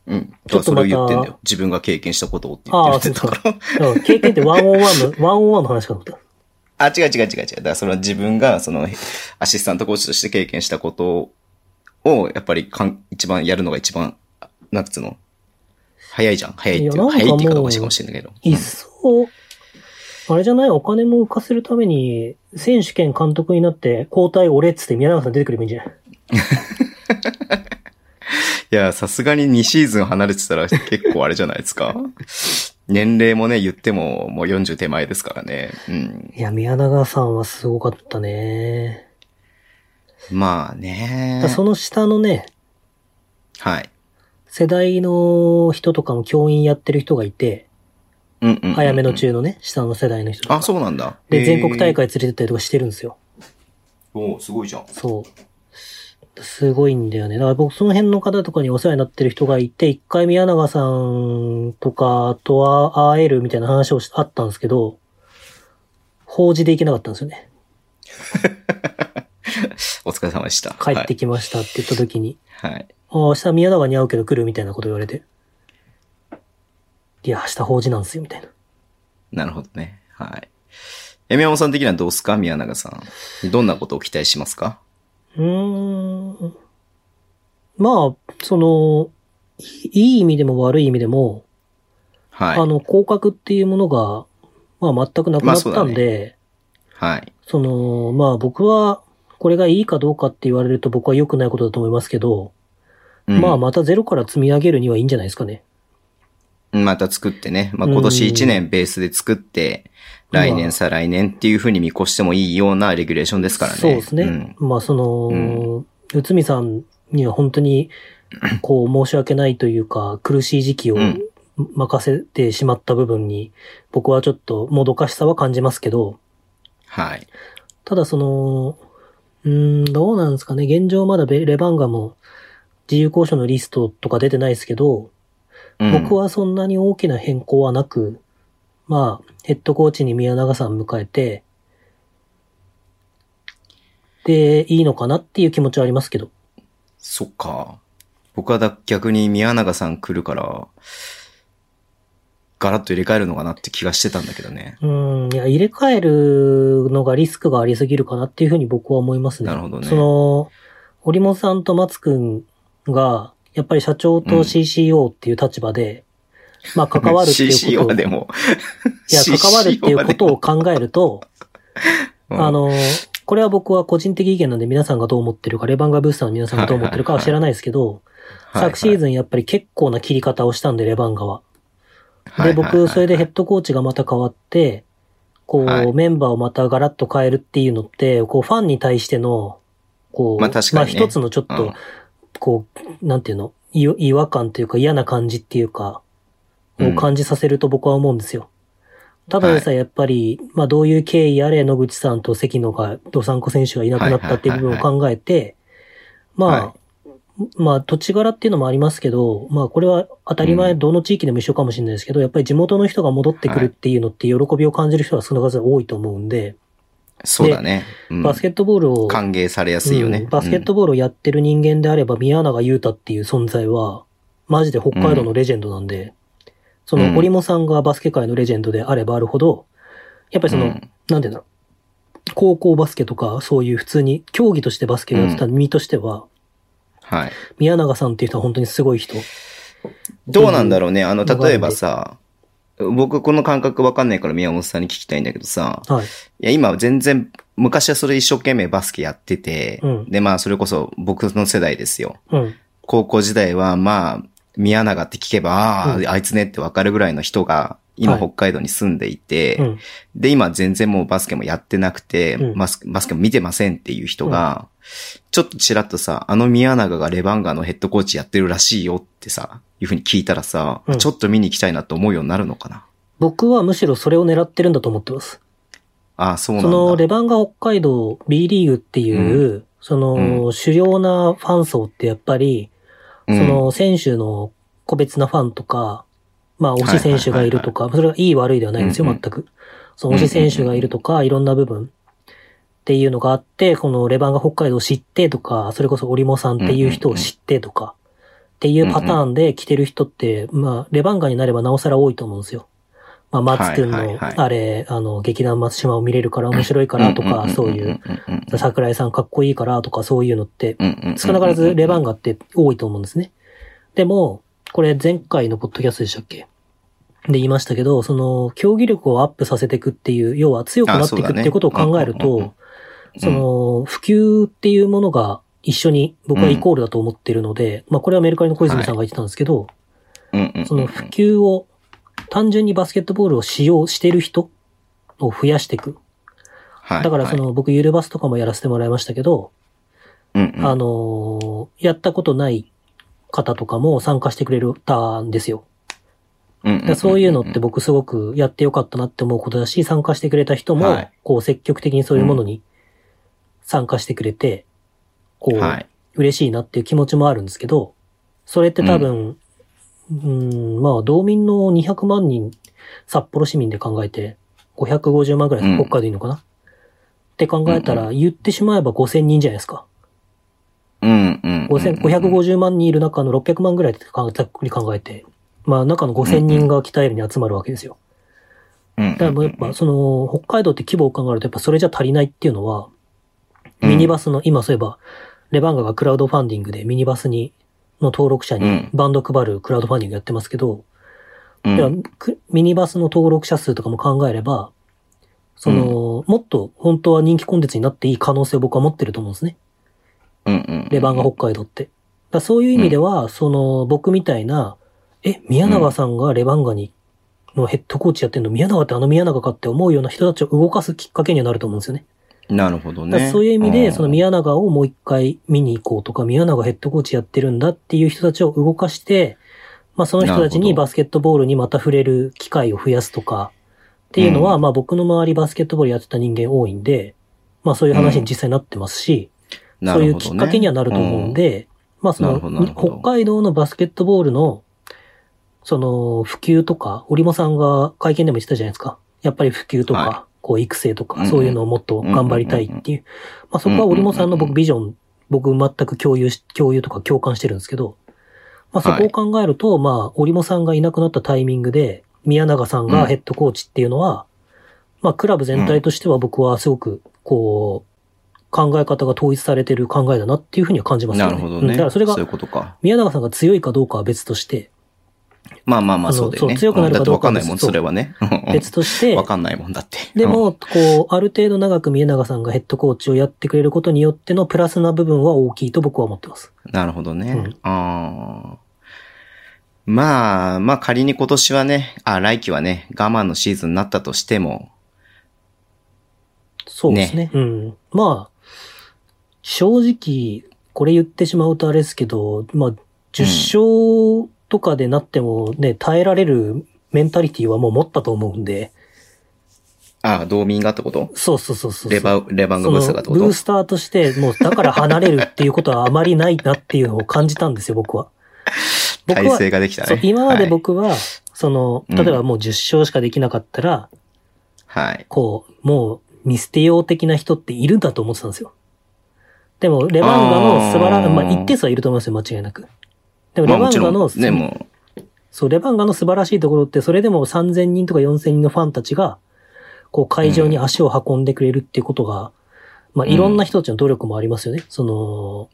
S2: うん。
S3: ちょっと
S2: それ
S3: ま
S2: を言
S3: た
S2: ってんだよ。自分が経験したことをって言
S3: ああ、
S2: って
S3: そ
S2: る
S3: うん
S2: だから。
S3: だから経験ってワンオンワンの、ワンオンワンの話かと思った。
S2: あ、違う違う違う違う。だからそれは自分が、その、アシスタントコーチとして経験したことを、やっぱりかん、一番やるのが一番、あなんつうの早いじゃん。早いっていう
S3: いやなんか
S2: 早いっていう
S3: も
S2: 方
S3: う
S2: がしいかもしれないけど。
S3: いっそ、あれじゃないお金も浮かせるために、選手兼監督になって、交代俺っつって宮永さん出てくればいいんじゃない
S2: いや、さすがに2シーズン離れてたら結構あれじゃないです か。年齢もね、言ってももう40手前ですからね。うん。
S3: いや、宮永さんはすごかったね。
S2: まあ
S3: だ
S2: ね
S3: から。その下のね、
S2: はい。
S3: 世代の人とかも教員やってる人がいて、
S2: うんうんうんうん
S3: 早めの。中のね、下の世代の人とか。
S2: あ、そうなんだ。へ
S3: で、
S2: ー
S3: 全国大。会連れてったりとかしてるんですよ。
S2: おーすごいじゃん。
S3: そう。すごいんだよね。だから僕、その辺の方とかにお世話になってる人がいて、一回宮永さんとかとは会えるみたいな話をしあったんですけど、法事で行けなかったんですよね。
S2: お疲れ様でした。
S3: 帰ってきましたって言った時に、
S2: はい。はい。
S3: ああ、明日宮永に会うけど来るみたいなこと言われて、いや、明日法事なんですよ、みたいな。
S2: なるほどね。はい。え、宮本さん的にはどうすか宮永さん。どんなことを期待しますか
S3: うーん。まあ、その、いいい意味でも悪い意味でも、
S2: はい
S3: あ。の、降格っていうものが、まあ全くなくなったんで、
S2: はい。
S3: その、まあ僕は、これがいいかどうかって言われると僕は良くないことだと思いますけど、
S2: うん
S3: まあまたゼロから積み上げるにはいいんじゃないですかね。
S2: また作ってね。まあ、
S3: うん
S2: 今年1年ベースで作って、来
S3: まあ
S2: 年再来年っていうふうに見越してもいいようなレギュレーションですからね。
S3: そうですね。
S2: ん
S3: まあその、
S2: う
S3: 内海さんには本当に、こう申し訳ないというか、苦しい時期を
S2: うん
S3: 任せてしまった部分に、僕はちょっともどかしさは感じますけど、
S2: はい。
S3: ただその、うーん、どうなんですかね。現状まだベレバンガも自由交渉のリストとか出てないですけど、
S2: うん
S3: 僕はそんなに大きな変更はなく、まあ、ヘッドコーチに宮永さん迎えて、で、いいのかなっていう気持ちはありますけど。
S2: そっか。僕はだ逆に宮永さん来るから、ガラッと入れ替えるのかなって気がしてたんだけどね。
S3: うん、いや、入れ替えるのがリスクがありすぎるかなっていうふうに僕は思いますね。
S2: なるほどね
S3: その、織本さんと松くんが、やっぱり社長
S2: うん
S3: と CCO っていう立場で、まあ関わる っていうこ
S2: CCO
S3: とを、
S2: でも。
S3: いや、関わるっていうことを
S2: CCO
S3: 考えると、
S2: でも、
S3: あの、これは僕は個人的意見なんで皆さんがどう思ってるか、レバンガブースターの皆さんがどう思ってるかは知らないですけど、
S2: はいはい
S3: 昨シーズンやっぱり結構な切り方をしたんで、レバンガは。
S2: はい
S3: で、
S2: はいはい
S3: 僕、それでヘッドコーチがまた変わって、こ、
S2: はいう
S3: メンバーをまたガラッと変えるっていうのって、こう、ファンに対しての、こう、
S2: まあ確かにね
S3: まあ一つのちょっ
S2: うん
S3: と、こう、なんていうの、い違和感というか嫌な感じっていうか、
S2: う
S3: を
S2: ん
S3: 感じさせると僕は思うんですよ。ただでさえやっぱり、まあどういう経緯あれ、野口さんと関野が、ドサンコ選手がいなくなったっていう部分を考えて、
S2: はいはい
S3: まあ、まあ土地柄っていうのもありますけど、まあこれは当たり前、
S2: うん
S3: どの地域でも一緒かもしれないですけど、やっぱり地元の人が戻ってくるっていうのって喜びを感じる人は少なからず多いと思うんで、
S2: そうだね。うん
S3: バスケットボールを、
S2: 歓迎されやすいよ
S3: う
S2: ね
S3: ん。バスケット
S2: うん
S3: ボールをやってる人間であれば、宮永優太っていう存在は、マジで北海道のレジェンドなんで、そ
S2: うん
S3: の、織茂さんがバスケ界のレジェンドであればあるほど、やっぱりその、
S2: うん
S3: なんて言うんだろう。高校バスケとか、そういう普通に、競技としてバスケをやってた身としては、
S2: はい。
S3: 宮永さんっていう人は本当にすごい人。
S2: どうなんだろうね。あの、例えばさ、僕この感覚わかんないから宮本さんに聞きたいんだけどさ、
S3: はい。
S2: いや、今全然、昔はそれ一生懸命バスケやってて、
S3: うん
S2: で、まあ、それこそ僕の世代ですよ。
S3: うん。
S2: 高校時代は、まあ、宮永って聞けば、ああ、
S3: うん
S2: あいつねってわかるぐらいの人が、今
S3: はい
S2: 北海道に住んでいて、
S3: うん。
S2: で、今全然もうバスケもやってなくて、
S3: うん
S2: バスバスケも見てませんっていう人が、ちょっとちらっとさ、あの宮永がレバンガのヘッドコーチやってるらしいよってさ、いうふうに聞いたらさ、
S3: うん
S2: ちょっと見に行きたいなと思うようになるのかな。
S3: 僕はむしろそれを狙ってるんだと思ってます。
S2: ああ、そうなん
S3: そ
S2: だ。
S3: のレバンガ北海道 B リーグっていう、その、主要なファン層ってやっぱり、
S2: うん
S3: その選手の個別なファンとか、まあ推し選手がいるとか、それがいい悪いではないんですよ、
S2: うんうん
S3: 全く。その推し選手がいるとか、いろんな部分っていうのがあって、このレバンガ北海道を知ってとか、それこそオリモさんっていう人を知ってとか、っていうパターンで来てる人って、まあ、レバンガになればなおさら多いと思うんですよ。まあ、松くん
S2: はいはい
S3: の、
S2: はい
S3: あれ、あの、劇団松島を見れるから面白いからとか、そういう、。桜井さんかっこいいからとか、そういうのって、少なからずレバン
S2: ガ。
S3: ガって多いと思うんですね。でも、これ前回のポッドキャストでしたっけで言いましたけど、その、競技力をアップさせていくっていう、要は強くなってい
S2: あ
S3: く
S2: そう
S3: っ
S2: だね
S3: ていうことを考える
S2: うんうんうん
S3: と、その、普及っていうものが一緒に、僕はイコールだと思ってるので、まあこれはメルカリの小泉さんが言ってたんですけど、
S2: うんうんうん
S3: その普及を、単純にバスケットボールを使用してる人を増やしていく。
S2: はい
S3: だからそ、の、僕、ゆるバスとかもやらせてもらいましたけど、
S2: はいうんうん
S3: あのーやったことない方とかも参加してくれたんですよ。
S2: うん
S3: だからそういうのって僕すごくやってよかったなって思うことだし、参加してくれた人
S2: は
S3: も
S2: い、
S3: こう積極的にそういうものに参加してくれて、こう、
S2: はい。
S3: 嬉しいなっていう気持ちもあるんですけど、それって多分、うーん、まあ、道民の200万人、札幌市民で考えて、550万くら
S2: うん
S3: い北海道でいいのかな、って考えたら、言ってしまえば5000人じゃないですか。
S2: うんうんうん。
S3: 5000 550万人いる中の600万ぐらいって考えざっくり考えて、まあ中の5000人が北エルに集まるわけですよ。
S2: うん。
S3: だからもうやっぱその北海道って規模を考えるとやっぱそれじゃ足りないっていうのは、
S2: うん
S3: ミニバスの今そういえばレバンガがクラウドファンディングでミニバスにの登録者
S2: う
S3: に
S2: ん
S3: バンド配るクラウドファンディングやってますけど、
S2: うん、
S3: ではくミニバスの登録者数とかも考えれば、その、もっと本当は人気コンテンツになっていい可能性を僕は持ってると思うんですね。
S2: うんうん
S3: レバンガ北海道って。だからそういう意味では、その、僕みたいな、え、宮永さんがレバンガに、のヘッドコーチやってんの、宮永ってあの宮永かって思うような人たちを動かすきっかけにはなると思うんですよね。
S2: なるほど
S3: だか
S2: ね。
S3: らそういう意味
S2: う
S3: で、
S2: ん
S3: その、宮永をもう一回見に行こうとか、宮永ヘッドコーチやってるんだっていう人たちを動かして、まあその人た
S2: な
S3: ち
S2: る
S3: に
S2: ほど
S3: バスケットボールにまた触れる機会を増やすとか、っていうのは、
S2: う
S3: まあ僕の周りバスケットボールやってた人間多いんで、まあそういう話に実際なってますし、
S2: な
S3: そうい
S2: る
S3: う
S2: ほどね
S3: きっかけにはなると思うん。で、まあそ
S2: なるほどな
S3: の
S2: るほど
S3: 北海道のバスケットボールの、その普及とか、織茂さんが会見でも言ってたじゃないですか。やっぱり普及とか、
S2: は
S3: こう育成と
S2: うん
S3: か、
S2: うん
S3: そういうのをもっと頑張りたいっていう。まあそこは織茂さんの
S2: うんうんうん
S3: 僕ビジョン、僕全く共有し、共有とか共感してるんですけど、まあそこを考えると、まあ織茂さんがいなくなったタイミングで、宮永さんがヘッドコーチっていうのは、まあクラブ全体としては僕はすごく、こう、考え方が統一されてる考えだなっていうふうには感じますよ
S2: な
S3: ね。
S2: るほど
S3: うん
S2: ね。
S3: だからそれが
S2: そうい、うことか。
S3: 宮永さんが強いかどうかは別として、
S2: まあまあまあ、
S3: あの
S2: そうだよね。
S3: そう強くなるかどうか
S2: んだ
S3: は
S2: ってわかんないもん、
S3: 別
S2: それはね。
S3: 別として
S2: わ、かんないもんだって。
S3: でも、こう、ある程度長く宮永さんがヘッドコーチをやってくれることによってのプラスな部分は大きいと僕は思ってます。
S2: うん、なるほどね。
S3: うん
S2: ああ。まあ、まあ仮に今年はね、あ、来季はね、我慢のシーズンになったとしても、
S3: そうですね。うん。まあ、正直、これ言ってしまうとあれですけど、まあ、10勝とかでなってもね、耐えられるメンタリティはもう持ったと思うんで、
S2: あ、道民がってこと
S3: そうそうそうそうそう。
S2: レバ、レバンガ
S3: そ
S2: ブー
S3: の
S2: スターがってこ
S3: ブ
S2: と
S3: ースターとして、もうだから離れるっていうことはあまりないなっていうのを感じたんですよ、僕は。僕
S2: 体
S3: は、
S2: 制ができた
S3: そう
S2: ね。
S3: 今まで
S2: はい、
S3: 僕は、その、
S2: うん
S3: 例えばもう10勝しかできなかったら、
S2: はい。
S3: こう、もう見捨てよう的な人っているんだと思ってたんですよ。でも、レバンガの素晴ら
S2: あー
S3: まあ一定数はいると思いますよ、間違いなく。でも、
S2: まあ
S3: レ
S2: も
S3: バン
S2: ち
S3: ガ
S2: ろ
S3: の、
S2: ん、ね、も
S3: そう、レバンガの素晴らしいところって、それでも3000人とか4000人のファンたちが、こう会場に足を運んでくれるっていうことが、まあいろんな人たちの努力もありますよね。その、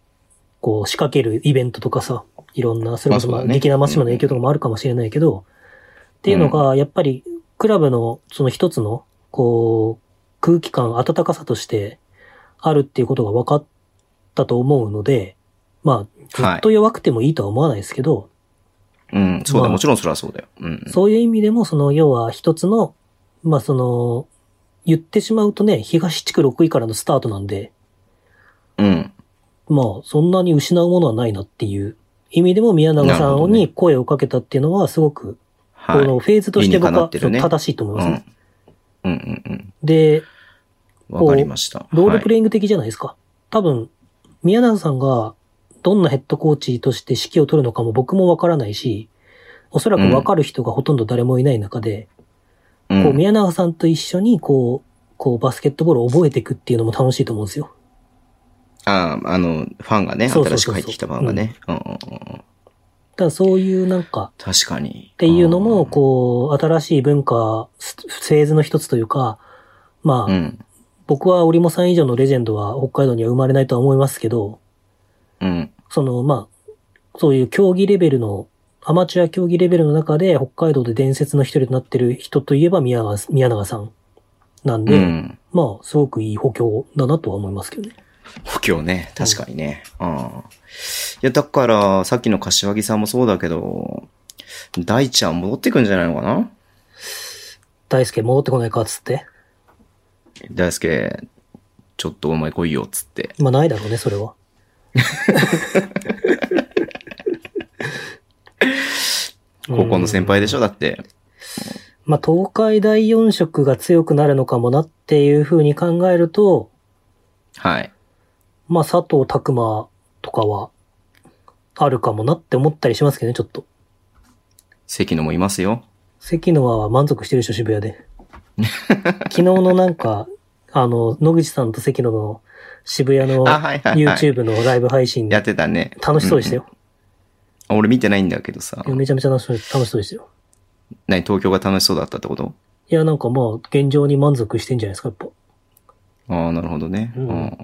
S3: こう仕掛けるイベントとかさ、いろんな、それこそ、
S2: まあ
S3: ま
S2: そ
S3: あ、
S2: うだね
S3: 劇団マシュマの影響とかもあるかもしれないけど、っていうのが、やっぱり、クラブのその一つの、こう、空気感、温かさとしてあるっていうことが分かったと思うので、まあ、ず
S2: はい
S3: っと弱くてもいいとは思わないですけど、
S2: うん、そうだ、
S3: まあ
S2: もちろんそれはそうだよ。うん。
S3: そういう意味でも、その、要は一つの、まあその、言ってしまうとね、東地区6位からのスタートなんで、
S2: うん。
S3: まあそんなに失うものはないなっていう意味でも宮永
S2: な
S3: さ
S2: るほ
S3: ん
S2: どね
S3: に声をかけたっていうのはすごく、
S2: はい。
S3: このフェーズとして僕
S2: 理にかな
S3: は
S2: ってるね
S3: 正しいと思います、
S2: うん
S3: ね。
S2: うんうんうん。
S3: で、
S2: わかりました。
S3: ロールプ
S2: レ
S3: レイング的じゃないですか。多分、宮永さんがどんなヘッドコーチとして指揮を取るのかも僕もわからないし、おそらくわかる人がほとんど誰もいない中で、
S2: イ
S3: こう、宮永さんと一緒に、こう、こう、バスケットボールを覚えていくっていうのも楽しいと思うんですよ。
S2: ああ、あの、ファンがね、
S3: そうそ
S2: 新
S3: うそうそう
S2: しく入ってきたファンがね。うんうんうんうん。
S3: だからそういうなんか、
S2: 確かに。っ
S3: っていうのも、こう、新しい文化、スフェーズの一つというか、ま
S2: う
S3: あ、
S2: ん。
S3: 僕は折茂さん以上のレジェンドは北海道には生まれないとは思いますけど、
S2: うん。
S3: その、まあ、そういう競技レベルの、アマチュア競技レベルの中で、北海道で伝説の一人となってる人といえば宮永宮永さんなん
S2: う
S3: で、
S2: ん。
S3: まあ、すごくいい補強だなとは思いますけどね。
S2: 補強ね、確かにね。うん。いや、だから、さっきの柏木さんもそうだけど、大ちゃん戻ってくんじゃないのかな
S3: 大輔戻ってこないかっつって。
S2: 大輔、ちょっとお前来いよ、つって。
S3: まあないだろうね、それは。
S2: 高校の先輩でし
S3: ょ。
S2: ょだって。
S3: まあ東海第四色が強くなるのかもなっていうふうに考えると、
S2: はい。
S3: まあ佐藤拓馬とかはあるかもなって思ったりしますけどね、ちょっと。
S2: 関野もいますよ。
S3: 関野は満足してるでしょ、渋谷 で。昨日のなんか、あの、野口さんと関野の渋谷の
S2: あ、はいはいはい。
S3: YouTube のライブ配信、
S2: やってたね。
S3: 楽しそうでしたよ。
S2: うん。俺見てないんだけどさ。
S3: いやめちゃめちゃ楽しそう楽しそうでしたよ。
S2: 何、東京が楽しそうだったってこと
S3: いや、なんかまあ、現状に満足してんじゃないですか、やっぱ。
S2: ああ、なるほどね。
S3: う
S2: うんん。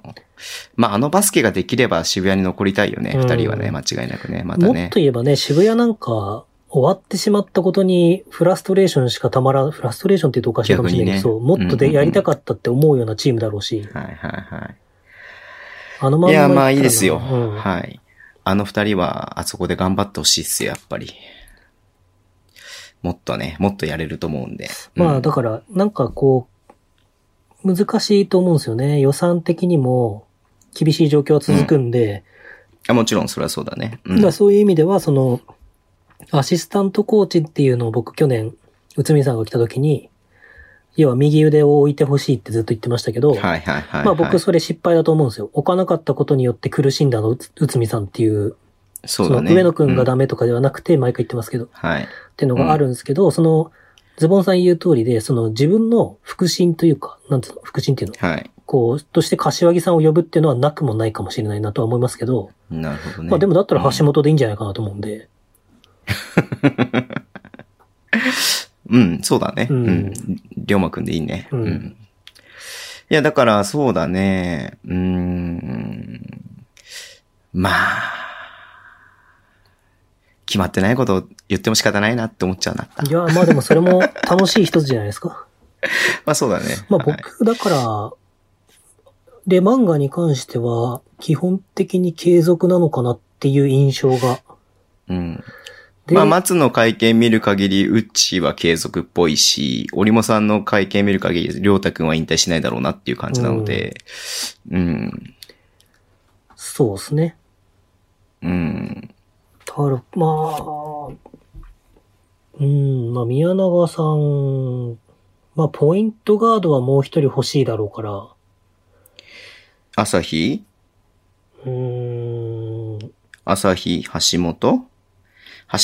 S2: まあ、あのバスケができれば渋谷に残りたいよね。
S3: うん
S2: 二、人はね、間違いなくね。また
S3: もっ
S2: ね
S3: と。言えばね、渋谷なんか、終わってしまったことに、フラストレーションしかたまらん、フラストレーションって言うとおかしいかもしれないけど、
S2: 逆にね
S3: そうもっと
S2: うんうんう
S3: で
S2: ん
S3: やりたかったって思うようなチームだろうし、
S2: はいはいは
S3: あのま
S2: い。い
S3: んま行ったら
S2: や、
S3: な
S2: まあいいですよ。
S3: うん
S2: はい。あの二人は、あそこで頑張ってほしいっすよ、やっぱり。もっとね、もっとやれると思うんで。
S3: ま
S2: う
S3: あ、
S2: ん
S3: だから、なんかこう、難しいと思うんですよね。予算的にも、厳しい状況は続くんで、
S2: あもちろん、それはそうだね。う
S3: だか
S2: ん
S3: ら。そういう意味では、その、アシスタントコーチっていうのを僕去年、内海さんが来た時に、要は右腕を置いてほしいってずっと言ってましたけど、
S2: はいはいはい、はい。
S3: まあ僕それ失敗だと思うんですよ。置かなかったことによって苦しんだのうつ、うつみさんっていう、
S2: そうだね。
S3: の上野くんが
S2: う
S3: ダメとかではなくて、毎回言ってますけど、っ
S2: はい。
S3: ていうのがあるんですけど、その、ズボンさん言う通りで、その自分の腹心というか、なんつうの、腹心っていうの、
S2: はい。
S3: こう、として柏木さんを呼ぶっていうのはなくもないかもしれないなとは思いますけど、
S2: なるほどね。
S3: まあでもだったら橋本でいいんじゃないかなと思うんで、
S2: うん、そうだね。
S3: う
S2: うんん。りょうまくんでいいね。
S3: うん
S2: うん。いや、だから、そうだね。うーん。まあ。決まってないことを言っても仕方ないなって思っちゃうなった。
S3: いや、まあでもそれも楽しい一つじゃないです か。
S2: まあそうだね。
S3: まあ
S2: はい
S3: 僕、だから、レマンガに関しては、基本的に継続なのかなっていう印象が。
S2: うん。
S3: で、
S2: まあ、松の会見見る限り、うっちーは継続っぽいし、折茂さんの会見見る限り、りょうたくんは引退しないだろうなっていう感じなので、うん。
S3: そうですね。
S2: うん。
S3: だから、まあ、うん、まあ、宮永さん、まあ、ポイントガードはもう一人欲しいだろうから、
S2: 朝日
S3: うーん、
S2: 朝日、橋本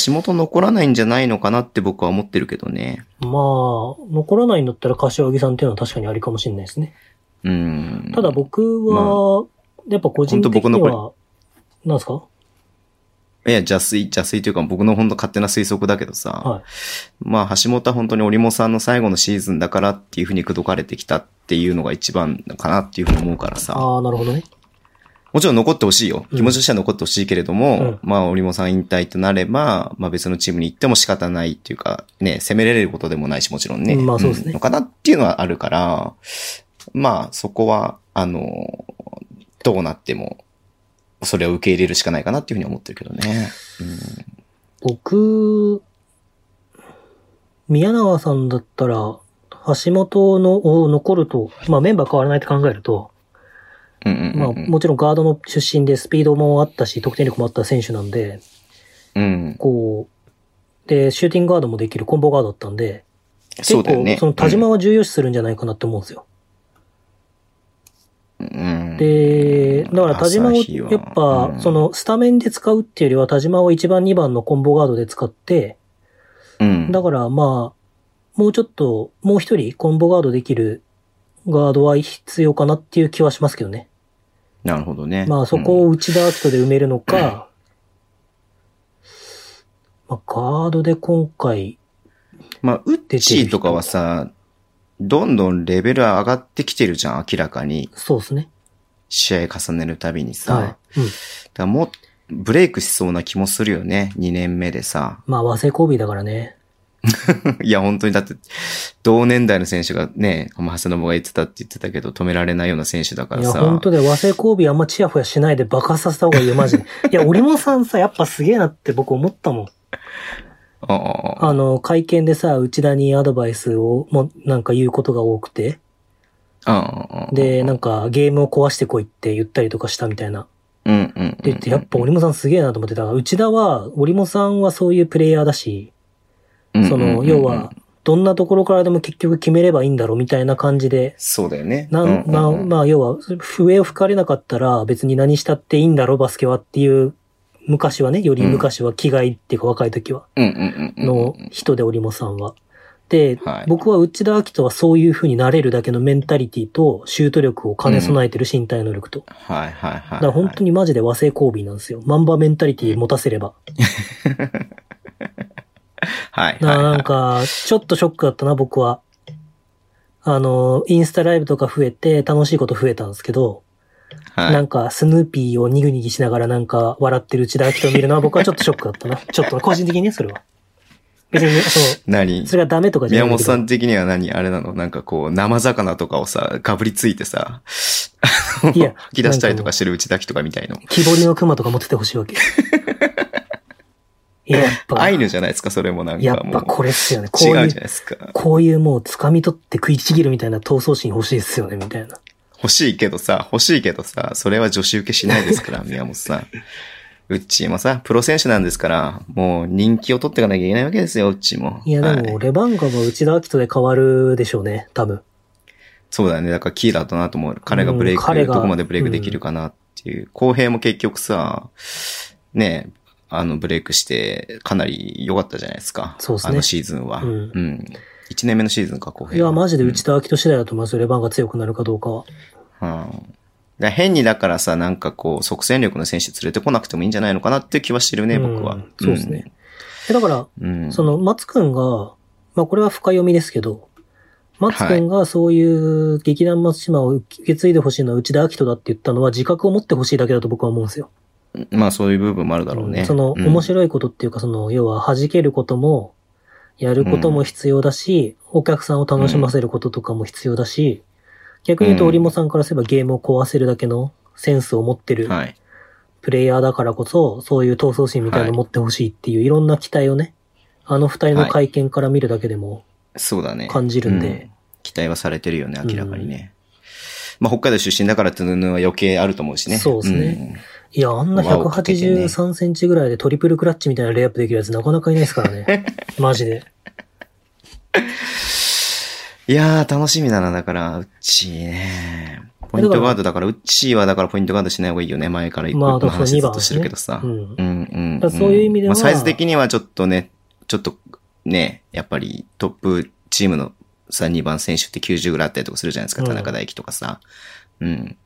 S2: 橋本残らないんじゃないのかなって僕は思ってるけどね。
S3: まあ、残らないんだったら柏木さんっていうのは確かにありかもしれないですね。
S2: うん。
S3: ただ僕は、やっぱ個人
S2: ほ
S3: 的
S2: んと
S3: に
S2: 僕
S3: は、なんですか
S2: いや、邪推、邪推というか僕の本当勝手な推測だけどさ。
S3: はい
S2: まあ、橋本は本当に織茂さんの最後のシーズンだからっていうふうに口説かれてきたっていうのが一番かなっていうふうに思うからさ。
S3: ああ、なるほどね。
S2: もちろん残ってほしいよ。
S3: うん
S2: 気持ちとしては残ってほしいけれども、まあ、折茂さん引退となれば、まあ別のチームに行っても仕方ないっていうか、ね、攻められることでもないし、もちろんね。
S3: まあそうですね
S2: んのかなっていうのはあるから、まあそこは、あの、どうなっても、それを受け入れるしかないかなっていうふうに思ってるけどね。
S3: 僕、宮永さんだったら、橋本のを残ると、まあメンバー変わらないって考えると、
S2: うん。うんうん
S3: まあ
S2: うんうん。
S3: もちろんガードの出身でスピードもあったし、得点力もあった選手なんで、
S2: うん。
S3: こう、で、シューティングガードもできるコンボガードだったんで、結
S2: そう
S3: 構
S2: だよね。
S3: その田島は重要視するんじゃないかなって思うんですよ。
S2: うん、
S3: で、だから田島を
S2: 朝日は
S3: やっぱ、
S2: うん
S3: そのスタメンで使うっていうよりは田島を1番2番のコンボガードで使って、
S2: うん、
S3: だからまあ、もうちょっと、もう一人コンボガードできるガードは必要かなっていう気はしますけどね。
S2: なるほどね。
S3: まあそこを内田明人で埋めるのか、まあガードで今回、
S2: まあ、ウッチーとかはさ、どんどんレベル上がってきてるじゃん、明らかに。
S3: そうですね。
S2: 試合重ねるたびにさ。だ
S3: は
S2: か
S3: い。うん。
S2: らもう、ブレイクしそうな気もするよね、2年目でさ。
S3: まあ和製交尾だからね。
S2: いや、本当にだって、同年代の選手がね、この長谷信が言ってたって言ってたけど、止められないような選手だか
S3: い
S2: ら
S3: や、
S2: さ。
S3: 本当で和製交尾あんまチヤホヤしないで爆発させた方がいいよ、マジで。いや、折茂さんさ、やっぱすげえなって僕思ったもん。
S2: ああああ
S3: あの、会見でさ、内田にアドバイスを、もうなんか言うことが多くて。
S2: ああ
S3: で、なんかゲームを壊してこいって言ったりとかしたみたいな。
S2: うんうんうん。
S3: で、言ってやっぱ折茂さんすげえなと思ってたから、内田は、折茂さんはそういうプレイヤーだし、そ
S2: うんうんうん
S3: の、
S2: うん
S3: 要は、、どんなところからでも結局決めればいいんだろうみたいな感じで、
S2: そうだよね。
S3: な
S2: うん
S3: ん、な、
S2: うんうん
S3: まあ、要は、笛を吹かれなかったら別に何したっていいんだろう、バスケはっていう、昔はね、より昔は気概っていうか若い時は、
S2: うんうんうんうん
S3: の人で折茂さんは。で、
S2: はい
S3: 僕は内田明人はそういう風になれるだけのメンタリティとシュート力を兼ね備えてる身体能力と。
S2: はいはいはい。
S3: だから本当にマジで和製交尾なんですよ。マンバメンタリティ持たせれば。
S2: はい。はい
S3: だから
S2: は
S3: ないんか、ちょっとショックだったな、僕は。あの、インスタライブとか増えて、楽しいこと増えたんですけど、
S2: はい
S3: なんか、スヌーピーをニグニギしながらなんか、笑ってる内田明人を見るのは僕はちょっとショックだ ったな。ちょっと、個人的にね、それは。別に、そ
S2: 何
S3: う、それがダメとかじゃ
S2: 宮
S3: ない
S2: 本
S3: けど
S2: さん的には何あれなのなんかこう、生魚とかをさ、かぶりついてさ、あ
S3: いや
S2: の吐き出したりとかしてる内抱きとかみたいの。
S3: 木彫りの熊とか持っててほ しいわけ。やっぱ、
S2: アイヌじゃないですか、それもなん
S3: や
S2: か
S3: っ
S2: も
S3: ぱ
S2: う。
S3: これっすよね。こう
S2: 違
S3: いうう
S2: じゃないですか。
S3: こういうもう掴み取って食いちぎるみたいな闘争心欲しいですよね、みたいな。
S2: 欲しいけどさ、欲しいけどさ、それは女子受けしないです から、宮本さん。うっちーもさ、プロ選手なんですから、もう人気を取っていかなきゃいけないわけですよ、うっちーも。
S3: いや、で
S2: は
S3: も、レバンガは内田明人で変わるでしょうね、多分。
S2: そうだね。だからキーだったなと思う。彼がブレイ
S3: う
S2: ク、
S3: ん彼が
S2: どこまでブレイクできるかなっていう。公平も結局さ、ねえ、あの、ブレイクして、かなり良かったじゃないですか。
S3: そうですね
S2: あのシーズンは。
S3: うん
S2: 1年目のシーズンか、公平。
S3: いや、マジで内田明人次第だと思いますよ、レバンガ強くなるかどうかは。
S2: うん。だから変にだからさ、なんかこう、即戦力の選手連れてこなくてもいいんじゃないのかなっていう気はしてるね、
S3: うん
S2: 僕は。
S3: そうですねでだから、
S2: うん。うん。
S3: その、松くんが、まあ、これは深読みですけど、松くんがそういう劇団松島を受け継いでほしいのは内田明人だって言ったのは自覚を持ってほしいだけだと僕は思うんですよ。
S2: まあそういう部分もあるだろうね。
S3: うんその、
S2: うん
S3: 面白いことっていうか、その、要は弾けることも、やることも必要だし、お客さんを楽しませることとかも必要だし、逆に言うと、
S2: うん
S3: 織茂さんからすればゲームを壊せるだけのセンスを持ってる
S2: はい。
S3: プレイヤーだからこそ、そういう闘争心みたいなのを持ってほしいっていう、いろんな期待をね、あの二人の会見から見るだけでも
S2: そうだね。
S3: 感じるんで、
S2: うん期待はされてるよね、明らかにね。まあ、北海道出身だからっていうのは余計あると思うしね。
S3: そうですねいや、あんな
S2: 輪をかけてね
S3: 183センチぐらいでトリプルクラッチみたいなレイアップできるやつなかなかいないですか らね。マジで。
S2: うん。いやー、楽しみだな、だから、うっちーね。ポイントガードだから、うっちーはだからポイントガードしない方がいいよね。前から一個
S3: まあ
S2: 一個の話ず
S3: だ
S2: っ
S3: から
S2: としてるけどさ。
S3: 二番ね
S2: うんうんん
S3: だからそういう意味では
S2: まあサイズ的にはちょっとね、ちょっとね、やっぱりトップチームのさ、2番選手って90ぐらいあったりとかするじゃないですか。
S3: うん
S2: 田中大輝とかさ。うん。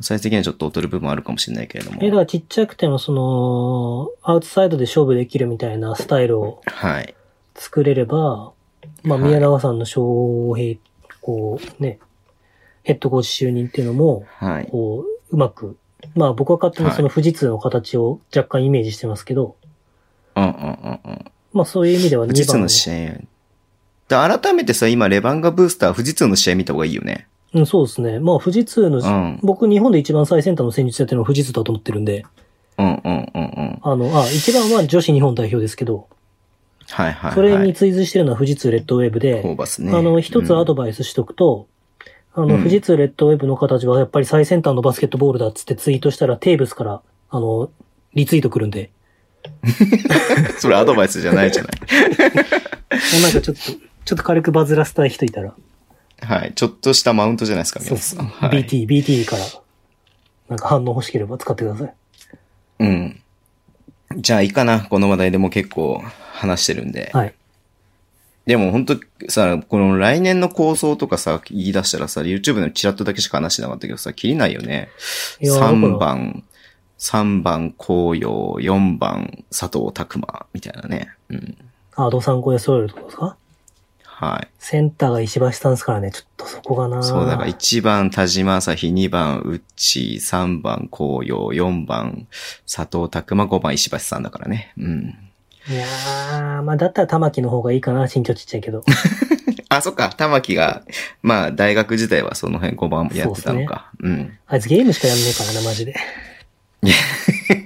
S2: サイズ的にはちょっと劣る部分もあるかもしれないけれども。
S3: え、だからちっちゃくてもその、アウトサイドで勝負できるみたいなスタイルを
S2: はい。
S3: 作れれば、まあ、
S2: はい
S3: 宮永さんの翔平、こうね、ヘッドコーチ就任っていうのも、
S2: はい。
S3: こう、うまくまあ僕は勝手に
S2: はい
S3: その富士通の形を若干イメージしてますけど、
S2: うんうんうんうん。
S3: まあそういう意味では2番
S2: 富士通の試合。だ改めてさ、今、レバンガブースター、富士通の試合見た方がいいよね。
S3: うん、そうですね。まあ富士通の、
S2: うん。
S3: 僕日本で一番最先端の戦術やってるのは富士通だと思ってるんで、
S2: うんうんうんうん。
S3: あの、あ、一番は女子日本代表ですけど、
S2: はいはい、はい。
S3: それに追随してるのは富士通レッドウェーブで、
S2: ホーバスね。
S3: あの、一つアドバイスしとくと、あの、
S2: うん
S3: 富士通レッドウェブの形はやっぱり最先端のバスケットボールだっつってツイートしたらテーブスから、あの、リツイートくるんで、
S2: うんそれアドバイスじゃないじゃない。
S3: もうなんかちょっと、 ちょっと軽くバズらせたい人いたら、
S2: はい。ちょっとしたマウントじゃないですか、皆さん。はい。
S3: BT、BT から、なんか反応欲しければ使ってください。
S2: うん。じゃあいいかな。この話題でも結構話してるんで。
S3: はい。
S2: でも本当さ、この来年の構想とかさ、言い出したらさ、YouTube のチラッとだけしか話してなかったけどさ、切りないよね。
S3: いやー
S2: 3番、3番紅葉、4番佐藤拓馬、みたいなね。うん。
S3: あ、ドサンコで揃えるとこですか
S2: はい。
S3: センターが石橋さんですからね、ちょっとそこがな
S2: そう、だから1番田島朝日、2番うっちー、3番紅葉、4番佐藤拓馬、5番石橋さんだからね。うん。
S3: いやー、まあだったら玉木の方がいいかな、身長ちっちゃいけど。
S2: あ、そっか、玉木が、まあ、大学時代はその辺5番やってたのか。うん。
S3: あいつゲームしかやんねえからな、マジで。
S2: じゃ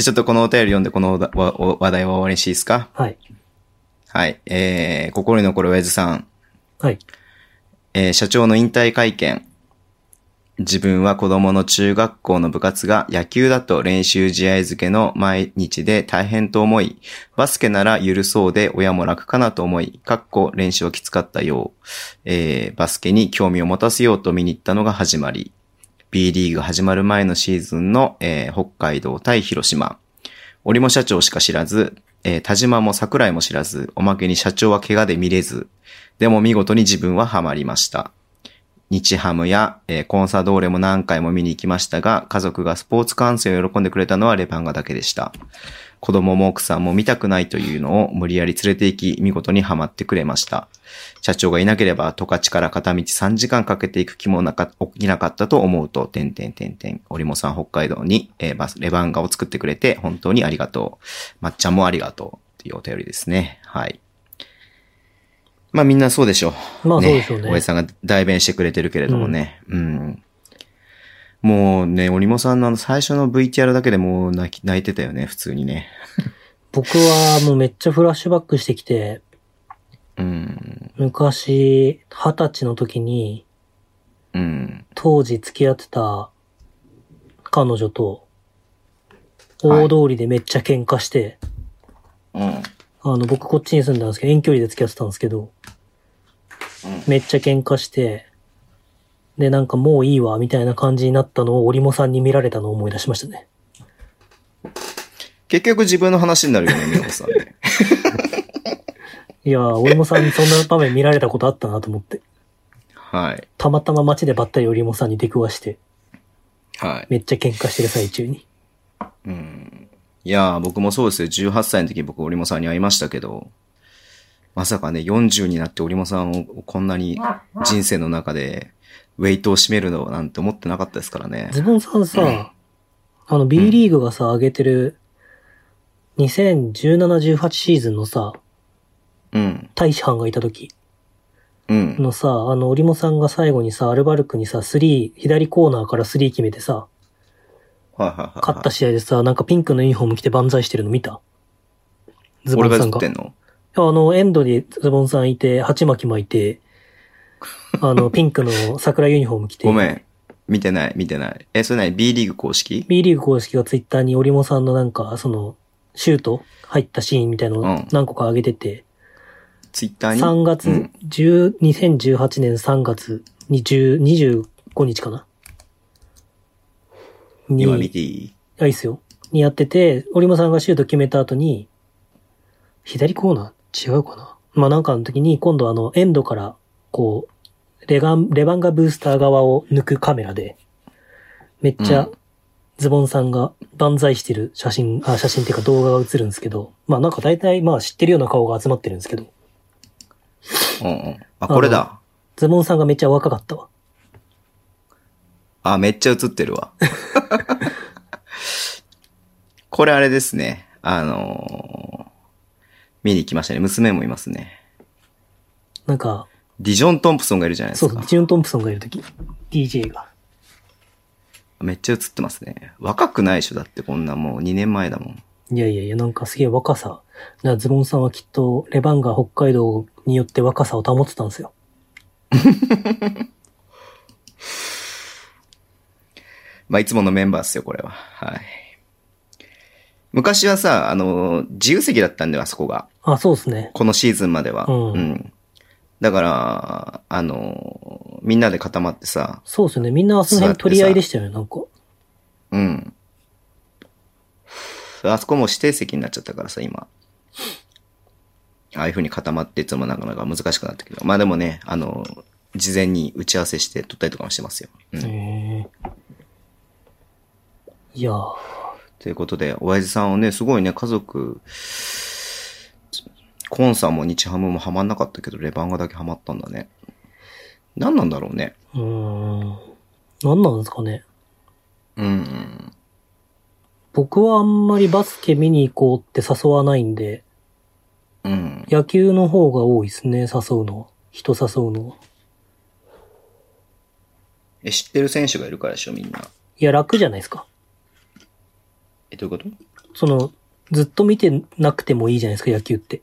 S2: あちょっとこのお便り読んで、このおだわお話題は終わりにしていいですか
S3: はい。
S2: はい。えー、心に残る親父さん。
S3: はい。
S2: えー、社長の引退会見。自分は子供の中学校の部活が野球だと練習試合漬けの毎日で大変と思い、バスケなら緩そうで親も楽かなと思い、かっこ練習はきつかったよう、えーバスケに興味を持たせようと見に行ったのが始まり、B リーグ始まる前のシーズンの、えー北海道対広島。折も社長しか知らず、えー田島も桜井も知らず、おまけに社長は怪我で見れず、でも見事に自分はハマりました。日ハムや、えーコンサドーレも何回も見に行きましたが、家族がスポーツ観戦を喜んでくれたのはレバンガだけでした。子供も奥さんも見たくないというのを無理やり連れて行き、見事にハマってくれました。社長がいなければ、十勝から片道3時間かけていく気もなか、起きなかったと思うと、点点点点。折もさん北海道に、えーバス、レバンガを作ってくれて、本当にありがとう。まっちゃんもありがとう。っていうお便りですね。はい。まあみんなそうでしょう。
S3: まあそうでしょうね
S2: 親父さんが代弁してくれてるけれどもね。うん。もうね、折もさんのあの最初の VTR だけでもう泣き泣いてたよね、普通にね。
S3: 僕はもうめっちゃフラッシュバックしてきて、
S2: うん。
S3: 昔、二十歳の時に、
S2: うん。
S3: 当時付き合ってた彼女と、
S2: はい
S3: 大通りでめっちゃ喧嘩して、
S2: うん。
S3: あの、僕こっちに住んだんですけど、遠距離で付き合ってたんですけど、
S2: うん
S3: めっちゃ喧嘩して、で、なんかもういいわ、みたいな感じになったのを、織もさんに見られたのを思い出しましたね。
S2: 結局自分の話になるよね、美穂さんね。
S3: いやー、織もさんにそんな場面見られたことあったなと思って。
S2: はい。
S3: たまたま街でばったり織もさんに出くわして、
S2: はい。
S3: めっちゃ喧嘩してる最中に。
S2: うん。いやー、僕もそうですよ。18歳の時僕、折茂さんに会いましたけど、まさかね、40になって折茂さんをこんなに人生の中で、ウェイトを占めるのなんて思ってなかったですからね。
S3: ズボンさんさ、
S2: うん
S3: あの B リーグがさ、上げてる2017-18シーズンのさ、
S2: うん。
S3: 大使班がいた時
S2: うん。
S3: のさ、あの、折もさんが最後にさ、アルバルクにさ、3、左コーナーから3決めてさ、
S2: はいはいはいはい。
S3: 勝った試合でさ、なんかピンクのユニフォーム着て万歳してるの見たズボ
S2: 俺
S3: ン
S2: が
S3: さ
S2: 映
S3: ん
S2: っ
S3: が。
S2: てんの
S3: あの、エンドにズボンさんいて、鉢巻き巻 いて、あの、ピンクの桜ユニフォーム着て。
S2: ごめん。見てない、見てない。え、それ何 ?B リーグ公式
S3: B リーグ公式がツイッターにオリモさんのなんか、その、シュート入ったシーンみたいの
S2: う
S3: を
S2: ん
S3: 何個か上げてて、
S2: ツイッターに
S3: 3
S2: う
S3: 月
S2: ん
S3: 10、2018年3月20 25日かなに、
S2: 今見ていい
S3: あ、いいっすよ。にやってて、オリモさんがシュート決めた後に、左コーナー違うかなまあなんかの時に、今度あの、エンドから、こう、レガン、レバンガブースター側を抜くカメラで、めっち
S2: う
S3: ゃ
S2: ん、
S3: ズボンさんが万歳してる写真、あ、写真っていうか動画が映るんですけど、まあなんか大体、まあ知ってるような顔が集まってるんですけど、
S2: うんうん。あ、これだ。
S3: ズボンさんがめっちゃ若かったわ。
S2: あ、めっちゃ映ってる わ。これあれですね。あのー見に行きましたね。娘もいますね。
S3: なんか、
S2: ディジョン・トンプソンがいるじゃないで
S3: そ
S2: す
S3: うそう、
S2: か
S3: ディ。ジュン・トンプソンがいるとき、DJ が。
S2: めっちゃ映ってますね。若くないでしょだってこんなもう2年前だもん。
S3: いやいやいや、なんかすげえ若さ。なズボンさんはきっと、レバンが北海道によって若さを保ってたんですよ。
S2: まあ、いつものメンバーですよ、これは。はい。昔はさ、あのー、自由席だったんだよ、あそこが。
S3: あ、そうですね。
S2: このシーズンまでは。
S3: うん
S2: だから、あのー、みんなで固まってさ、
S3: そうですよね。みんなあその辺取り合いでしたよね、なんか。
S2: うん。あそこも指定席になっちゃったからさ、今。ああいう風に固まっていつもなかなか難しくなったけど。まあでもね、あの、事前に打ち合わせして撮ったりとかもしてますよ。うん
S3: へえいやー
S2: ということで、親父さんはね、すごいね、家族、コンさんも日ハムもハマんなかったけど、レバンガだけハマったんだね。何なんだろうね。
S3: うーん。何なんですかね。
S2: うん。
S3: 僕はあんまりバスケ見に行こうって誘わないんで、
S2: うん。
S3: 野球の方が多いですね、誘うのは。人誘うのは。
S2: え、知ってる選手がいるからでしょ、みんな。
S3: いや、楽じゃないですか。
S2: え、どういうこと
S3: その、ずっと見てなくてもいいじゃないですか、野球って。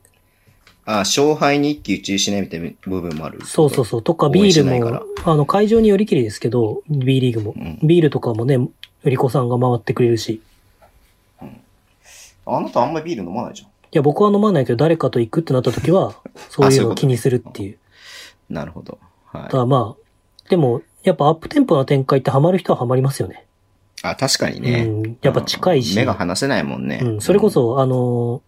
S2: あ、勝敗に一喜一憂しないみたいな部分もある。
S3: そうそうそう。とか、
S2: 応援
S3: ビ
S2: し
S3: ー
S2: ない
S3: ル
S2: から
S3: も、あの、会場によりきりですけど、B リーグも。
S2: うん
S3: ビールとかもね、売り子さんが回ってくれるし。い
S2: あなたあんまりビール飲まないじゃん。
S3: や、僕は飲まないけど、誰かと行くってなった時 は、そういうのを気にするっていう。
S2: なるほど。は
S3: ただまあ、でも、やっぱアップテンポな展開ってハマる人はハマりますよね。
S2: い。あ、確かにね。
S3: うんやっぱ近いし
S2: うん目が離せないもんね。
S3: うん、それこ。そ、あのー、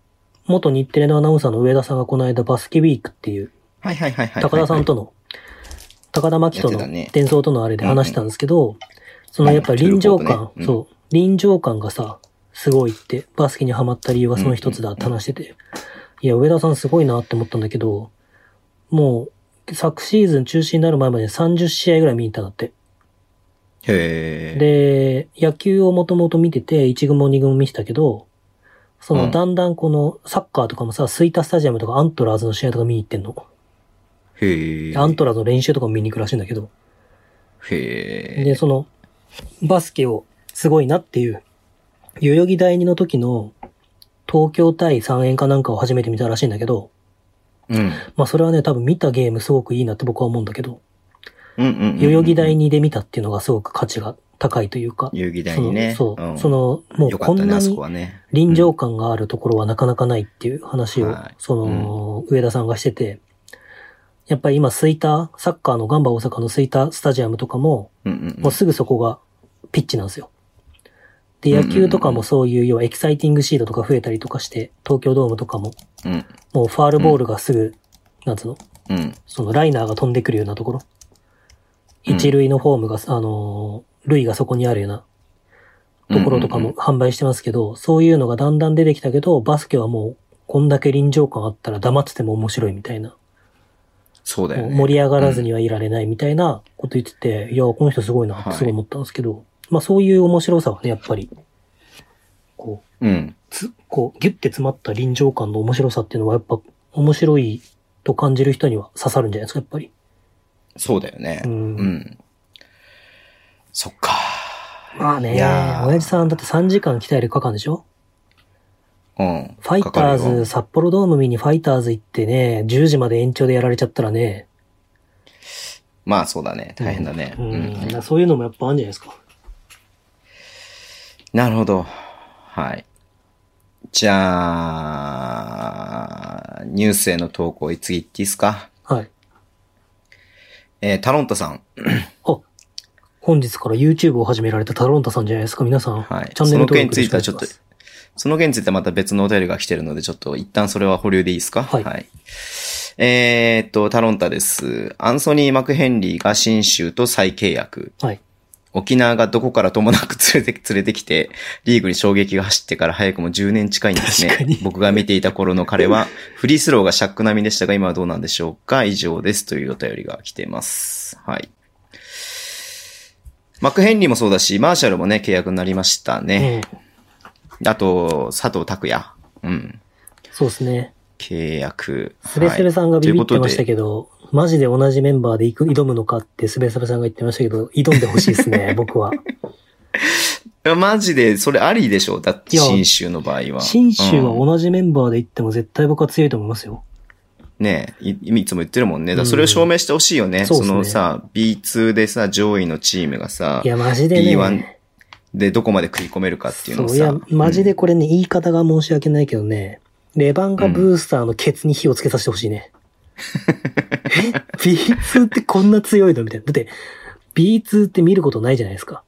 S3: 元日テレのアナウンサーの上田さんがこの間バスケウィークっていう、
S2: はいはいはいはい。
S3: 高田さんとの、高田真希
S2: や
S3: と
S2: っ
S3: の
S2: てたね
S3: 伝送とのあれで話したんですけど、そのやっぱ臨場感、
S2: うん
S3: そう、臨場感がさ、すごいって、バスケにハマった理由はその一つだって話してて、いや、上田さんすごいなって思ったんだけど、もう、昨シーズン中止になる前まで30試合ぐらい見に行ったんだって。
S2: へえ。
S3: で、野球をもともと見てて、1軍も2軍も見てたけど、そうの、
S2: ん
S3: だんだんこの、サッカーとかもさ、スイタスタジアムとかアントラーズの試合とか見に行ってんの。
S2: へえ。
S3: アントラーズの練習とかも見に行くらしいんだけど。
S2: へ
S3: で、
S2: え。
S3: その、バスケを、すごいなっていう、代々木第二の時の、東京対三円かなんかを初めて見たらしいんだけど、
S2: うん。
S3: まあそれはね、多分見たゲームすごくいいなって僕は思うんだけど、
S2: うんうんうんうん。
S3: 代々木第二で見たっていうのがすごく価値が高いというか、
S2: 代々木第二ね。
S3: そのそう、
S2: ん
S3: そ、の、もう
S2: よか
S3: こ
S2: った
S3: ん
S2: ね、
S3: な
S2: あそ
S3: に
S2: こはね。
S3: 臨場感があるところはなかなかないっていう話を、
S2: はい
S3: その、上田さんがしてて、やっぱり今、スイター、サッカーのガンバ大阪のスイタースタジアムとかも、
S2: うんうんうん
S3: もうすぐそこがピッチなんですよ。で、
S2: うんうん
S3: 野
S2: うん
S3: 球とかもそういう、要はエキサイティングシードとか増えたりとかして、東京ドームとかも、
S2: うん。
S3: もうファールボールがすぐ、なんつうの、
S2: うん。
S3: そのライナーが飛んでくるようなところ。
S2: うん
S3: 一塁のフォームが、あのー、塁がそこにあるようなところとか
S2: う
S3: も
S2: ん
S3: 販売してますけど、そういうのがだんだん出てきたけど、バスケはもう、こんだけ臨場感あったら黙ってても面白いみたいな。
S2: そうだよね。
S3: 盛り上がらずにはいられないみたいなこと言ってて、いや、この人すごいなってすごい思ったんですけど、まあそういう面白さはね、やっぱり、こう、
S2: うん。
S3: つ、こう、ギュッて詰まった臨場感の面白さっていうのはやっぱ面白いと感じる人には刺さるんじゃないですか、やっぱり。
S2: そうだよね。
S3: う
S2: うんん。そっか。
S3: まあね
S2: いや、ー
S3: 親父さんだって3時間鍛えるかかんでしょ
S2: うん。
S3: ファイタ
S2: かか
S3: ー
S2: るよ
S3: ズ、札幌ドーム見にファイターズ行ってね、10時まで延長でやられちゃったらね、
S2: まあそうだね。大変だね。
S3: う、
S2: うんん。
S3: そういうのもやっぱあるんじゃないですか。
S2: なるほど。はい。じゃあ、ニュースへの投稿、次行っていいですか
S3: はい。
S2: えータロンタさん。
S3: あ、本日から YouTube を始められたタロンタさんじゃないですか、皆さん。
S2: はい
S3: チャンネル登録
S2: その件についてはちょっと
S3: よろしく
S2: その件についてまた別のお便りが来てるので、ちょっと一旦それは保留でいいですか
S3: はい
S2: えーっと、タロンタです。アンソニー・マクヘンリーが新州と再契約。
S3: お願いし
S2: 沖縄がどこからともなく連れて、連れてき て、リーグに衝撃が走ってから早くも10年近いんです
S3: 確かに
S2: ね。僕が見ていた頃の彼は、フリースローがシャック並みでしたが、今はどうなんでしょうか以上です。というお便りが来てます。はい。マクヘンリーもそうだし、マーシャルもね、契約になりましたね。
S3: ええ。
S2: あと、佐藤拓也。うん。
S3: そうですね。
S2: 契約。
S3: スベスベさんがビビってました
S2: ど。
S3: けど、マジで同じメンバーで行く挑むのかってスベスベさんが言ってましたけど、挑んでほしいで すね、僕は。
S2: いやマジで、それありでしょだって、
S3: いや
S2: 新州の場合は。
S3: 新州は
S2: うん
S3: 同じメンバーで行っても絶対僕は強いと思いますよ。
S2: ねえ、いいつも言ってるもんね。だか
S3: う
S2: ら
S3: ん
S2: それを証明してほしいよね。
S3: そう
S2: そ
S3: っすね
S2: のさ、B2 でさ、上位のチームがさ
S3: い、や、マジでね。
S2: B1 でどこまで食い込めるかっていうのを
S3: そ
S2: さ。
S3: う、いや、マジで
S2: うん
S3: これね、言い方が申し訳ないけどね、レバンガブースターのケツに火をつけさせてほし いね。え ?B2 ってこんな強いのみたいな。だって、B2 って見ることないじゃないですか。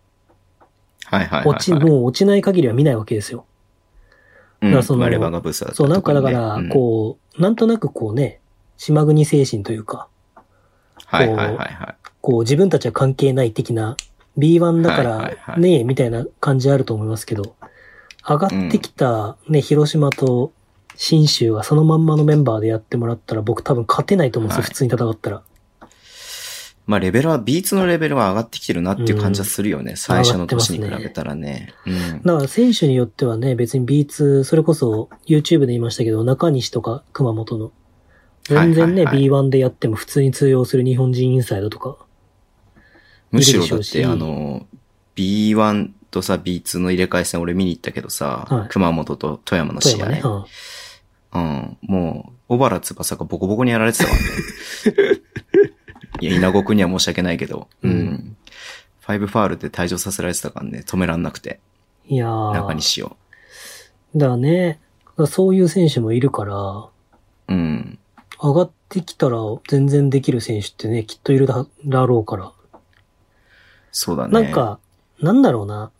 S2: はいはいはい、はい。
S3: 落ち、もう落ちない限りは見ないわけですよ。
S2: うん、
S3: だからその
S2: まあレバンガブースターだった
S3: そう、
S2: り
S3: な
S2: と
S3: んかだから、こう、なんとなくこうね、島国精神というか、
S2: うん。はいはいはいは
S3: こう自分たちは関係ない的な、B1 だからね、
S2: はいはいはい
S3: みたいな感じあると思いますけど、上がってきたね、広島と新州はそのまんまのメンバーでやってもらったら僕多分勝てないと思うんですよ、
S2: はい
S3: 普通に戦ったら。
S2: い。まあレベルは、B2 のレベルは上がってきてるなっていう感じはするよね。最初の年に
S3: 上
S2: 比
S3: がってますね
S2: べたらね。うん。
S3: だから選手によってはね、別に B2、それこそ YouTube で言いましたけど、中西とか熊本の。全然ね、
S2: はいはい
S3: B1 でやっても普通に通用する日本人インサイドとか。
S2: むしろ
S3: いる
S2: だ
S3: で
S2: っ、
S3: しょうして
S2: あの、B1 とさ、B2 の入れ替え戦俺見に行ったけどさ、
S3: はい
S2: 熊本と富山の
S3: 富
S2: 試合。
S3: 山ね。うん
S2: うん。もう、小原翼がボコボコにやられてたわね。 いや、稲子くんには申し訳ないけど、う。
S3: うん
S2: ファイブファールで退場させられてたからね、止めらんなくて、
S3: いやー。
S2: 中西を。
S3: だね。だからそういう選手もいるから、
S2: うん。
S3: 上がってきたら全然できる選手ってね、きっといるだだろうから。
S2: そうだね。
S3: なん、か、なんだろうな。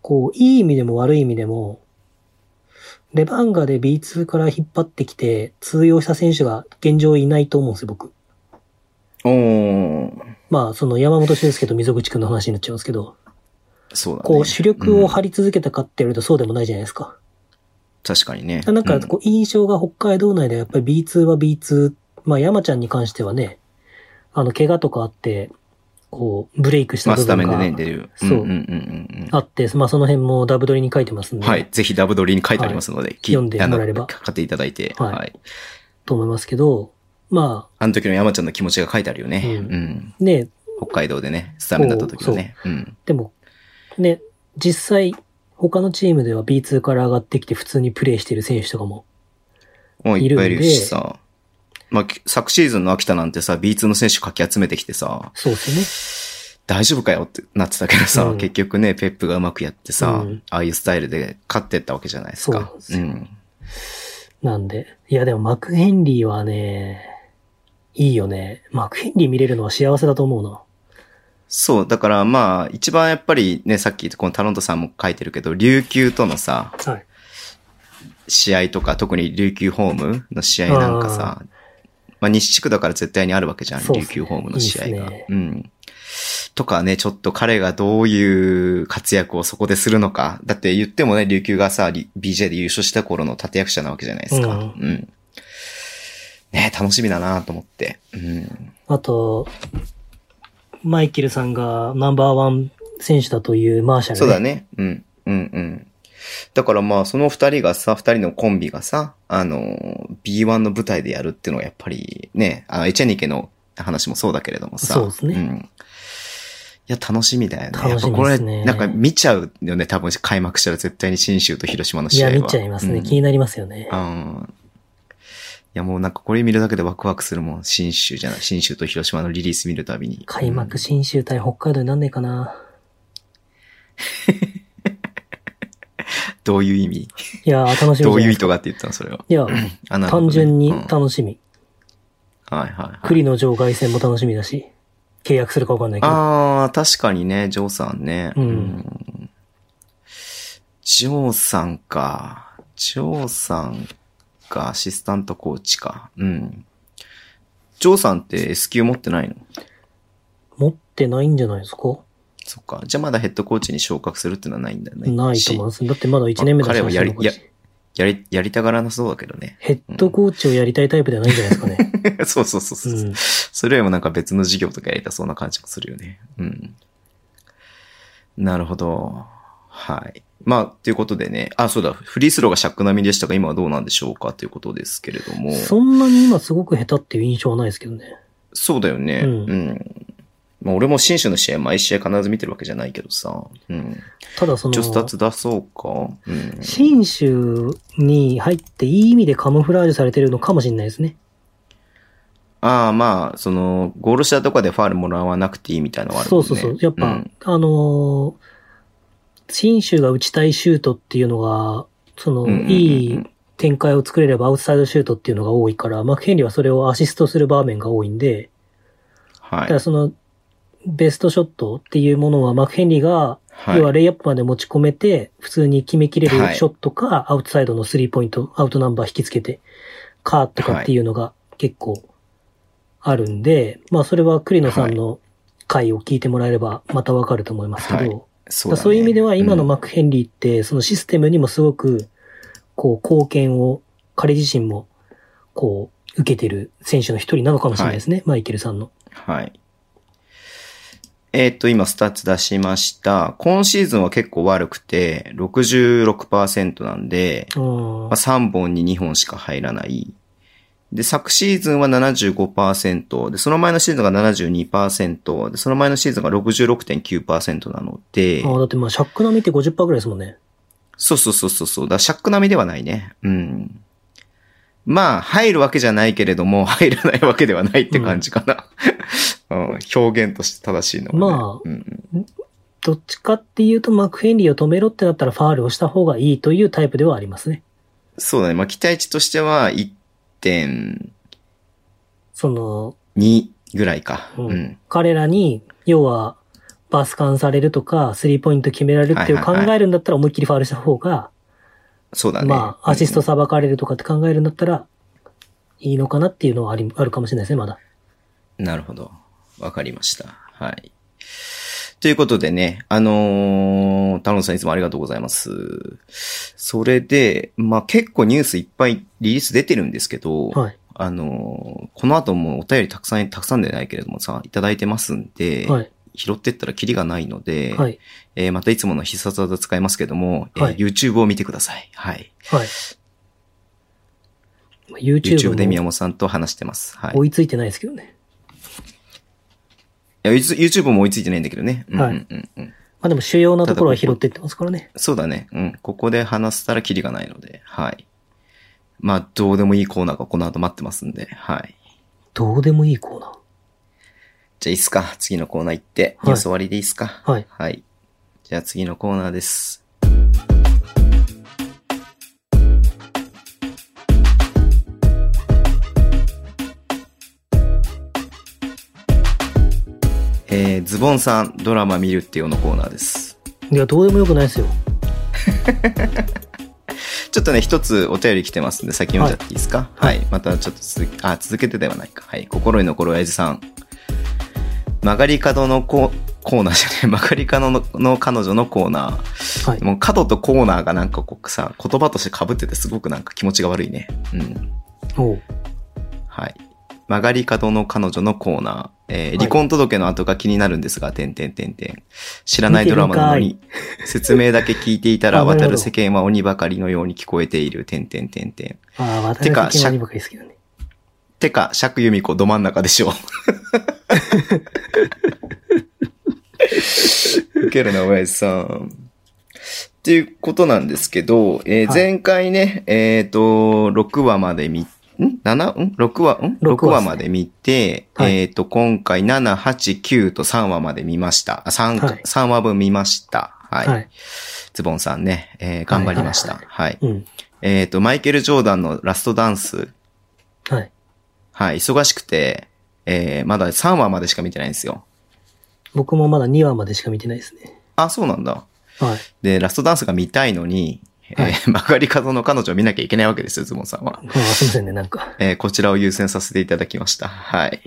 S3: こう、いい意味でも悪い意味でも、レバンガで B2 から引っ張ってきて通用した選手が現状いないと思うんですよ、僕。
S2: おー、
S3: まあ、その山本修介と溝口くんの話になっちゃうんですけど、
S2: そうだね。
S3: こう、主力を
S2: うん
S3: 張り続けたかってやるとそうでもないじゃないですか。
S2: 確かにね。
S3: なん
S2: う
S3: か、こう、印象が北海道内ではやっぱり B2 は B2、まあ、山ちゃんに関してはね、あの、怪我とかあって、こう、ブレイクした
S2: まあ、
S3: 部
S2: スタ
S3: 分
S2: メンでね、
S3: が
S2: 出る。
S3: そう
S2: うんうんうん
S3: あって、まあ、その辺もダブドリに書いてますん
S2: うん。
S3: で、
S2: はい。ぜひダブドリに書いてありますので、き
S3: 読んでもらえれ
S2: あ
S3: ば
S2: の買っていただいて、
S3: はい
S2: はい。
S3: と思いますけど、ま
S2: あの時の山ちゃんの気持ちが書いてあるよね。
S3: うん
S2: うん。
S3: あ、ね、
S2: 北海道でね、スタメンだった時のね。うん。
S3: でも、ね、実際、他のチームでは B2 から上がってきて普通にプレイしてる選手とかも、
S2: もうい
S3: い
S2: っ
S3: るん
S2: ぱ
S3: で
S2: いいるしさ。まあ、き昨シーズンの秋田なんてさ、B2 の選手かき集めてきてさ、
S3: そうです
S2: 大丈夫かよってなってたけどさ、
S3: うん
S2: 結局ね、ペップがうまくやってさ、
S3: うん
S2: ああいうスタイルで勝ってったわけじゃないです
S3: そう
S2: か。
S3: なんです
S2: う
S3: よ
S2: ん。
S3: よね。なんで、いや、でもマクヘンリーはね、いいよね。マクヘンリー見れるのは幸せだと思うな。
S2: そう、だからまあ、一番やっぱりね、さっきこのタロントさんも書いてるけど、琉球とのさ、
S3: はい。
S2: 試合とか、特に琉球ホームの試合なんかさ、まあ西地区だから絶対にあるわけじゃん、
S3: そうっす
S2: 琉球
S3: ね
S2: ホームの試合が。
S3: いいっすね
S2: うん。とかね、ちょっと彼がどういう活躍をそこでするのか。だって言ってもね、琉球がさ、リ BJ で優勝した頃の立役者なわけじゃないですか。う
S3: うん
S2: ん。ね楽しみだなと思って。うん。
S3: あと、マイケルさんがナンバーワン選手だというマーシャル、
S2: そうだ。ね。うん。うんうん。だからまあ、その二人がさ、二人のコンビがさ、あの、B1 の舞台でやるっていうのはやっぱりね、あの、エチェニケの話もそうだけれどもさ。
S3: そうですね
S2: ん。いや、楽しみだよね。
S3: 楽しみ
S2: やっぱこ
S3: で
S2: れ、
S3: すね
S2: なんか見ちゃうよね、多分開幕したら絶対に新州と広島の
S3: い
S2: 試合
S3: や、
S2: は。
S3: 見ちゃいますね。
S2: うん
S3: 気になりますよね。
S2: うん。いや、もうなんかこれ見るだけでワクワクするもん。新州じゃない。新州と広島のリリース見るたびに。
S3: 開
S2: うん
S3: 幕新州対北海道になんねえかな。
S2: どういう意味
S3: いやー、楽しみじゃ
S2: ど
S3: な
S2: う
S3: い
S2: いう
S3: で
S2: 意
S3: す
S2: 図
S3: か。
S2: がって言ったのそれは。
S3: いや、
S2: あなるほど
S3: 単
S2: ね
S3: 純に
S2: うんはい
S3: 楽しみ。
S2: はいはい。
S3: 栗の場外戦も楽しみだし、契約するかわかんないけど。
S2: ああ、確かにね、ジョーさんね。
S3: うん
S2: んジョーさんか。ジョーさんがアシスタントコーチか。うん。ジョーさんって S 級持ってないの
S3: 持ってないんじゃないですか
S2: そっか。じゃあまだヘッドコーチに昇格するってのはないんだね。
S3: ないと思い
S2: し
S3: ます。だってまだ1年目だし、
S2: まあ彼はやり
S3: ヘッドコーチ。
S2: やり、やりたがらなそうだけどね
S3: ヘッドコーチをやりたいタイプではないんじゃないですかね。
S2: そうそうそうそう。
S3: うん。
S2: それよりもなんか別の授業とかやりたそうな感じもするよね。うん。なるほど。はい。まあ、ということでね。あ、そうだ。フリースローがシャック並みでしたが、今はどうなんでしょうかということですけれども。
S3: そんなに今すごく下手っていう印象はないですけどね。
S2: そうだよね。
S3: う
S2: うんん。まあ、俺も新種の試合、毎試合必ず見てるわけじゃないけどさ。うん。
S3: ただその
S2: ちょ、っと脱出そうか。うん。
S3: 新州に入っていい意味でカムフラージュされてるのかもしれないですね。
S2: ああ、まあ、その、ゴール下とかでファールもらわなくていいみたいなのはあるも
S3: そ
S2: ん
S3: う
S2: ね。
S3: そうそう。やっぱ、
S2: うん
S3: あのー、新州が打ちたいシュートっていうのが、その、
S2: うんうんうんうん
S3: いい展開を作れればアウトサイドシュートっていうのが多いから、マクヘンリーはそれをアシストする場面が多いんで、
S2: は
S3: だから
S2: い。
S3: その、ベストショットっていうものはマクヘンリーが、
S2: はい
S3: 要はレイアップまで持ち込めて、普通に決めきれ
S2: は
S3: る
S2: い
S3: ショットか、アウトサイドのスリーポイント、アウトナンバー引きつけて、かとかっていうのが結構あるんで、まあそれは栗野さんの回を聞いてもらえればまたわかると思いますけど、
S2: はい
S3: だか
S2: そ
S3: らそういう意味では今の
S2: ま、
S3: マクヘンリーって、そのシステムにもすごく、こう貢献を、彼自身も、こう、受けてる選手の一人なのかもしれないですね、マイケルさんの。
S2: うんはい。えーっと、今、スタッツ出しました。今シーズンは結構悪くて、66%なんで、
S3: うん
S2: まあ、3本に2本しか入らない。で、昨シーズンは75%、で、その前のシーズンが72%、で、その前のシーズンが66.9%なので、
S3: ああ、だってまあ、シャック並みって50%ぐらいですもんね。
S2: そうそうそうそうそう。だからシャック並みではないね。うん。まあ、入るわけじゃないけれども、 入らないわけではないって感じかな。うん、表現として正しいのは、ね。うん。
S3: どっちかっていうと、マクヘンリーを止めろってなったらファールをした方がいいというタイプではありますね。
S2: そうだね。まあ、期待値としては1.2
S3: その、
S2: ぐらいか。
S3: うん
S2: うん。
S3: 彼らに、要は、バスカンされるとか、スリーポイント決められるっていう
S2: はい
S3: 考
S2: はいはい
S3: えるんだったら思いっきりファールした方が、
S2: そうだね。
S3: まあ、アシストさばかれるとかって考えるんだったら、いいのかなっていうのはあり、あるかもしれないですね、まだ。
S2: なるほど。わかりました。はい。ということでね、あのー、タロンさんいつもありがとうございます。それで、まあ、結構ニュースいっぱいリリース出てるんですけど、
S3: はい。
S2: あのー、この後もお便りたくさん、たくさんでないけれどもさ、いただいてますんで、
S3: はい。
S2: 拾ってったらキリがないので、
S3: はい。
S2: えーまたいつもの必殺技使いますけども、えー
S3: はい
S2: YouTube を見てください。はい。
S3: はい。まあ YouTube
S2: YouTube で宮
S3: も
S2: 本さんと話してます。はい。
S3: 追いついてないですけどね。
S2: いや YouTube も追いついてないんだけどね。うんうんうんうん
S3: まあでも主要なところは拾ってってますからね。
S2: そうだね。うん。ここで話したらキリがないので、はい。まあ、どうでもいいコーナーがこの後待ってますんで、はい。
S3: どうでもいいコーナー。
S2: じゃあいいっすか次のコーナー行って、
S3: はい
S2: ニュース終わりでいいっすか
S3: はい
S2: はい。じゃあ次のコーナーです。えー、ズボンさん、ドラマ見るってよのコーナーです。
S3: いや、どうでもよくないですよ。
S2: ちょっとね、一つお便り来てますんで、先読んじゃっていいですかはい。またちょっと続き、あ、続けてではないか。はい。心に残る親父さん。曲がり角のココーナーじゃない、 曲がり角のの彼女のコーナ
S3: はい
S2: ー。。もう角とコーナーがなんかこうさ、言葉として被っててすごくなんか気持ちが悪いね。うん。
S3: おう
S2: はい。曲がり角の彼女のコーナー。えー
S3: い
S2: 離婚届の後が気になるんですが、てんてんてんてん。知らないドラマなの
S3: 見
S2: に、 説明だけ聞いていた
S3: あ
S2: ら、
S3: なるほ
S2: 渡
S3: ど
S2: る世間は鬼ばかりのように聞こえている、てんてんてんてん。
S3: ああ、
S2: て
S3: 私
S2: か
S3: は世間は鬼ばかりですけどね。
S2: てか、釈由美子ど真ん中で しょう。ウケるな、親父さん。っていうことなんですけど、えー
S3: はい
S2: 前回ね、えっ、と、6話まで見、ん ?7? ん ?6 話ん
S3: 六
S2: ?6
S3: 話
S2: 話まで見て、
S3: はい
S2: えっ、と、今回7、8、9と3話まで見ました。あ、3、
S3: はい
S2: 三話分見ました。はい。
S3: はい。
S2: ズボンさんね、えー頑張りました。
S3: は
S2: はいい
S3: うん。
S2: えっ、と、マイケル・ジョーダンのラストダンス、
S3: はい。
S2: はい、忙しくて、えー、まだ3話までしか見てないんですよ。
S3: 僕もまだ2話までしか見てないですね。
S2: あ、そうなんだ。
S3: はい。
S2: で、ラストダンスが見たいのに、
S3: は
S2: え
S3: い
S2: ー、 曲がり角の彼女を見なきゃいけないわけですよ、ズボンさんは。
S3: まあ、すいませんね、なんか。
S2: えー、こちらを優先させていただきました。はい。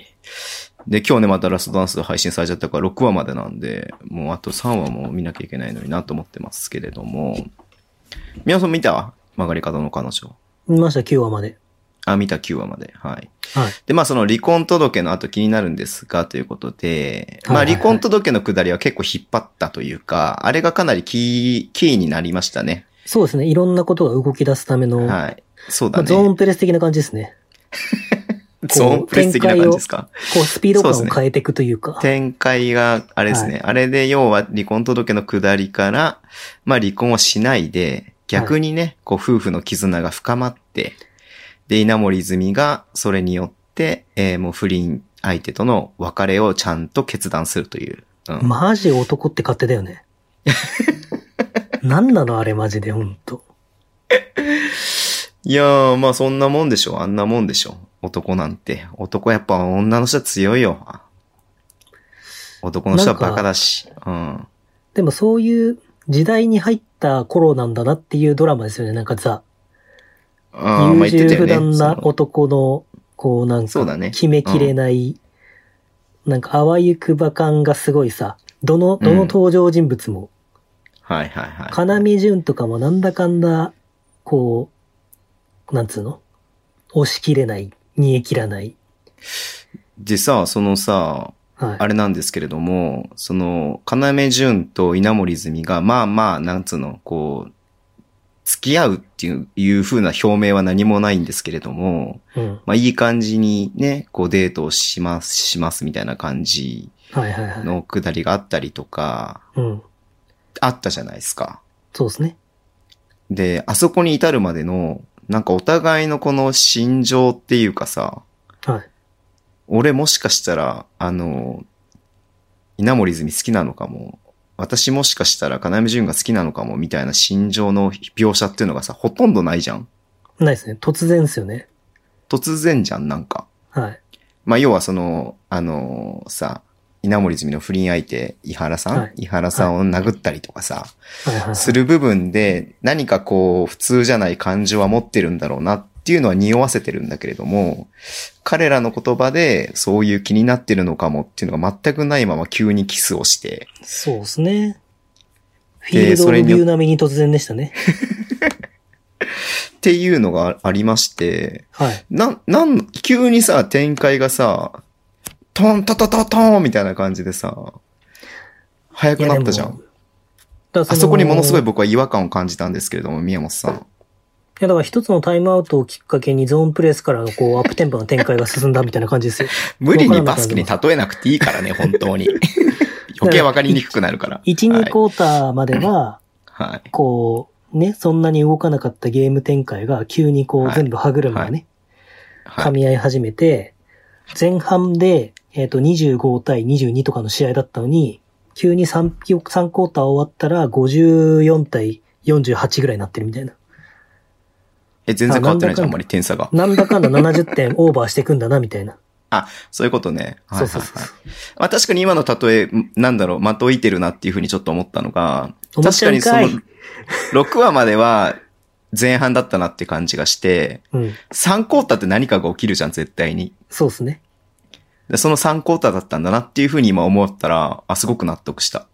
S2: で、今日ね、またラストダンス配信されちゃったから、6話までなんで、もうあと3話も見なきゃいけないのになと思ってますけれども、皆さん見た曲がり角の彼女。
S3: 見ました、9話まで。
S2: あ、見た9話まで。はい。
S3: はい
S2: で、まあその離婚届の後気になるんですが、ということで、ま
S3: は
S2: あ
S3: いはいはい
S2: 離婚届の下りは結構引っ張ったというか、あれがかなりキー、キーになりましたね。
S3: そうですね。いろんなことが動き出すための、
S2: はい。そう
S3: ま
S2: だ
S3: あ
S2: ね。
S3: ゾーンプレス的な感じですね。
S2: ゾーンプレス的な感じですか
S3: こう、スピード感
S2: そう
S3: を
S2: ですね
S3: 変えていくというか。
S2: 展開が、あれですね、
S3: は
S2: あれで要は離婚届の下りから、まあ離婚をしないで、逆にね、こう夫婦の絆が深まって、で、稲森泉がそれによって、えーもう不倫相手との別れをちゃんと決断するという。うん、
S3: マジ男って勝手だよね。なんなのあれマジで、ほんと。
S2: いやー、まあそんなもんでしょ。あんなもんでしょ。男なんて。男やっぱ女の人は強いよ。男の人はバカだし。うん。
S3: でもそういう時代に入った頃なんだなっていうドラマですよね。なんかザ、
S2: あーまあ
S3: 優
S2: 言って
S3: 柔不
S2: たよね
S3: 断
S2: そ
S3: な
S2: の。
S3: 男の、こうなん
S2: そうだ
S3: か
S2: ね、
S3: 決めきれない、なんかあわゆくば感がすごいさ、どの、どの登場人物も、
S2: はいはいはい。
S3: 金見純とかもなんだかんだ、こう、なんつうの押し切れない、煮え切らない。
S2: でさ、そのさ、
S3: はい。
S2: あれなんですけれども、その、要潤と稲森泉が、まあまあ、なんつうの、こう、付き合うっていう、いう風な表明は何もないんですけれども、
S3: うん。
S2: まあいい感じにね、こうデートをします、しますみたいな感じ
S3: はいはいはい。
S2: のくだりがあったりとか、
S3: うん。
S2: あったじゃないですか。
S3: そうですね。
S2: で、あそこに至るまでの、なんかお互いのこの心情っていうかさ、
S3: はい。
S2: 俺もしかしたら、あの、稲森泉好きなのかも、私もしかしたら金山潤が好きなのかも、みたいな心情の描写っていうのがさ、ほとんどないじゃん
S3: ないですね。突然ですよね。
S2: 突然じゃん、なんか。
S3: はい。
S2: まあ、要はその、あのさ、稲森泉の不倫相手、伊原さん、
S3: はい
S2: 伊原さんを殴ったりとかさ、
S3: はいはい、はい。
S2: する部分で、何かこう、普通じゃない感情は持ってるんだろうなっていうのは匂わせてるんだけれども、彼らの言葉で、そういう気になってるのかもっていうのが全くないまま急にキスをして、
S3: そうですね。フィー
S2: で
S3: ルド・オ
S2: それに
S3: ブ・
S2: よ
S3: ビュー並みに突然でしたね。
S2: っていうのがありまして、
S3: はい。
S2: なん、なん、急にさ、展開がさ、トントトトトンみたいな感じでさ、早くなったじゃ
S3: いや
S2: ん
S3: で。だから
S2: あそこにものすごい
S3: い
S2: 僕は違和感を感じたんですけれども、宮本さん。
S3: や、だから一つのタイムアウトをきっかけにゾーンプレスからのこう、アップテンポの展開が進んだみたいな感じですよ。
S2: 無理にバスケに例えなくていいからね、本当 に。余計わかりにくくなるから。
S3: 1、
S2: は
S3: 2
S2: い
S3: クォーターまでは、
S2: はい。
S3: こう、ね、そんなに動かなかったゲーム展開が急にこ
S2: は
S3: う、
S2: い
S3: 全部歯車がね、
S2: は
S3: 噛
S2: い。
S3: み合い始めて、前半で、えっと、25対22とかの試合だったのに、急に 3, 3クォーター終わったら54対48ぐらいになってるみたいな。
S2: え、全然変わってないじゃん、
S3: あ
S2: あんまり点差が。
S3: なんだかんだ70点オーバーしていくんだな、みたいな。
S2: あ、そういうことね。はい
S3: そう
S2: はい
S3: そ
S2: は
S3: う
S2: い
S3: そう。。
S2: まあ確かに今の例え、なんだろう、まといてるなっていうふうにちょっと思ったのが、
S3: 思っ
S2: 確
S3: ちゃ
S2: か
S3: うん
S2: にそ
S3: か
S2: の
S3: い、
S2: 6話までは 前半だったなって感じがして、
S3: うん。
S2: 3クォーターって何かが起きるじゃん、絶対に。
S3: そうですね。
S2: でその3クォーターだったんだなっていうふうに今思ったら、あ、すごく納得した。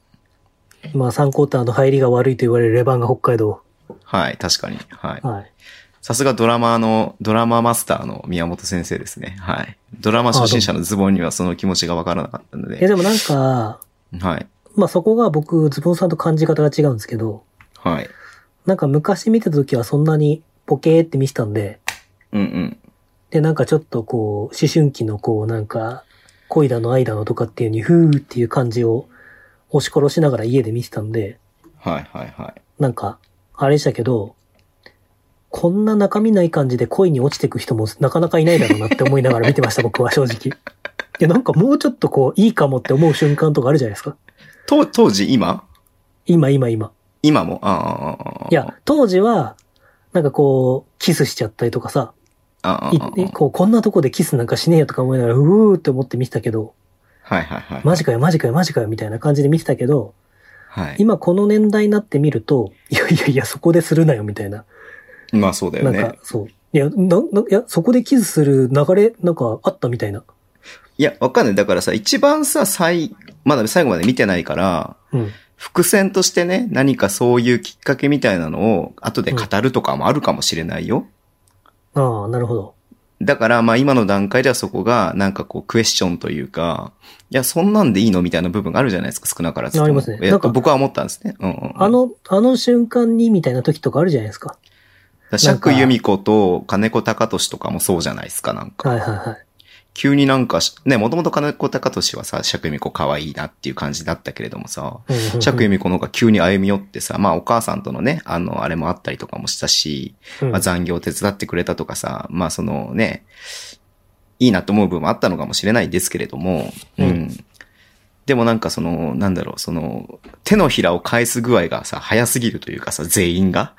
S3: まあ3クォーターの入りが悪いと言われるレバンが北海道。
S2: はい、確かに。はい。
S3: はい。
S2: さすがドラマーの、ドラマーマスターの宮本先生ですね。はい。ドラマ初心者のズボンにはその気持ちがわからなかったの
S3: え、
S2: で。
S3: でもなんか、
S2: はい。
S3: まあそこが僕、ズボンさんと感じ方が違うんですけど、
S2: はい。
S3: なんか昔見てた時はそんなにポケーって見てたんで、
S2: うんうん。
S3: で、なんかちょっとこう、思春期のこう、なんか、恋だの愛だのとかっていうに、ふーっていう感じを押し殺しながら家で見てたんで、
S2: はいはいはい。
S3: なんか、あれでしたけど、こんな中身ない感じで恋に落ちてく人もなかなかいないだろうなって思いながら見てました、僕は 正直。で、なんかもうちょっとこう、いいかもって思う瞬間とかあるじゃないですか。
S2: と、当時、今
S3: 今、今、今。
S2: 今もあーあーあー。
S3: いや、当時は、なんかこう、キスしちゃったりとかさ、
S2: あー、あ
S3: い
S2: ーあー
S3: こう、こんなとこでキスなんかしねえよとか思いながら、うーって思って見てたけど、
S2: はいはいはい。
S3: マジかよ、マジかよ、マジかよ、みたいな感じで見てたけど、
S2: はい。
S3: 今この年代になってみると、いやいやいや、そこでするなよ、みたいな。
S2: まあそうだよ
S3: なん
S2: ね
S3: か。、そう。いや、な、な、いや、そこでキスする流れ、なんかあったみたいな。
S2: いや、わかんない。だからさ、一番さ、最、まだ最後まで見てないから、
S3: うん。
S2: 伏線としてね、何かそういうきっかけみたいなのを、後で語るとかもあるかもしれないよ。
S3: ああ、なるほど。
S2: だから、まあ今の段階ではそこが、なんかこう、クエスチョンというか、いや、そんなんでいいのみたいな部分があるじゃないですか、少なからずとも。
S3: ありますね
S2: いや
S3: なんか
S2: 僕は思ったんですね。うんうんうん、
S3: あの、あの瞬間にみたいな時とかあるじゃないですか。
S2: 釈由美子と金子隆俊とかもそうじゃないですか、なんか。
S3: はいはいはい。
S2: 急になんかし、ね、もともと金子隆俊はさ、釈由美子可愛いなっていう感じだったけれどもさ、
S3: うんうんうん
S2: 釈由美子の方が急に歩み寄ってさ、まあお母さんとのね、あの、あれもあったりとかもしたし、
S3: うん
S2: まあ、残業手伝ってくれたとかさ、まあそのね、いいなと思う部分もあったのかもしれないですけれども、うん。
S3: うん
S2: でもなんかその、なんだろう、その、手のひらを返す具合がさ、早すぎるというかさ、全員 が。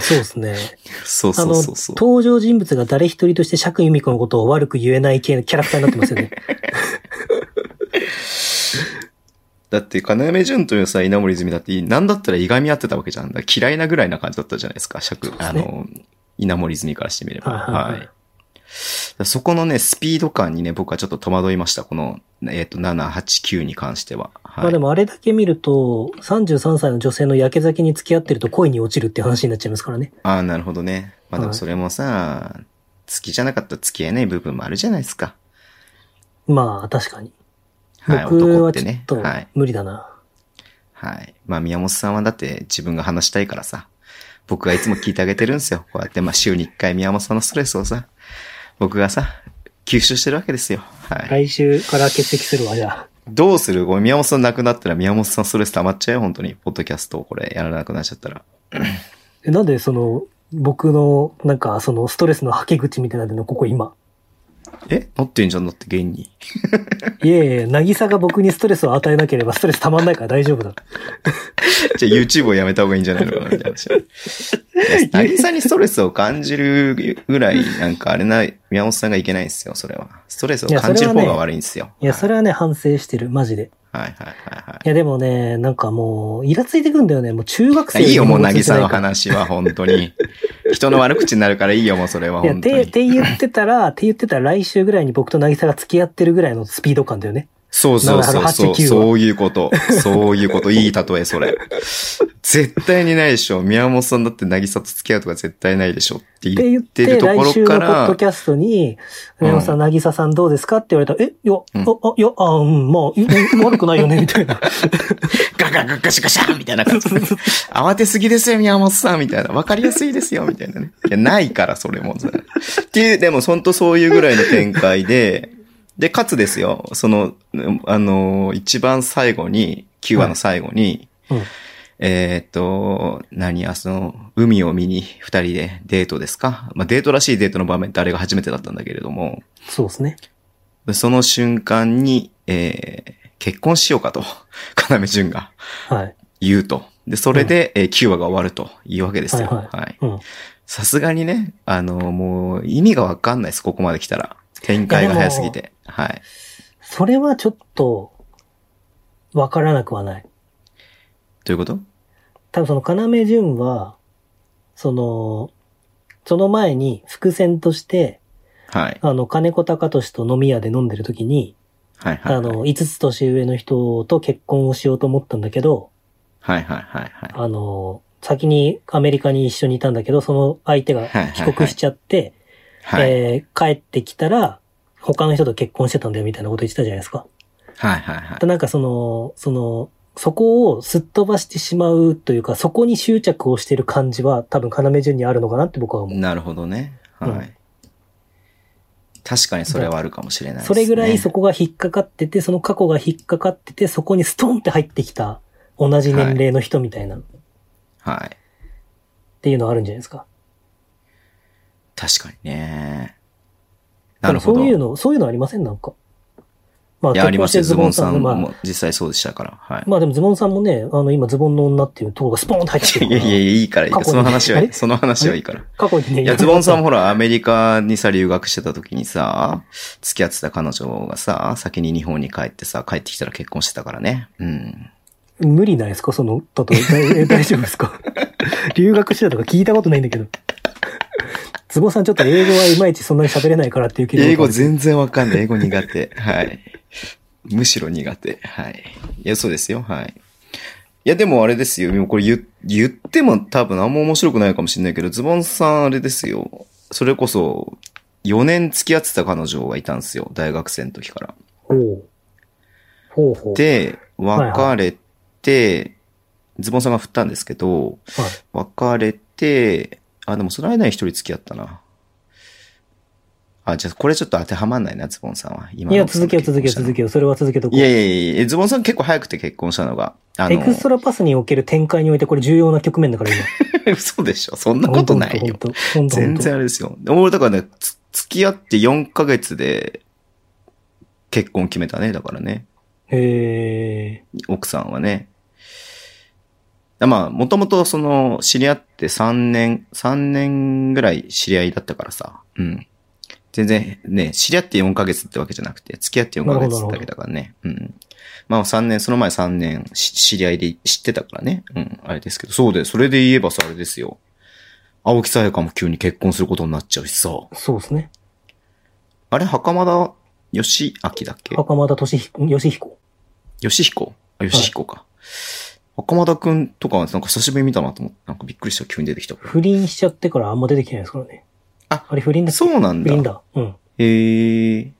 S3: そうですね。
S2: そう
S3: あ
S2: そ
S3: の、
S2: うそうそう。
S3: 登場人物が誰一人として釈由美子のことを悪く言えない系のキャラクターになって ますよね。
S2: だって、金山淳というさ、稲森泉だって、なんだったらいがみ合ってたわけじゃん。だから嫌いなぐらいな感じだったじゃないですか、尺、
S3: ですね
S2: あの、稲森泉からしてみれば。
S3: はいはいはい
S2: だからそこのね、スピード感にね、僕はちょっと戸惑いました。この、えっ、と、7、8、9に関しては。はい。
S3: まあでもあれだけ見ると、33歳の女性の焼け酒に付き合ってると恋に落ちるって話になっちゃいますからね。
S2: ああ、なるほどね。まあでも
S3: はい
S2: それもさ、好きじゃなかったら付き合えない部分もあるじゃないですか。
S3: まあ確かに。
S2: はい、
S3: 僕
S2: 男っ
S3: は
S2: て
S3: ちょっ
S2: ね。
S3: と
S2: はい。
S3: 無理だな。
S2: はい。まあ、宮本さんはだって自分が話したいからさ、僕がいつも聞いてあげてるんですよ。 こうやって、まあ、週に1回宮本さんのストレスをさ、僕がさ、吸収してるわけですよ。はい。
S3: 来週から欠席するわ、じゃあ。
S2: どうするこれ宮本さん亡くなったら宮本さんストレス溜まっちゃうよ、本当に。ポッドキャストをこれやらなくなっちゃったら。
S3: えなんでその、僕の、なんかそのストレスの吐き口みたいなの、ここ今。
S2: えなってんじゃん、だって現に。
S3: いえい え、なぎさが僕にストレスを与えなければストレス溜まんないから大丈夫だ。
S2: じゃあ YouTube をやめた方がいいんじゃないのかな、みたいな話。 なぎさにストレスを感じるぐらい、なんかあれな、宮本さんがいけないんですよ、それは。ストレスを感じる方が悪いんですよ。
S3: いや、それはね、反省してる、マジで。
S2: はいはいはいはい。
S3: いや、でもね、なんかもう、イラついてくんだよね。もう中学生
S2: いいよ、もう、なぎ
S3: 渚
S2: さの話は、本当に。人の悪口になるからいいよ、もう、それはい
S3: や、
S2: 本当
S3: て、
S2: に。
S3: て言ってたら、て言ってたら来週ぐらいに僕と渚が付き合ってるぐらいのスピード感だよね。
S2: そうそうそうそ
S3: 7 8
S2: う、
S3: 9は
S2: そういうこと。そういうこと。いい例え、それ。絶対にないでしょ。宮本さんだって、なぎさと付き合うとか絶対ないでしょって
S3: って
S2: 言
S3: 言
S2: っ
S3: ってて、
S2: るとこ
S3: 来週
S2: ろ
S3: のポ
S2: か
S3: ッド
S2: ら、
S3: キャストに、
S2: うん
S3: 宮本さん、なぎささんどうですかって言われたら、え、いや、
S2: ん
S3: あ、あ、いや、あ、うん、まあ、うん悪くないよね、みた いな。
S2: ガガガガシャガシャみたいな感じで。慌てすぎですよ、宮本さんみたいな。わかりやすいですよ、みたいなね。いや、ないから、それも。っていう、でも、ほんとそういうぐらいの展開で、で、かつですよ、その、あの、一番最後に、9話の最後に、
S3: うん
S2: えーっと、何あ、その、海を見に二人でデートですかまあ、デートらしいデートの場面ってあれが初めてだったんだけれども、
S3: そうですね。
S2: その瞬間に、えー結婚しようかと、 要潤が。
S3: はい。
S2: 言うと。で、それで、えー9話が終わるというわけですよ。
S3: はいはい
S2: はい。
S3: うん。
S2: さすがにね、あの、もう、意味がわかんないです、ここまで来たら。展開が早すぎて。はい。
S3: それはちょっと、わからなくはない。
S2: ということ
S3: 多分その、要潤は、その、その前に伏線として、
S2: はい。
S3: あの、金子隆俊と飲み屋で飲んでる時に、
S2: はいはい。
S3: あの、、5つ年上の人と結婚をしようと思ったんだけど、
S2: はいはいはいはい。
S3: あの、先にアメリカに一緒にいたんだけど、その相手が
S2: はいはいはい
S3: 帰国しちゃって、
S2: はい。
S3: えー帰ってきたら、他の人と結婚してたんだよみたいなこと言ってたじゃないですか。
S2: はいはいはい
S3: で。なんかその、その、そこをすっ飛ばしてしまうというか、そこに執着をしてる感じは多分要順にあるのかなって僕は思う。
S2: なるほどね。はい。
S3: うん
S2: 確かにそれはあるかもしれないです、ね。
S3: それぐらいそこが引っかかってて、その過去が引っかかってて、そこにストンって入ってきた同じ年齢の人みたいな、っ
S2: はい。
S3: ていうのはあるんじゃないですか。
S2: 確かにね。な
S3: でも
S2: るほど。
S3: そういうの、そういうのありませんなんか。まあ、
S2: いや、ありま
S3: し
S2: す
S3: て
S2: よ。ズボンさん
S3: まあ、
S2: も実際そうでしたから。はい。
S3: まあでもズボンさんもね、あの、今ズボンの女っていうところがスポーンと入ってきてる
S2: い
S3: か
S2: や
S3: ら。
S2: いやいや、いいからいいから。
S3: 過去
S2: そ
S3: に
S2: の話は
S3: あ
S2: いい、
S3: れ
S2: その話はいいから。
S3: 過去にね、
S2: いや、ズボンさんも
S3: も。
S2: ほら、アメリカにさ、留学してた時にさ、付き合ってた彼女がさ、先に日本に帰ってさ、帰ってきたら結婚してたからね。うん。
S3: 無理ないですかその、だと、え 大丈夫ですか留学してたとか聞いたことないんだけど。ズボンさんちょっと英語はいまいちそんなに喋れないからっていう気
S2: 英語全然わかんない。英語苦手。 はい。むしろ苦手。はい。いや、そうですよ。はい。いや、でもあれですよ。もうこれ言、言っても多分あんま面白くないかもしれないけど、ズボンさんあれですよ。それこそ、 4年付き合ってた彼女がいたんですよ。大学生の時から。
S3: ほう。ほうほう。
S2: で、
S3: はいは
S2: 別れて、ズボンさんが振ったんですけど、
S3: はい、
S2: 別れて、あ、でもその間に一人付き合ったな。あ、じゃあこれちょっと当てはまんないな、ズボンさんは。今
S3: いや、続けよう、続けよう、続
S2: よ
S3: けよう。それは続けとこう。
S2: いやいやいやいや、ズボンさん結構早くて結婚したのが。あ
S3: エクストラパスにおける展開においてこれ重要な局面だから今。
S2: 嘘でしょそんなことないよ。
S3: ほんと。ほんとほん
S2: 全
S3: と
S2: 然あれですよ。俺だからね、つ付き合って4ヶ月で結婚決めたね、だからね。
S3: へ
S2: 奥さんはね。まあ、もともとその、知り合って3年、3年ぐらい知り合いだったからさ。うん。全然ね、知り合って4ヶ月ってわけじゃなくて、付き合って4ヶ月だけだからね。うん。まあ3年、その前3年し知り合いで知ってたからね。うん、あれですけど。そうで、それで言えばさ、あれですよ。青木さやかも急に結婚することになっちゃうしさ。
S3: ーそうですね。
S2: あれ、袴田義明だっけ
S3: 袴田俊彦、義彦。
S2: 吉彦あ、吉彦か。袴田くんとか、なんか久しぶりに見たなと思って、なんかびっくりした、急に出てきた。
S3: 不倫しちゃってからあんま出てきてないですからね。
S2: あ
S3: あれ不倫だっけ
S2: そうなん
S3: 不倫
S2: だ。
S3: だ。うん。
S2: へえ。なん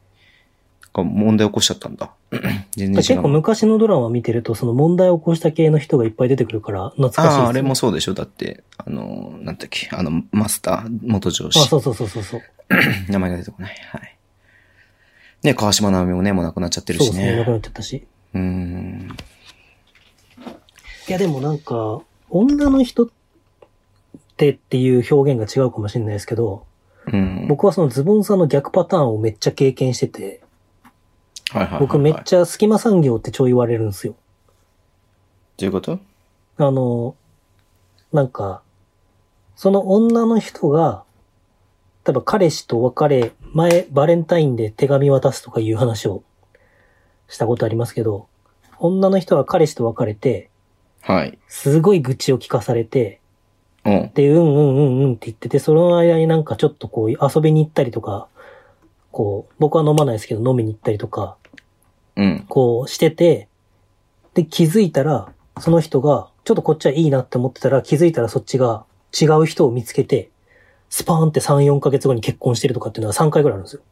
S2: か問題起こしちゃったんだ。 全然
S3: 結
S2: 違う。
S3: 構昔のドラマ見てると、その問題を起こした系の人がいっぱい出てくるから懐かしいです、
S2: あ
S3: ね。
S2: あ、あれもそうでしょだって、あの、なんだっけ、あの、マスター、元上
S3: あ、
S2: 司。
S3: そうそうそうそうそう。
S2: 名前が出てこない。はい。ね、川島直美もね、もう亡くなっちゃってる
S3: そうで
S2: し
S3: すね。なく
S2: ね。
S3: なっちゃったし。
S2: うーん。
S3: いやでもなんか、女の人ってっていう表現が違うかもしれないですけど、
S2: うん。
S3: 僕はそのズボンさんの逆パターンをめっちゃ経験してて、
S2: はいはいはいはい。
S3: 僕めっ
S2: ど
S3: ちゃ隙間産業ってちょい言われるんですよ。
S2: ういうこと
S3: あの、なんか、その女の人が、例えば彼氏と別れ、前、バレンタインで手紙渡すとかいう話をしたことありますけど、女の人が彼氏と別れて、
S2: はい。
S3: すごい愚痴を聞かされて、
S2: うん。
S3: で、うんうんうんうんって言ってて、その間になんかちょっとこう遊びに行ったりとか、こう、僕は飲まないですけど飲みに行ったりとか、
S2: うん。
S3: こうしてて、で、気づいたら、その人が、ちょっとこっちはいいなって思ってたら、気づいたらそっちが違う人を見つけて、スパーンって3、4ヶ月後に結婚してるとかっていうのが3回ぐらいあるんですよ。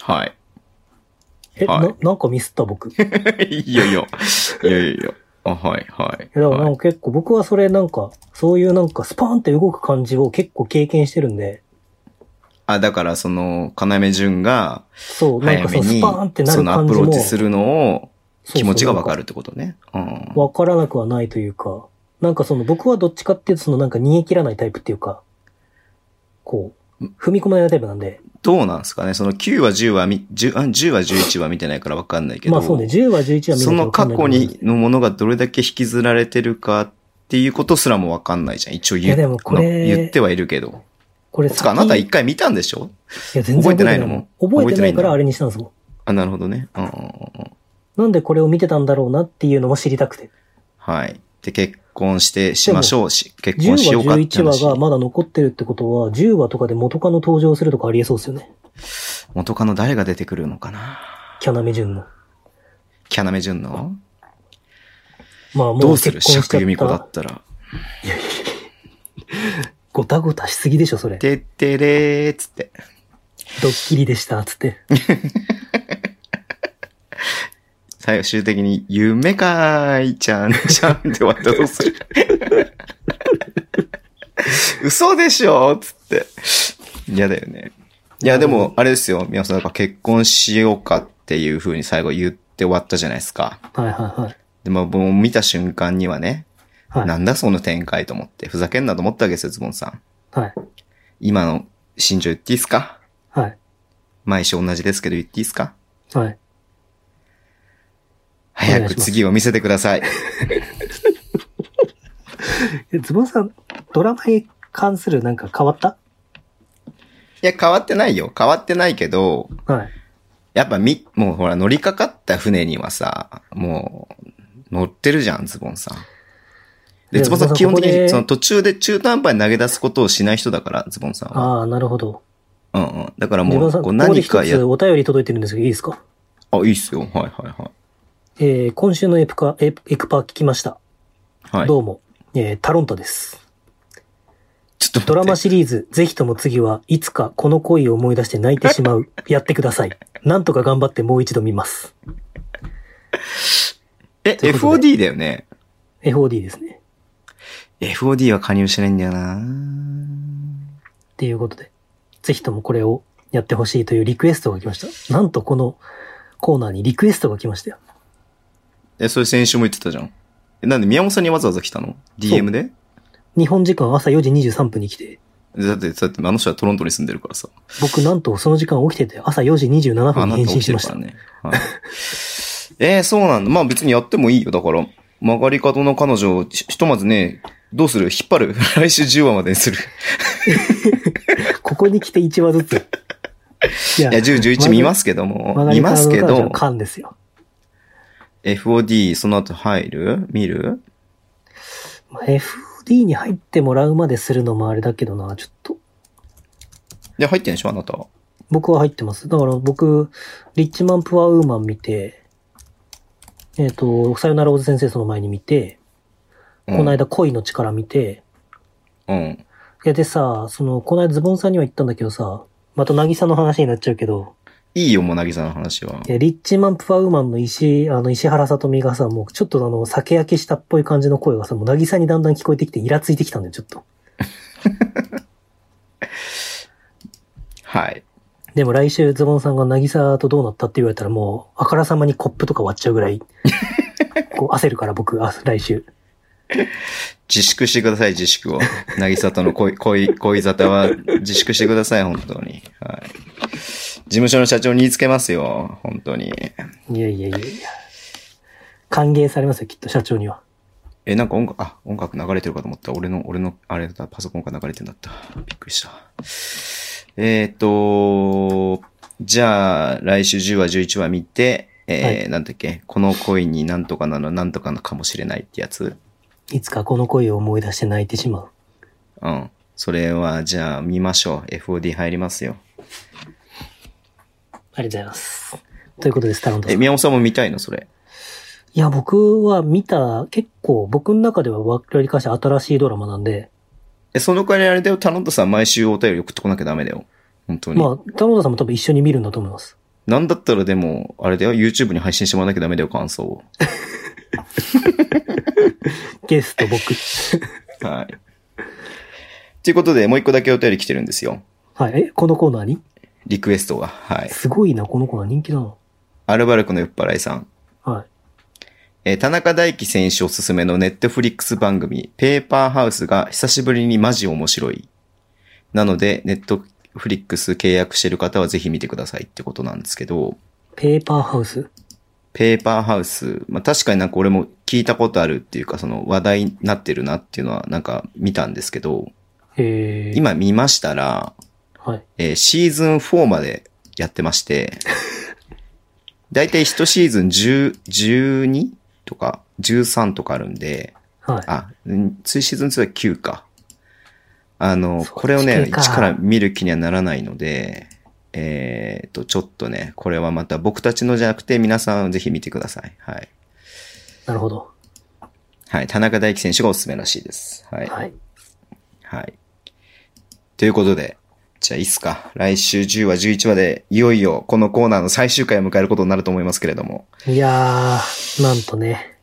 S2: はい。
S3: え、
S2: はい
S3: ななんかミスった 僕。い
S2: いやいや。いやいやいや。あ、はい、はい。
S3: やだから
S2: は
S3: ないんか結構僕はそれなんか、そういうなんかスパーンって動く感じを結構経験してるんで、
S2: あ、だからその、要潤が、
S3: そう、なん
S2: 早
S3: かそ
S2: め
S3: のス
S2: に
S3: パーンって、な
S2: そ
S3: る
S2: のア
S3: 感
S2: プ
S3: じ
S2: ロー
S3: も、
S2: チするのを、気持ちがわか
S3: る
S2: るってことね。うん。
S3: わからなくはないというか、なんかその僕はどっちかっていうとそのなんか逃げ切らないタイプっていうか、こう、踏み込まないタイプなんで、
S2: どうなんですかねその9話、10話、み 10, あ10話、11話見てないからわかんないけど、
S3: まあそうね、10は11
S2: そ
S3: は見ないと
S2: の
S3: わか
S2: 過
S3: んない
S2: 去に、のものがどれだけ引きずられてるかっていうことすらもわかんないじゃん。一応
S3: いや
S2: 言
S3: で
S2: う
S3: もこれ
S2: 言ってはいるけど。
S3: これ
S2: つか、あ
S3: 先
S2: なた一
S3: い
S2: 回見たんでしょ
S3: や全然覚えてないのもん。
S2: 覚
S3: 覚
S2: えてないの
S3: えてな
S2: 覚えてない
S3: いから
S2: んだ
S3: あれにしたんですもん。
S2: あ、なるほどね。うんうんうん。
S3: なんでこれを見てたんだろうなっていうのも知りたくて。
S2: はい。で、結婚して、しましょうし、結
S3: 10
S2: 婚しよ
S3: 話、
S2: うかって
S3: 11話
S2: 話。
S3: がまだ残ってるってことは、10話とかで元カノ登場するとかありえそうですよね。
S2: 元カノ誰が出てくるのかな
S3: キャナメ順の。
S2: キャナメ純の
S3: まあもう
S2: どうする
S3: 結婚しち
S2: 釈由
S3: ゃっ。
S2: 美子だったたら。
S3: ごたごたしすぎでしょ、それ。ド
S2: てってれーっつって。
S3: ッキリでした、つって。
S2: 最終的に、夢かーい、ち ゃんちゃんって終わったらどうする嘘でしょつって。嫌だよね。いや、でも、あれですよ。皆さん、なんか結婚しようかっていう風に最後言って終わったじゃないですか。
S3: はいはいはい。
S2: で、まあ、もう見た瞬間にはね、
S3: はい。
S2: なんだその展開と思って、ふざけんなと思ったわけですよ、ズボンさん。
S3: はい。
S2: 今の心情言っていいですか
S3: はい。
S2: 毎週同じですけど言っていいですか
S3: はい。お
S2: 早
S3: 願い
S2: く
S3: します
S2: 次を見せてください。
S3: えズボンさん、ドラマに関するなんか変わった
S2: いや、変わってないよ。変わってないけど、
S3: はい。
S2: やっぱみ、もうほら、乗りかかった船にはさ、もう、乗ってるじゃん、ズボンさん。で、ズボンさん基本的に、その
S3: の、
S2: 途中で中途半端に投げ出すことをしない人だから、ズボンさんは。
S3: ああ、なるほど。
S2: うんうん。だから
S3: ズボ
S2: も
S3: ン
S2: う、
S3: さん、
S2: こう
S3: ここで
S2: 何か
S3: 一
S2: や
S3: つ、お便り届いてるんですけど、いいですか
S2: あ、いいっすよ。はいは
S3: えー、今週のエプカ、エプエクパ聞きました。
S2: いはい。はい。
S3: どうも。えー、タロンタです。
S2: ちょ、ちょっと
S3: ドラ
S2: 待
S3: マ
S2: って。
S3: シリーズ、ぜひとも次はいつかこの恋を思い出して泣いて しまう。やってください。なんとか頑張ってもう一度見ます。
S2: え、
S3: ということで
S2: FOD だよね。
S3: FOD ですね。
S2: FOD は加入しないんだよな
S3: っていうことで、ぜひともこれをやってほしいというリクエストが来ました。なんとこのコーナーにリクエストが来ましたよ。
S2: え、それ先週も言ってたじゃん。え、なんで宮本さんにわざわざ来たの ?DM で
S3: 日本時間朝4時23分に来て、
S2: だって、だってあの人はトロントに住んでるからさ。
S3: 僕なんとその時間起きてて朝4時27
S2: あ
S3: 分に
S2: な
S3: 返
S2: た起
S3: 信
S2: き
S3: してま
S2: る
S3: し
S2: か
S3: た
S2: ら。ね。はい。えー、そうなんだ。まあ別にやってもいいよ。だから、曲がり角の彼女をひひとまずね、どうする引っ張る 来週10話までにする。
S3: ここに来て1話ずつ。いや
S2: いや、10、11見ますけども。見ますけど、
S3: 勘ですよ。
S2: FOD その後入る見る
S3: まあ、FD に入ってもらうまでするのもあれだけどな、ちょっと。
S2: で、入ってんでしょあなたは。
S3: 僕は入ってます。だから僕、リッチマン・プアウーマン見て、えっ、と、さよならおず先生その前に見て、
S2: うん
S3: この。間恋の力見て、
S2: うん。
S3: いやでさ、その、この間ズボンさんには言ったんだけどさ、また渚の話になっちゃうけど、
S2: いいよ、もなぎさんの話は。
S3: いやリッチマン・プアウーマンの石、あの、石原さとみがさ、もうちょっとあの、酒焼けしたっぽい感じの声がさ、もう渚にだんだん聞こえてきてイラついてきたんだよ、ちょっと。
S2: はい。
S3: でも来週ズボンさんが渚とどうなったって言われたらもう、あからさまにコップとか割っちゃうぐら い、こう焦るから僕、あ来週。
S2: 自粛してください、自粛を。なぎさとの恋、恋、恋沙汰は自粛してください、本当に。はい。事務所の社長に言いつけますよ、本当に。
S3: いやいやいやいや。歓迎されますよ、きっと社長には。
S2: え、なんか音楽、あ、音楽流れてるかと思った。俺の、俺の、あれだった、パソコンが流れてんだった。びっくりした。えっ、ー、と、じゃあ、来週10話、11話見て、えー
S3: は
S2: なんだっけ、この恋になんとかなの、なんとかなのかもしれないってやつ
S3: いつかこの声を思い出して泣いてしまう。
S2: うん。それは、じゃあ、見ましょう。FOD 入りますよ。
S3: ありがとうございます。ということです、タロント
S2: え、
S3: さん。い
S2: 宮本さんも見たいのそれ。
S3: や、僕は見た、結構、僕の中ではわりかし新しいドラマなんで、
S2: え、その代わりあれだよ、タロントさん毎週お便り送ってこなきゃダメだよ。本当に。
S3: まあ、タロントさんも多分一緒に見るんだと思います。
S2: なんだったらでも、あれだよ、YouTube に配信してもらわなきゃダメだよ、感想を。
S3: ゲスト、僕。
S2: はい。ということで、もう一個だけお便り来てるんですよ。
S3: はい、え、このコーナーに
S2: リクエストが。はい。
S3: すごいな、このコーナー人気だな。
S2: アルバルクの酔っ払いさん。
S3: はい。
S2: えー田中大輝選手おすすめのネットフリックス番組、ペーパーハウスが久しぶりにマジ面白い。なので、ネットフリックス契約してる方はぜひ見てくださいってことなんですけど、
S3: ペーパーハウス。
S2: ペーパーハウス、まあ、確かになんか俺も聞いたことあるっていうか、その話題になってるなっていうのはなんか見たんですけど、
S3: えー、。
S2: 今見ましたら、
S3: はい。
S2: えーシーズン4までやってま して、だいたい1シーズン10、12とか13とかあるんで、
S3: はい。
S2: あ、ん2シーズン2は9か。あの、
S3: そう
S2: これをね、
S3: 地球
S2: 一
S3: か
S2: から見る気にはならないので、えーっと、ちょっとね、これはまた僕たちのじゃなくて皆さんぜひ見てください。はい。
S3: なるほど。
S2: はい。田中大輝選手がおすすめらしいです。はい。
S3: はい。
S2: はい。ということで、じゃあいいっすか。来週10話、11話で、いよいよこのコーナーの最終回を迎えることになると思いますけれども。
S3: いやー、なんとね。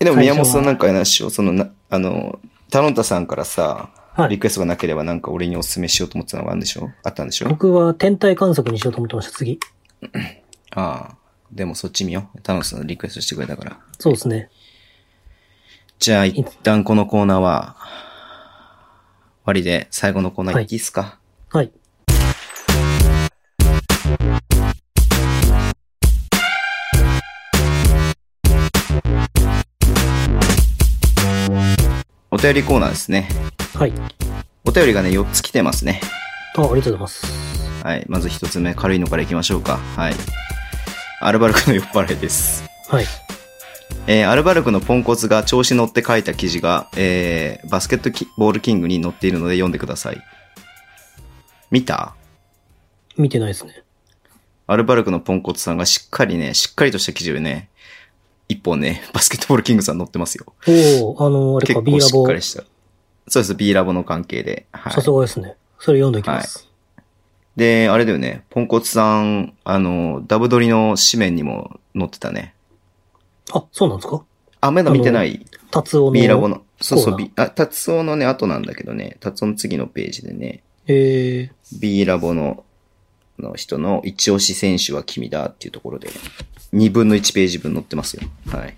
S2: えでも
S3: 最初は
S2: 宮本さんなんか話を、そのな、あの、タロンタさんからさ、
S3: はい
S2: リクエストがなければなんか俺にお勧めしようと思ってたのがあるんでしょあったんでしょ
S3: 僕は天体観測にしようと思ってました、次。
S2: ああ。でもそっち見よう。タロンタさんリクエストしてくれたから。
S3: そうですね。
S2: じゃあ一旦このコーナーは、終わりで最後のコーナーいきっすか。
S3: はい。
S2: お便りコーナーですね。
S3: はい。
S2: お便りがね、4つ来てますね。
S3: あ、ありがとうございます。
S2: はい。まず一つ目、軽いのからいきましょうか。はい。アルバルクの酔っ払いです。
S3: はい。
S2: えーアルバルクのポンコツが調子乗って書いた記事が、えーバスケットキボールキングに載っているので読んでください。見た
S3: 見てないですね。
S2: アルバルクのポンコツさんがしっかりね、しっかりとした記事をね、一本ね、バスケットボールキングさん載ってますよ。
S3: おおあの、あれ
S2: 結
S3: か、B
S2: 構
S3: ラ
S2: しっ
S3: ボ
S2: かりした。そうです、B ラボの関係で。は
S3: さす
S2: い。
S3: がですね。それ読んでおきます。
S2: で、あれだよね、ポンコツさん、あの、ダブドリの紙面にも載ってたね。
S3: あ、そうなんですか
S2: あ、まだ見てない。
S3: 達夫の。
S2: B ラボの。そうそう、
S3: コーナ
S2: B、あ、達夫のね、後なんだけどね、達夫の次のページでね、
S3: え
S2: B ラボの、の人の一押し選手は君だっていうところで、2分の1ページ分載ってますよ。はい。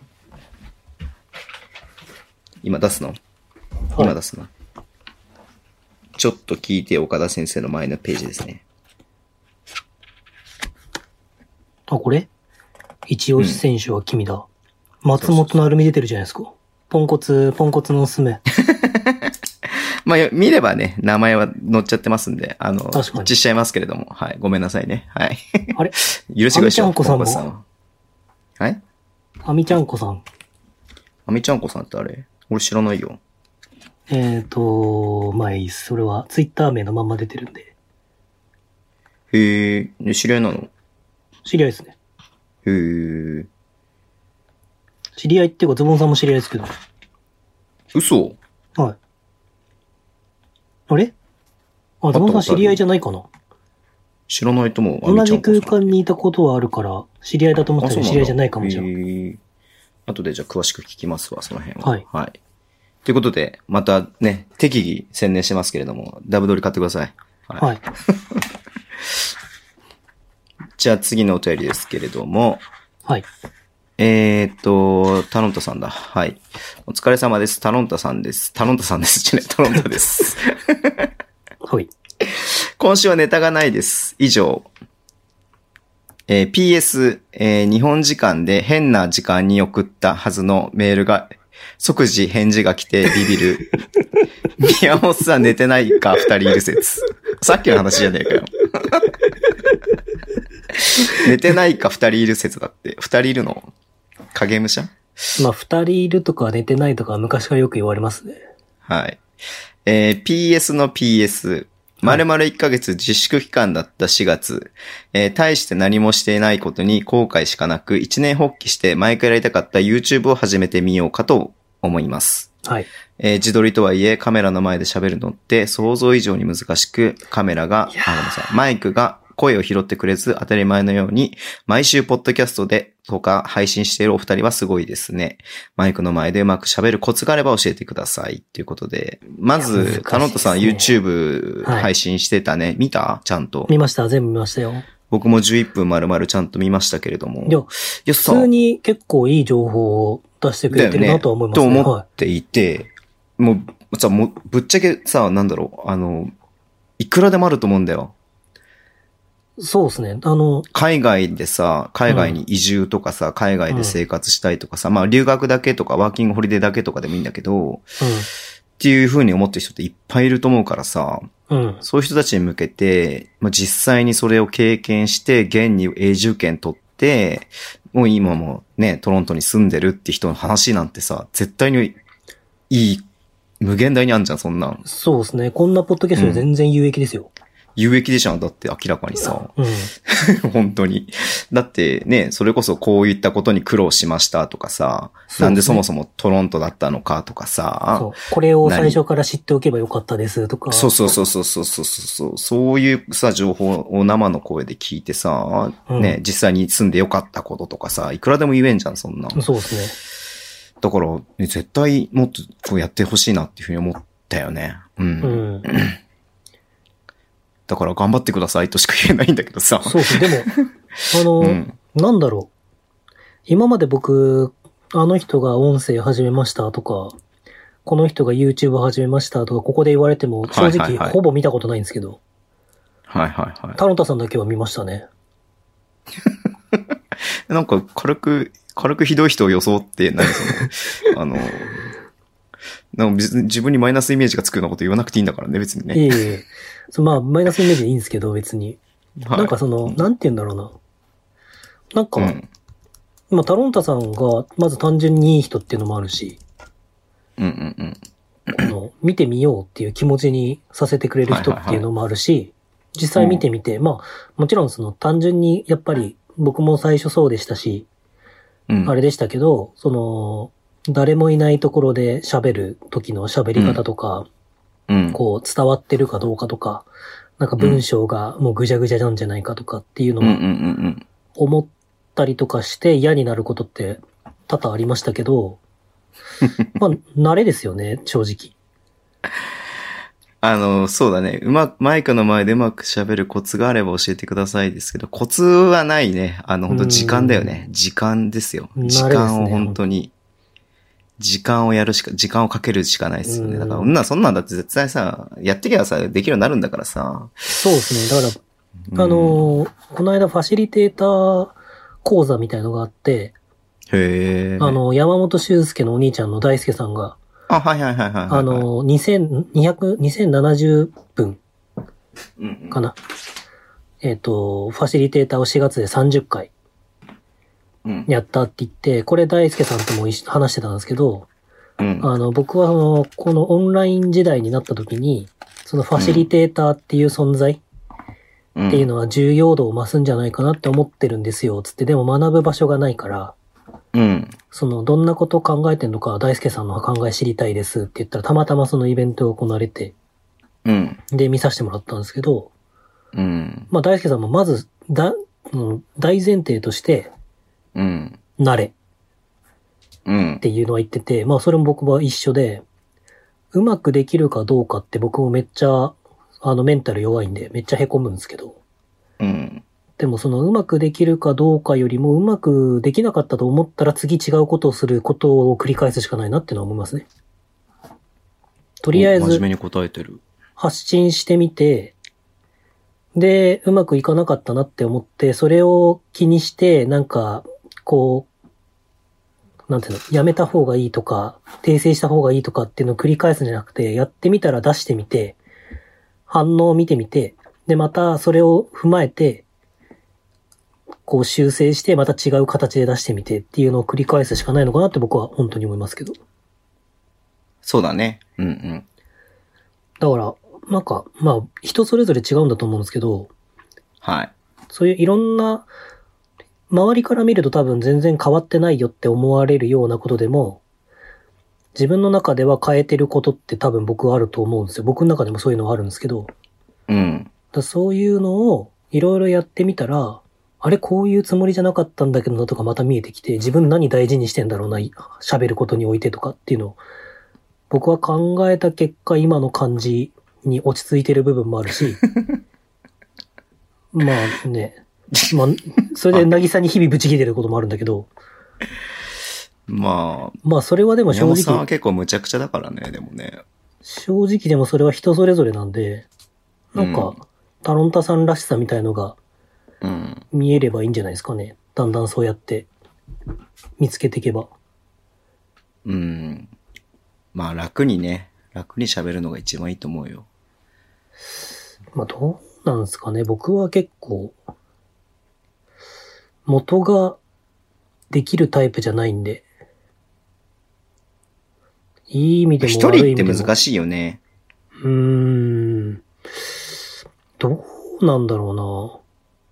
S2: 今出すの
S3: ー、はい
S2: 今出すの、ちょっと聞いて岡田先生の前のページですね。
S3: あ、これ一押し選手は君だ。松本成美出てるじゃないですか。ポンコツ、ポンコツの娘。
S2: まあ、よ見ればね、名前は載っちゃってますんで、あの、
S3: 確かに
S2: 一致しちゃいますけれども、はい。ごめんなさいね。はい。
S3: あれ
S2: 許してください。
S3: あみちゃんこさん
S2: ポ
S3: も
S2: ンコツははい
S3: あみちゃんこさん。
S2: あみちゃんこさんってあれ俺知らないよ。
S3: えっ、ー、と、まあいいです。それはツイッター名のまんま出てるんで。
S2: へえ、ね知り合いなの
S3: 知り合いですね。
S2: へえ、
S3: 知り合いっていうかズボンさんも知り合いですけど。
S2: 嘘
S3: はい。あれあ、ズボンさん知り合いじゃないかな。
S2: 知らないとも、あ
S3: 同
S2: みちゃ
S3: じ
S2: んこさん
S3: 空間にいたことはあるから、知り合いだと思ってたけど、知り合いじゃないかもしれない。
S2: い。あとでじゃあ詳しく聞きますわ、その辺は。
S3: はい
S2: はい。ということで、またね、適宜宣伝してますけれども、ダブドリ買ってください。はい。
S3: はい。
S2: じゃあ次のお便りですけれども、
S3: はい。
S2: えーっと、タロンタさんだ。はい。お疲れ様です。タロンタさんです。タロンタさんです。 じゃね、タロンタです。
S3: はい。
S2: 今週はネタがないです。以上。えー PS、えー日本時間で変な時間に送ったはずのメールが、即時返事が来てビビる。宮本さん寝てないか、二人いる説。さっきの話じゃねえかよ。寝てないか、二人いる説だって。二人いるの影武者
S3: まあ、二人いるとか寝てないとかは昔からよく言われますね。
S2: はい。えー PS の PS。丸々1ヶ月自粛期間だった4月、えー大して何もしていないことに後悔しかなく、一年発起して前からやりたかった YouTube を始めてみようかと思います。
S3: はい。
S2: えー自撮りとはいえカメラの前で喋るのって想像以上に難しく、カメラが、あ、ごめんなさい、マイクが声を拾ってくれず当たり前のように、毎週ポッドキャストでとか配信しているお二人はすごいですね。マイクの前でうまく喋るコツがあれば教えてください。ということで、ま
S3: いや難しい
S2: ず、
S3: ですね
S2: タノットさん YouTube
S3: はい
S2: 配信してたね。見たちゃんと
S3: 見。ました全部見ましたよ。
S2: 僕も11分丸々ちゃんと見ましたけれども。
S3: いや、
S2: や
S3: 普通に結構いい情報を出してく
S2: だ
S3: れ
S2: よ
S3: てるなとは思いますね。
S2: と思
S3: は
S2: っていて、もう、さ、もう、ぶっちゃけさ、なんだろう、あの、いくらでもあると思うんだよ。
S3: い。そうですね。あの、
S2: 海外でさ、海外に移住とかさ、海外で生活したいとかさ、まあ留学だけとかワーキングホリデーだけとかでもいいんだけど、っていう風に思ってる人っていっぱいいると思うからさ、
S3: うん。うん。
S2: そういう人たちに向けて、まあ、実際にそれを経験して、現に永住権取って、もう今もね、トロントに住んでるって人の話なんてさ、絶対にいい、無限大にあんじゃん、そんなん。
S3: そうですね。こんなポッドキャストで全然有益ですよ。
S2: 有益でしょ、だって明らかにさ。
S3: うん。
S2: 本当に。だってね、それこそこういったことに苦労しましたとかさ、
S3: そう
S2: なんでそもそもトロントだったのかとか
S3: そ
S2: さ
S3: う、。これを最初から知っておけばよかったですとか。
S2: そうそうそうそうそうそうそう、そういうさ、情報を生の声で聞いてさ、
S3: うん
S2: ね、実際に住んでよかったこととかさ、いくらでも言えんじゃん、そんな。
S3: そうです
S2: だから、ね、絶対もっとこうやってほしいなっていうふうに思ったよね。うん。
S3: ね。うん。
S2: だから頑張ってくださいとしか言えないんだけどさ。
S3: そうですね。でも、あの、
S2: ん。
S3: なんだろう。今まで僕、あの人が音声始めましたとか、この人が YouTube 始めましたとか、ここで言われても正
S2: はいはい
S3: 直
S2: はい
S3: ほぼ見たことないんですけど、
S2: はいはいはい。
S3: タロタさんだけは見ましたね。
S2: なんか軽く、軽くひどい人を装って、何そ の、あの、なんか別に自分にマイナスイメージがつくようなこと言わなくていいんだからね、別に
S3: い
S2: ね。
S3: えいえ。そうまあ、マイナスイメージでいいんですけど、別に。
S2: はい
S3: なんかその、なんて言うんだろうな。なんか、
S2: うん。
S3: まあ、タロンタさんが、まず単純にいい人っていうのもあるし、
S2: うんうんうん。
S3: あの、見てみようっていう気持ちにさせてくれる人っていうのもあるし、実際見てみて、まあ、もちろんその単純にやっぱり僕も最初そうでしたし、
S2: うん。
S3: あれでしたけど、その、誰もいないところで喋る時の喋り方とか、
S2: うん。
S3: こう伝わってるかどうかとか、なんか文章がもうぐじゃぐじゃなんじゃないかとかっていうの
S2: うんうん
S3: を
S2: うん
S3: 思ったりとかして嫌になることって多々ありました けど、まあ、慣れですよね、正直。
S2: あの、そうだね。うまく、マイクの前でうまく喋るコツがあれば教えてくださいですけど、コツはないね。あの、本当時間だよね。時間ですよ。
S3: 慣れです
S2: 時
S3: ね
S2: 間を本当に、時間をやるしか、時間をかけるしかないですよ
S3: う
S2: ね。
S3: ん
S2: だから、そんな、そんなんだって絶対さ、やってきゃさ、できるようになるんだからさ。
S3: そうですね。だか
S2: うん
S3: ら、あ、のーこの間ファシリテーター講座みたいのがあって、
S2: へえ。
S3: あ、の、山本修介のお兄ちゃんの大輔さんが、
S2: あ、はいはいはいはいはい。
S3: あ、のー、2200、2070分
S2: うんうん
S3: かな。えっ、と、ファシリテーターを4月で30回
S2: うん。
S3: やったって言って、これ大輔さんとも一緒話してたんですけど、
S2: うん。
S3: あの、僕はあの、このオンライン時代になった時に、そのファシリテーターっていう存在
S2: うん
S3: っていうのは重要度を増すんじゃないかなって思ってるんですよ、つって。でも学ぶ場所がないから、
S2: うん。
S3: その、どんなことを考えてんのか、大輔さんの考え知りたいですって言ったら、たまたまそのイベントが行われて、
S2: うん。
S3: で、見させてもらったんですけど、
S2: うん。
S3: まあ、大輔さんもまず、だ、うん大前提として、
S2: うん。
S3: 慣れ。
S2: うん
S3: っ。ていうのは言ってて、まあそれも僕は一緒で、うまくできるかどうかって僕もめっちゃ、あのメンタル弱いんで、めっちゃ凹むんですけど、
S2: うん。
S3: でもそのうまくできるかどうかよりもうまくできなかったと思ったら次違うことをすることを繰り返すしかないなっていうのは思いますね。と
S2: と
S3: りあえ
S2: 真面
S3: ず
S2: 目に答えてる。
S3: 発信してみて、で、うまくいかなかったなって思って、それを気にして、なんか、こう、なんていうの、やめた方がいいとか、訂正した方がいいとかっていうのを繰り返すんじゃなくて、やってみたら出してみて、反応を見てみて、で、またそれを踏まえて、こう修正して、また違う形で出してみてっていうのを繰り返すしかないのかなって僕は本当に思いますけど。
S2: そうだね。うんうん。
S3: だから、なんか、まあ、人それぞれ違うんだと思うんですけど、
S2: はい。
S3: そういういろんな、周りから見ると多分全然変わってないよって思われるようなことでも、自分の中では変えてることって多分僕あると思うんですよ。僕の中でもそういうのはあるんですけど、だか
S2: うん。
S3: らそういうのをいろいろやってみたら、あれこういうつもりじゃなかったんだけどなとかまた見えてきて、自分何大事にしてんだろうな、喋ることにおいてとかっていうのを、僕は考えた結果今の感じに落ち着いてる部分もある し、まあね、まあ、それで渚に日々ぶち切れてることもあるんだけど、
S2: まあ、
S3: まあそれはでも
S2: 宮
S3: 正
S2: 本さんは
S3: 直、
S2: 結構むちゃくちゃだからね、でもね。
S3: 正直でもそれは人それぞれなんで、なんか、
S2: うん
S3: タロンタさんらしさみたいのが
S2: うん。
S3: 見えればいいんじゃないですかね。だんだんそうやって見つけていけば。
S2: うん。まあ楽にね、楽に喋るのが一番いいと思うよ。
S3: まあどうなんですかね。僕は結構、元ができるタイプじゃないんで、いい意味でも
S2: 一
S3: 悪い
S2: 人
S3: 意
S2: っ
S3: 味で
S2: て
S3: も。
S2: 難しいよね。
S3: うーん。どうなんだろうな。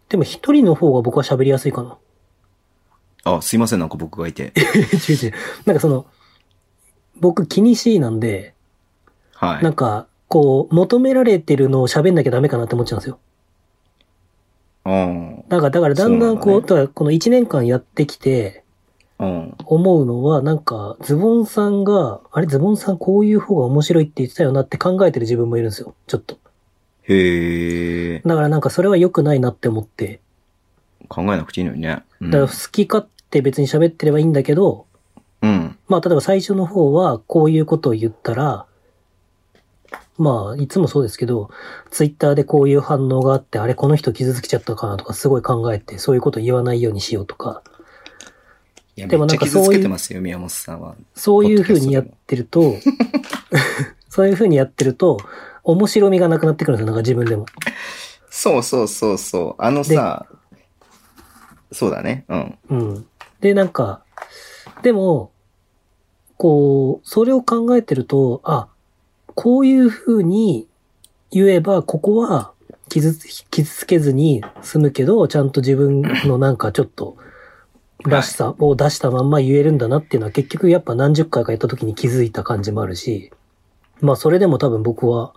S3: でも一人の方が僕は喋りやすいかな。
S2: あ、すいません、なんか僕がいて。
S3: 違う違う。なんかその、僕気にしいなんで、
S2: は
S3: ないん。か、こう、求められてるのを喋んなきゃダメかなって思っちゃうんですよ。
S2: うん。
S3: なんか、だからだんだんこ、
S2: そううなんだね
S3: だからこの1年間やってきて
S2: うん。
S3: 思うのは、なんか、ズボンさんが、あれ、ズボンさんこういう方が面白いって言ってたよなって考えてる自分もいるんですよ。ちょっと。
S2: へえ。
S3: だからなんかそれは良くないなって思って。
S2: 考えなくていいのにね。うん
S3: だから好き勝手別に喋ってればいいんだけど、
S2: うん。
S3: まあ、例えば最初の方は、こういうことを言ったら、まあ、いつもそうですけど、ツイッターでこういう反応があって、あれ、この人傷つけちゃったかなとか、すごい考えて、そういうこと言わないようにしようとか、
S2: いや、
S3: で
S2: め
S3: も
S2: っ
S3: な
S2: ち
S3: ん
S2: ゃ
S3: か
S2: 傷
S3: そういう
S2: つけてますよ、宮本さんは。
S3: そういう風にやってると、そういう風にやってると、面白みがなくなってくるんですよ、なんか自分でも。
S2: そうそうそうそう。あのさ、そうだね。うん。
S3: うん。で、なんか、でも、こう、それを考えてると、あ、こういう風に言えば、ここは傷つ、傷つけずに済むけど、ちゃんと自分のなんかちょっと、らしさを出したまんま言えるんだなっていうのは結局やっぱ何十回かやった時に気づいた感じもあるし、まあそれでも多分僕は、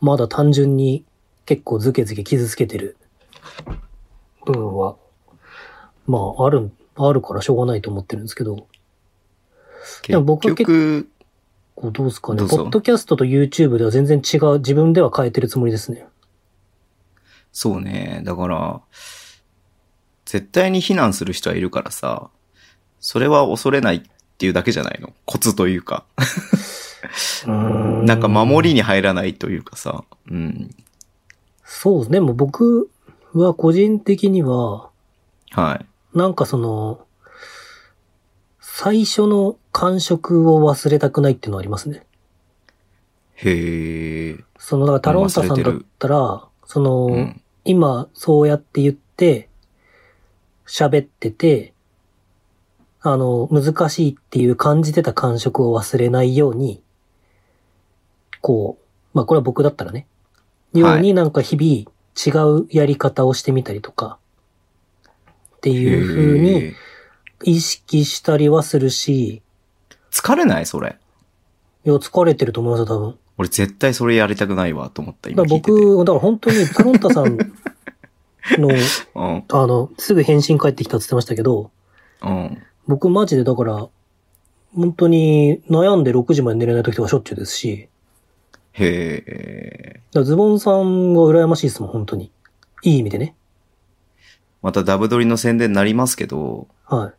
S3: まだ単純に結構ズケズケ傷つけてる部分は、まあある、あるからしょうがないと思ってるんですけど、で
S2: 結
S3: も僕は結
S2: 局、
S3: こうどうですかね。
S2: ど
S3: ポ
S2: うぞ
S3: ッドキャストと YouTube では全然違う、自分では変えてるつもりですね。
S2: そうね。だから、絶対に非難する人はいるからさ、それは恐れないっていうだけじゃないの。コツというか。な
S3: なん
S2: か守りに入らないというかさ。うん。
S3: そう、でも僕は個人的には、
S2: はい。
S3: なんかその、最初の感触を忘れたくないっていうのはありますね。
S2: へえ。
S3: その、だからタロンタさんだったら、その、
S2: うん。
S3: 今そうやって言って、喋ってて、あの、難しいっていう感じてた感触を忘れないように、こう、まあこれは僕だったらね、よう
S2: は
S3: になんか日々違うやり方をしてみたりとか、っていう風
S2: へ
S3: に
S2: ー
S3: 意識したりはするし、
S2: 疲れないそれ。
S3: いや、疲れてると思いますよ、多分。
S2: 俺絶対それやりたくないわと思った、
S3: だか
S2: 今
S3: ら
S2: 聞いてて。
S3: 僕、だから本当にタロンタさんの、
S2: うん。
S3: あの、すぐ返信返ってきたって言ってましたけど、
S2: うん。
S3: 僕マジでだから、本当に悩んで6時まで寝れない時とかしょっちゅうですし、
S2: へえ。
S3: だからズボンさんが羨ましいですもん、本当に。いい意味でね。
S2: またダブドリの宣伝になりますけど、
S3: は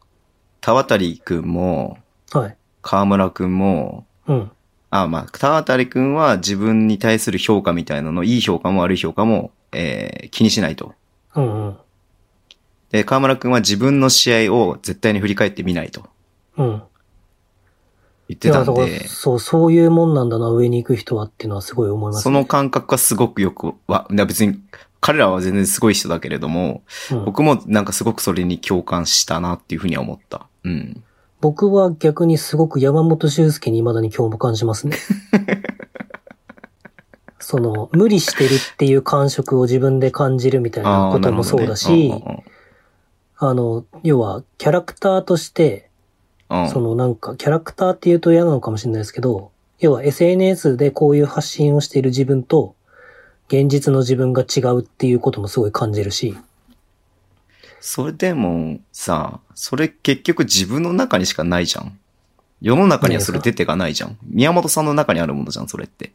S2: 田渡くんも、
S3: い。はい。
S2: 河村くんも、
S3: うん。
S2: あ、まあ、田渡くんは自分に対する評価みたいなの、いい評価も悪い評価も、えー気にしないと。
S3: うんうん。
S2: で、河村くんは自分の試合を絶対に振り返ってみないと
S3: うん。
S2: 言ってたん
S3: いやだか
S2: で
S3: ら、そう、そういうもんなんだな、上に行く人はっていうのはすごい思います
S2: その感覚がすごくよくわ、いや別に彼らは全然すごい人だけれども、
S3: うん
S2: 僕もなんかすごくそれに共感したなっていうふうには思った。うん。
S3: 僕は逆にすごく山本修介に未だに今日も感じま すね。その、無理してるっていう感触を自分で感じるみたいなこともそうだし、
S2: あーなるほどね
S3: あの、要は、キャラクターとして、
S2: うんうんうん
S3: そのなんか、キャラクターって言うと嫌なのかもしれないですけど、要は SNS でこういう発信をしている自分と、現実の自分が違うっていうこともすごい感じるし、
S2: それでもさ、それ結局自分の中にしかないじゃん。世の中にはそれ出てかないじゃん。宮本さんの中にあるものじゃん、それって。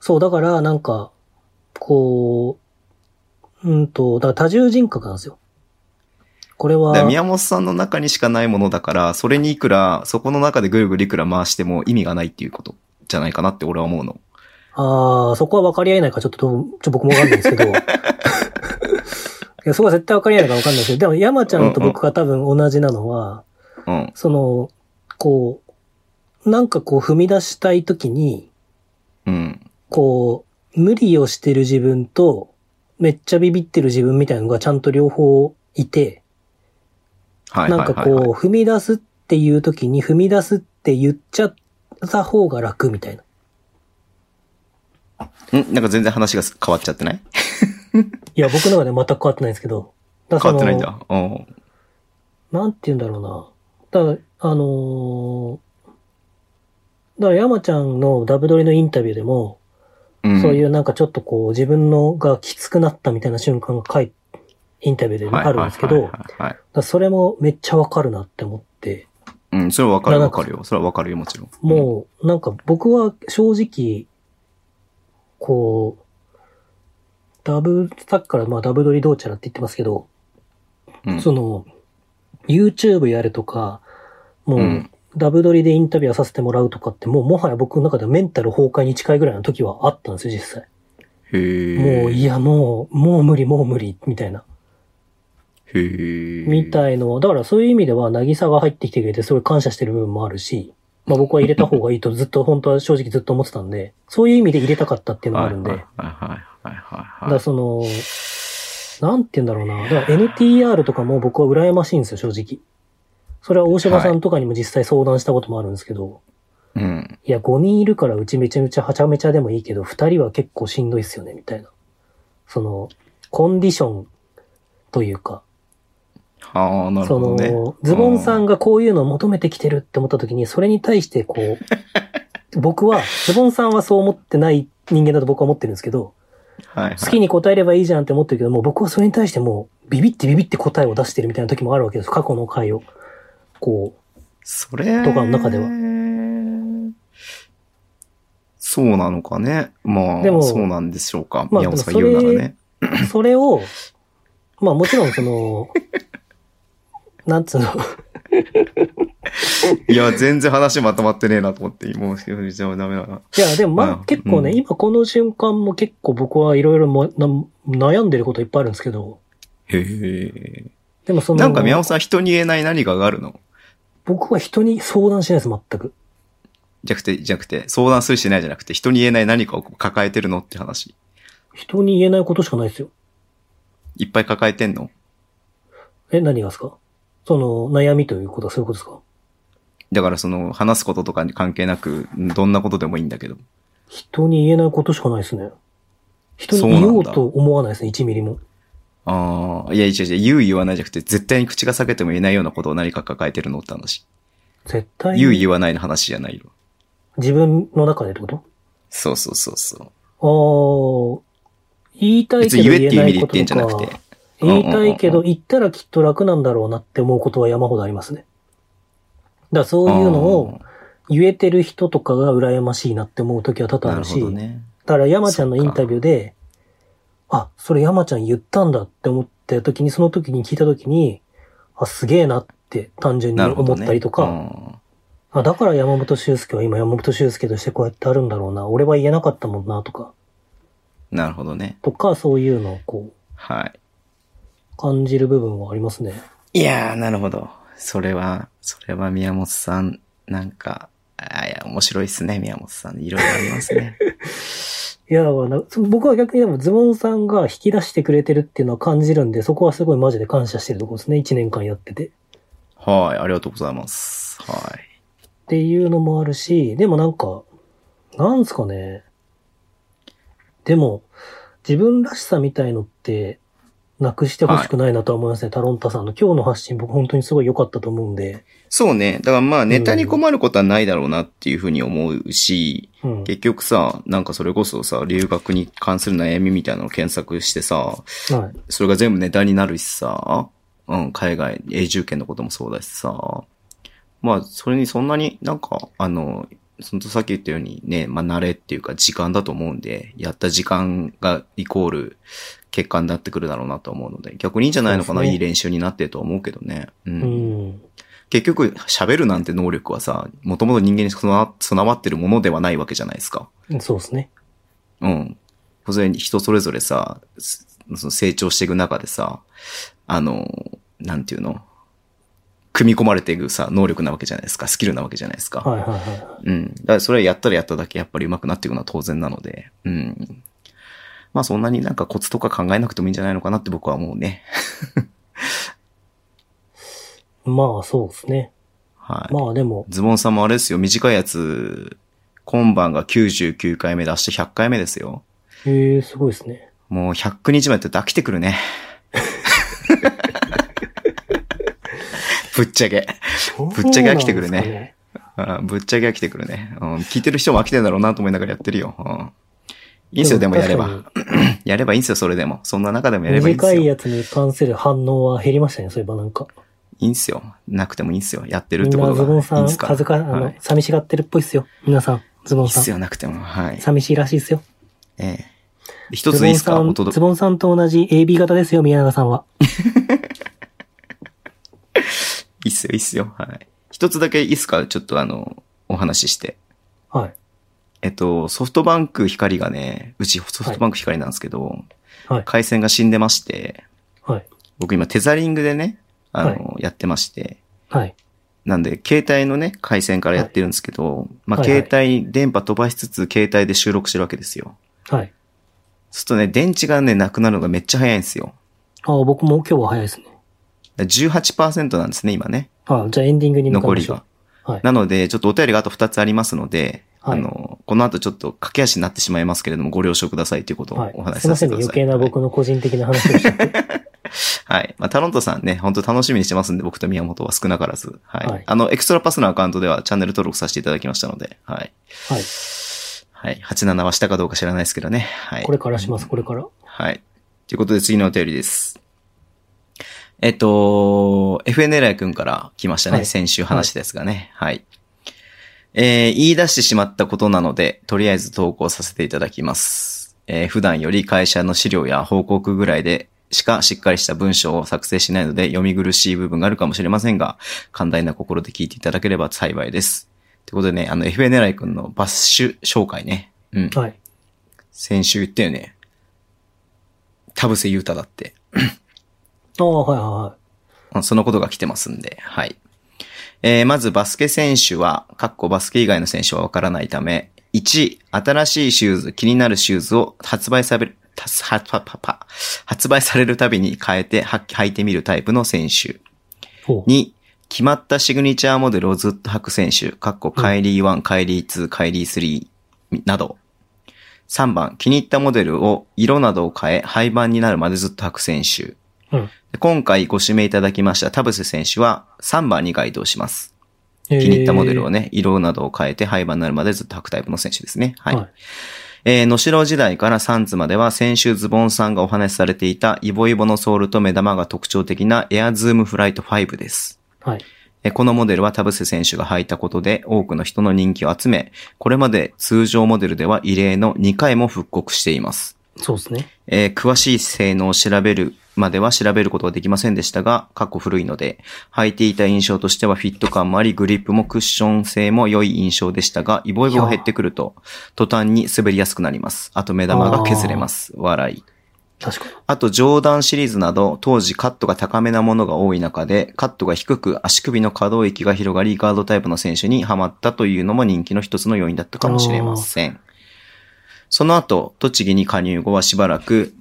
S3: そう、だからなんか、こう、うんと、だから多重人格なんですよ。これ
S2: だ
S3: は
S2: から、宮本さんの中にしかないものだから、それにいくら、そこの中でぐるぐるいくら回しても意味がないっていうことじゃないかなって俺は思うの。
S3: ああ、そこは分かり合えないからちょっとどう、ちょっと僕も分かんないんですけど。いや、そこは絶対分かり合えないから分かんないですけど、でも山ちゃんと僕が多分同じなのは、
S2: うん。
S3: その、こう、なんかこう踏み出したいときに、
S2: うん。
S3: こう、無理をしてる自分と、めっちゃビビってる自分みたいなのがちゃんと両方いて、
S2: はい
S3: な
S2: は
S3: ん
S2: い
S3: か
S2: はい、
S3: こ
S2: は
S3: う
S2: い。、
S3: 踏み出すっていうときに、踏み出すって言っちゃった方が楽みたいな。
S2: んなんか全然話が変わっちゃってない
S3: いや、僕の中で全く変わってないんですけど。変
S2: 変わってないんだ。うん。
S3: なんて言うんだろうな。だから、あのーだから山ちゃんのダブドリのインタビューでも、
S2: うん。
S3: そういうなんかちょっとこう自分のがきつくなったみたいな瞬間が書いインタビューでね
S2: はい
S3: あるんですけど、
S2: はい
S3: だ
S2: はい
S3: か
S2: はいはい。
S3: らそれもめっちゃわかるなって思って、
S2: うん、それはわか
S3: だ
S2: る
S3: から
S2: わかるよ。それはわかるよ、もちろん。
S3: もうなんか僕は正直、こう、ダブ、さっきからまあダブドリどうちゃらって言ってますけど、
S2: うん、
S3: その、YouTube やるとか、もう、
S2: うん
S3: ダブドリでインタビューさせてもらうとかって、もうもはや僕の中ではメンタル崩壊に近いぐらいの時はあったんですよ、実際。
S2: へえ。
S3: もう、いや、もう、もう無理、もう無理、みたいな。
S2: へー
S3: みたいのは、だからそういう意味では、渚が入ってきてくれて、すごい感謝してる部分もあるし、まあ僕は入れた方がいいとずっと、本当は正直ずっと思ってたんで、そういう意味で入れたかったっていうのがあるんで、
S2: はい
S3: だ
S2: はいはいはいはい
S3: か
S2: はい
S3: らその、なんて言うんだろうな、だから NTR とかも僕は羨ましいんですよ、正直。それは大島さんとかにも実際相談したこともあるんですけど、
S2: うん。
S3: いや、5人いるからうちめちゃめちゃはちゃめちゃでもいいけど、2人は結構しんどいっすよね、みたいな。その、コンディションというか、
S2: ああ、なる
S3: そ
S2: ほどね
S3: の。、ズボンさんがこういうのを求めてきてるって思った時に、それに対してこう、 僕は、ズボンさんはそう思ってない人間だと僕は思ってるんですけど、
S2: はい、はい。
S3: 好きに答えればいいじゃんって思ってるけども、僕はそれに対してもう、ビビってビビって答えを出してるみたいな時もあるわけです。過去の回を。こ
S2: それ
S3: とかの中では。
S2: そうなのかね。まあ、
S3: でも
S2: そうなんでしょうか。
S3: まあ
S2: 宮本さん
S3: で
S2: 言
S3: も
S2: う
S3: そ
S2: な
S3: れ
S2: らね。
S3: う、それを、まあもちろんその、 なんつうの、
S2: いや、全然話まとまってねえなと思って、もう、じゃダメだな。
S3: いや、でもまあ、
S2: うん
S3: 結構ね、
S2: うん
S3: 今この瞬間も結構僕はいろいろもな悩んでることいっぱいあるんですけど、
S2: へえ。
S3: でもその、
S2: なんか宮本さん人に言えない何かがあるの
S3: 僕は人に相談しないです、全く。
S2: じゃなくて、じゃなくて、相談するしないじゃなくて、人に言えない何かを抱えてるのって話。
S3: 人に言えないことしかないですよ。
S2: いっぱい抱えてんの
S3: え、何がですかその、悩みということはそういうことですか
S2: だからその、話すこととかに関係なく、どんなことでもいいんだけど。
S3: 人に言えないことしかないですね。人に
S2: そうなんだ
S3: 言おうと思わないですね、1ミリも。
S2: ああ、いや、違う違う、言う言わないじゃなくて、絶対に口が裂けても言えないようなことを何か抱えてるのって話。
S3: 絶対
S2: 言う
S3: に。
S2: 言わないの話じゃないよ。
S3: 自分の中でってこと
S2: そうそうそうそう。
S3: ああ、言いたい
S2: 別
S3: け
S2: に
S3: ど
S2: 言えって
S3: 言え
S2: いう意味で
S3: ない
S2: 言
S3: こ
S2: って
S3: と
S2: んじゃなく
S3: と
S2: て
S3: か、。言いたいけ
S2: う
S3: ど、
S2: ん
S3: 言ったらきっと楽なんだろうなって思うことは山ほどありますね。だからそういうのを言えてる人とかが羨ましいなって思う時は多
S2: あー
S3: 々あ
S2: な
S3: る
S2: る
S3: し、
S2: ほどね。
S3: だから山ちゃんのインタビューで、あ、それ山ちゃん言ったんだって思った時に、その時に聞いた時に、あ、すげえなって単純に
S2: なるほ
S3: 思
S2: ど、
S3: っ
S2: ね。
S3: たりとか、
S2: うん
S3: あ、だから山本修介は今山本修介としてこうやってあるんだろうな、俺は言えなかったもんなとか、
S2: なるほどね。
S3: とかそういうのをこ
S2: は
S3: う感じる部分はありますね。
S2: い。いやー、なるほど。それは、それは宮本さん、なんか、あーいや、面白いっすね、宮本さん。いろいろあります ね。
S3: いや、だからなそ僕は逆にでもズボンさんが引き出してくれてるっていうのは感じるんで、そこはすごいマジで感謝してるところですね、1年間やってて。
S2: はい、ありがとうございます。はい。
S3: っていうのもあるし、でもなんか、なんすかね。でも、自分らしさみたいのって、なくしてほしくないなとは思いますね。タロンタさんの今日の発信、僕本当にすごい良かったと思うんで。
S2: そうね。だからまあ、ネタに困ることはないだろうなっていうふうに思うし、
S3: うん。
S2: 結局さ、なんかそれこそさ、留学に関する悩みみたいなのを検索してさ、
S3: はい。
S2: それが全部ネタになるしさ、うん、海外、永住権のこともそうだしさ、まあ、それにそんなになんか、あの、そのさっき言ったようにね、まあ慣れっていうか時間だと思うんで、やった時間がイコール結果になってくるだろうなと思うので、逆にいいんじゃないのかな、
S3: そうですね
S2: いい練習になってると思うけどね。うん。
S3: うん。
S2: 結局、喋るなんて能力はさ、もともと人間に備わ備わってるものではないわけじゃないですか。
S3: そうですね。
S2: うん。当然人それぞれさ、すその成長していく中でさ、あの、なんていうの組み込まれていくさ、能力なわけじゃないですか、スキルなわけじゃないですか。
S3: はいはいは
S2: うん。だからそれはやったらやっただけやっぱり上手くなっていくのは当然なので、うん。まあそんなになんかコツとか考えなくてもいいんじゃないのかなって僕は思うね。
S3: い。まあそうですね。
S2: はい。
S3: まあでも、
S2: ズボンさんもあれですよ、短いやつ、今晩が99回目で明日100回目ですよ。
S3: ええすごいですね。
S2: もう100日までやってると飽きてくるね。 ぶっちゃけ。ぶっちゃけ飽きてくるね
S3: そうなんですかね。
S2: あぶっちゃけ飽きてくるね、うん。聞いてる人も飽きてんだろうなと思いながらやってるよ。うんいいんすよ、でもやれば。
S3: 確かに。
S2: やればいいんすよ、それでも。そんな中でもやればいいんす
S3: 短い
S2: よ。
S3: やつに関する反応は減りましたね、そういえばなんか。
S2: いいんすよ。なくてもいいんすよ。やってるっ
S3: みん
S2: てこ
S3: な
S2: と
S3: ズボン
S2: が
S3: さ
S2: いい
S3: ん、
S2: んすから。
S3: 恥ずか、あの、
S2: はい
S3: 寂しがってるっぽいっすよ。皆さん、ズボ
S2: い
S3: ン
S2: いっ
S3: さん
S2: す。よ、なくても。はい。
S3: 寂しいらしいっすよ。
S2: ええ。一ついいっすか、お
S3: ズボンさん
S2: 届
S3: ズ
S2: け。
S3: ボンさんと同じ AB 型ですよ、宮永さんは。
S2: いいっすよ、いいっすよ。はい。一つだけいいっすか、ちょっとあの、お話しして。
S3: はい。
S2: えっと、ソフトバンク光がね、うちソフトバンク光なんですけど、
S3: はい。
S2: 回線が死んでまして、
S3: はい。
S2: 僕今テザリングでね、あの、やってまして、
S3: はい。
S2: なんで、携帯のね、回線からやってるんですけど、まあ、
S3: はいはい
S2: 携帯、電波飛ばしつつ、携帯で収録してるわけですよ。
S3: はい。
S2: そうするとね、電池がね、なくなるのがめっちゃ早いんですよ。
S3: ああ、僕も今日は早いですね。
S2: だから18%なんですね、今ね。
S3: ああ、じゃあエンディングに向かい
S2: 残
S3: ま
S2: り
S3: しょう
S2: が。。
S3: はい。
S2: なので、ちょっとお便りがあと2つありますので、
S3: はい
S2: あの、この後ちょっと駆け足になってしまいますけれども、ご了承くださいということをお
S3: は
S2: 話し
S3: い。すい
S2: さ
S3: ま
S2: せ
S3: せん
S2: て
S3: ね、
S2: くだ
S3: 余
S2: さい。
S3: 計な僕の個人的な話をしちゃって。
S2: はい。はい。まあ、タロントさんね、本当楽しみにしてますんで、僕と宮本は少なからず。はい。
S3: はい
S2: あの、エクストラパスのアカウントではチャンネル登録させていただきましたので、はい。
S3: はい。
S2: はい。87はしたかどうか知らないですけどね。はい。
S3: これからします、これから。
S2: はい。ということで次のお便りです。えっと、FNLI 君から来ましたね。
S3: はい
S2: 先週話したやつがね。はい。えー言い出してしまったことなので、とりあえず投稿させていただきます。えー普段より会社の資料や報告ぐらいでしかしっかりした文章を作成しないので、読み苦しい部分があるかもしれませんが、寛大な心で聞いていただければ幸いです。ということでね、あの FNLI 君のバッシュ紹介ね。うん。
S3: はい。
S2: 先週言ったよね。田臥勇太だって。
S3: ああ、はいは
S2: うんそのことが来てますんで、はい。えーまずバスケ選手は、かっこバスケ以外の選手はわからないため、1、新しいシューズ、気になるシューズを発売される、たすはパパパ発売されるたびに変えて、は履いてみるタイプの選手。
S3: い。ほう。
S2: 2、決まったシグニチャーモデルをずっと履く選手、かっこカイリー1、カイリー2、カイリー3など。3番、気に入ったモデルを色などを変え、廃盤になるまでずっと履く選手。
S3: うん。
S2: で今回ご指名いただきました田臥選手は3番に該当します。
S3: 気
S2: 気に入ったモデルを
S3: ね。
S2: ね、色などを変えて廃盤になるまでずっと履くタイプの選手ですね。はい。
S3: はい
S2: えー、野城時代からサンズまでは先週ズボンさんがお話しされていたイボイボのソールと目玉が特徴的なエアズームフライト5です。
S3: はい。
S2: えーこのモデルは田臥選手が履いたことで多くの人の人気を集め、これまで通常モデルでは異例の2回も復刻しています。
S3: そうですね。
S2: えー詳しい性能を調べるまでは調べることはできませんでしたが、過去古いので、履いていた印象としてはフィット感もあり、グリップもクッション性も良い印象でしたが、イボイボが減ってくると、途端に滑りやすくなります。あと目玉が削れます。笑い。
S3: 確かに。
S2: あと、ジョーダンシリーズなど、当時カットが高めなものが多い中で、カットが低く足首の可動域が広がり、ガードタイプの選手にハマったというのも人気の一つの要因だったかもしれません。その後、栃木に加入後はしばらく、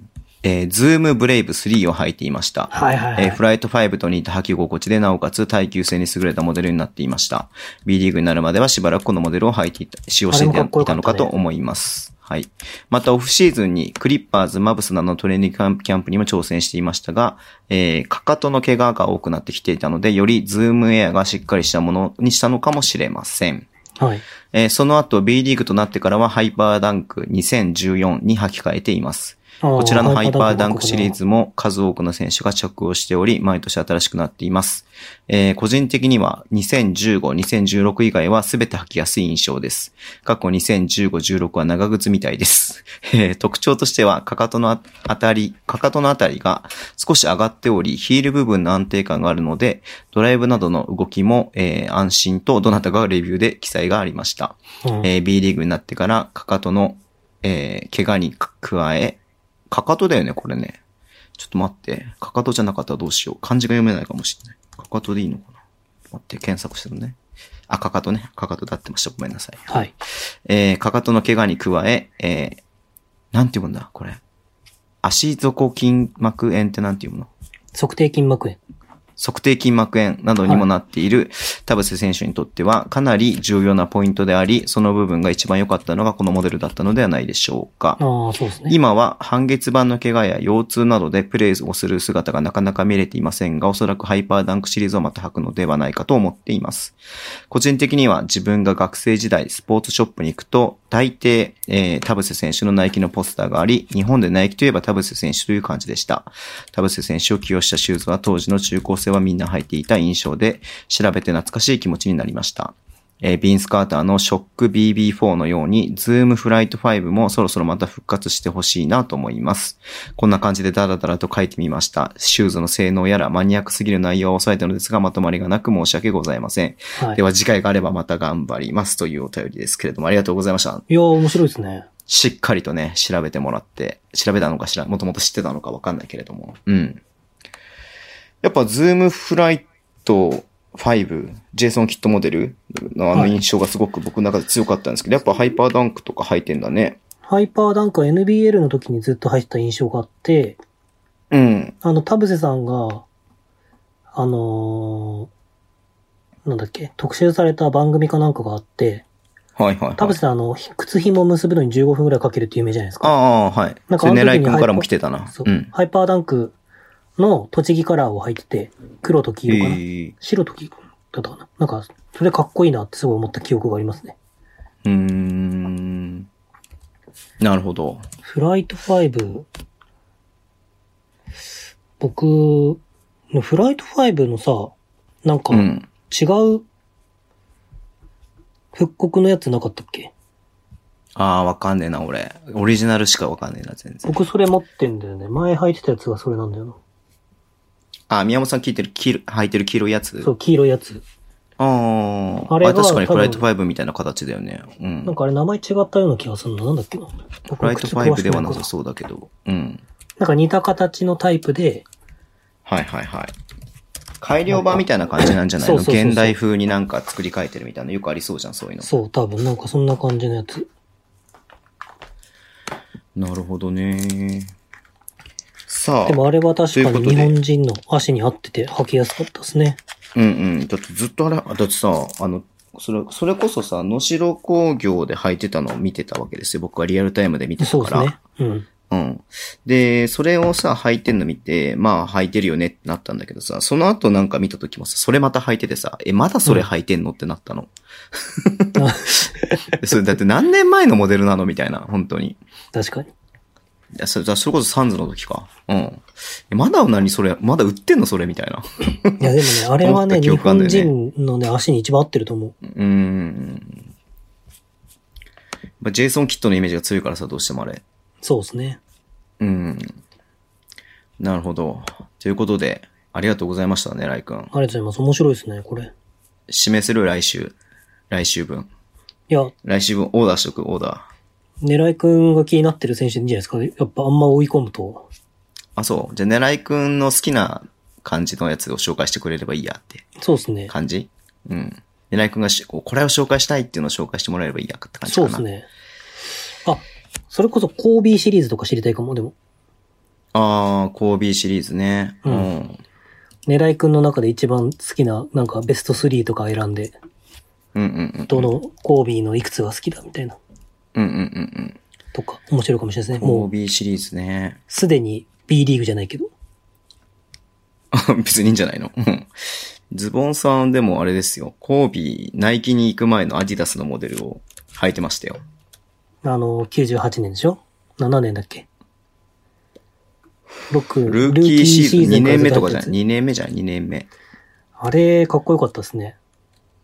S2: えーズームブレイブ3を履いていました。
S3: はいはいはい
S2: えーフライト5と似た履き心地で、なおかつ耐久性に優れたモデルになっていました。B リーグになるまではしばらくこのモデルを履いていた、使用してい
S3: あれもかっこよか
S2: た
S3: った
S2: の
S3: ね
S2: かと思います。はい。またオフシーズンにクリッパーズ、マブスなどのトレーニングキャンプキャンプにも挑戦していましたが、えー、かかとの怪我が多くなってきていたので、よりズームエアがしっかりしたものにしたのかもしれません。
S3: はい。
S2: えーその後 B リーグとなってからはハイパーダンク2014に履き替えています。こ
S3: こ
S2: ちらのハイパーダンクシリーズも数多くの選手が着用しており、毎年新しくなっています。えー個人的には2015、2016以外は全て履きやすい印象です。過去2015、16は長靴みたいです。 えー特徴としては、かかとのああたり、かかとのあたりが少し上がっており、ヒール部分の安定感があるので、ドライブなどの動きも、えー安心と、どなたかがレビューで記載がありました。
S3: うん。
S2: えー B リーグになってから、かかとの、えー怪我に加え、かかとだよね、これね。ちょっと待って。かかとじゃなかったらどうしよう。漢字が読めないかもしれない。かかとでいいのかな待って、検索してるね。あ、かかとね。かかとだってました。ごめんなさい。
S3: はい。
S2: えーかかとの怪我に加え、えーなんて読むんだ、これ。足底筋膜炎ってなんて読むの
S3: 測定筋膜炎。
S2: 測定筋膜炎などにもなっている田臥選手にとってはかなり重要なポイントであり、その部分が一番良かったのがこのモデルだったのではないでしょうか。
S3: ああ、そうですね。
S2: 今は半月板の怪我や腰痛などでプレイをする姿がなかなか見れていませんが、おそらくハイパーダンクシリーズをまた履くのではないかと思っています。個人的には自分が学生時代スポーツショップに行くと、大抵、えー、田臥選手のナイキのポスターがあり、日本でナイキといえば田臥選手という感じでした。田臥選手を起用したシューズは当時の中高生はみんな履いていた印象で、調べて懐かしい気持ちになりました。えービンス・カーターのショック BB4 のように、ズームフライト5もそろそろまた復活してほしいなと思います。こんな感じでダラダラと書いてみました。シューズの性能やらマニアックすぎる内容を抑えたのですが、まとまりがなく申し訳ございません。
S3: はい
S2: で。は次回があればまた頑張りますというお便りですけれども、ありがとうございました。
S3: いやー、面白いですね。
S2: しっかりとね、調べてもらって、調べたのか知ら、もともと知ってたのかわかんないけれども。うん。やっぱ、ズームフライト5、ジェイソンキットモデルのあの
S3: はい
S2: 印象がすごく僕の中で強かったんですけど、やっぱハイパーダンクとか履いてんだね。
S3: ハイパーダンクは NBL の時にずっと入ってた印象があって、
S2: うん。
S3: あの、田臥さんが、あのーなんだっけ、特集された番組かなんかがあって、
S2: はいはい、
S3: 田
S2: は
S3: 臥
S2: い。
S3: さん、あの、靴紐を結ぶのに15分くらいかけるって有名じゃないです
S2: あ
S3: か。
S2: あ、はい
S3: な。んか
S2: そ
S3: あ
S2: れ
S3: の時に
S2: 狙い君からも来てたな
S3: そう。
S2: うん。
S3: ハイパーダンクの栃木カラーを履いてて、黒と黄色かな。
S2: え
S3: 白と黄色だったかな。なんか、それかっこいいなってすごい思った記憶がありますね。
S2: うーん。なるほど。
S3: フライト5、僕、フライト5のさ、なんか
S2: う、ん。
S3: 違う、復刻のやつなかったっけ
S2: ああ、わかんねえな、俺。オリジナルしかわかんねえな、全然。
S3: 僕それ持ってんだよね。前履いてたやつがそれなんだよ
S2: あ、宮本さん聞いてる、黄色履いてる黄色いやつ
S3: な。そう、黄色いやつ。
S2: ああ。
S3: あ
S2: あ
S3: れ
S2: れ
S3: は
S2: 確かにフライト
S3: 多
S2: 5みたいな形だよね。うん。
S3: なんかあれ名前違ったような気がするの。なんだっけな。
S2: フライト5ではなさそうだけど。うん。
S3: なんか似た形のタイプで、
S2: はいはいはい。改良版みたいな感じなんじゃないの
S3: そうそうそうそう
S2: 現代風になんか作り変えてるみたいな。よくありそうじゃん、そういうの。
S3: そう、多分なんかそんな感じのやつ。
S2: なるほどね。さ
S3: でも
S2: あ、
S3: あれは確
S2: とい
S3: か
S2: うこ
S3: に
S2: とで
S3: 日本人の足に合ってて履きやすかったですね。
S2: うんうん。だってずっとあれ、あだってさ、あの、それ、それこそさ、能代工業で履いてたのを見てたわけですよ。僕はリアルタイムで見てた
S3: そう
S2: か
S3: で
S2: ら。
S3: すね。うん。
S2: うん。で、それをさ、履いてんの見て、まあ履いてるよねってなったんだけどさ、その後なんか見た時もさ、それまた履いててさ、え、まだそれ履いてんのってなったの。それだって何年前のモデルなのみたいな、本当に。
S3: 確かに。
S2: いやそれそれこそサンズの時か。うん。えまだ何それ、まだ売ってんのそれみたいな。
S3: いやでもね、あれは
S2: 思っ
S3: ね、
S2: た記
S3: 日
S2: 憶あんだ
S3: 本
S2: よね
S3: 人のね、足に一番合ってると思う。
S2: うーん。まあジェイソン・キットのイメージが強いからさ、どうしてもあれ。
S3: そうですね。
S2: うん。なるほど。ということで、ありがとうございましたね、ライ君。
S3: ありがとうございます。面白いですね、これ。
S2: 示せる来週。来週分。
S3: いや、
S2: 来週分、オーダーしとく、オーダー。
S3: 狙い君が気になってる選手でいいんじゃないですか。やっぱあんま追い込むと。
S2: あ、そう。じゃあ、狙いくんの好きな感じのやつを紹介してくれればいいやって
S3: そうですね。
S2: 感じうん。狙いくんがしこうこれを紹介したいっていうのを紹介してもらえればいいやって感じか
S3: そう
S2: な。
S3: です。ね。あ、それこそコービーシリーズとか知りたいかも。でも、
S2: あー、コービーシリーズね。
S3: う
S2: うんん。
S3: 狙い君の中で一番好きな、なんかベスト3とか選んで、
S2: うんうんうん。
S3: どのコービーのいくつが好きだみたいな、
S2: うんうんうん
S3: とか、面白いかもしれないで
S2: うん。
S3: すね。も
S2: コー
S3: う、
S2: ビーシリーズね。
S3: すでに B リーグじゃないけど。
S2: あ別にいいんじゃないのうんズボンさんでもあれですよ。コービー、ナイキに行く前のアディダスのモデルを履いてましたよ。
S3: あの、98年でしょ ?7 年だっけ ?6、
S2: ルーキーシーズン2年目とかじゃない
S3: い
S2: ?2 年目じゃない ?2 年目。
S3: あれ、かっこよかったですね。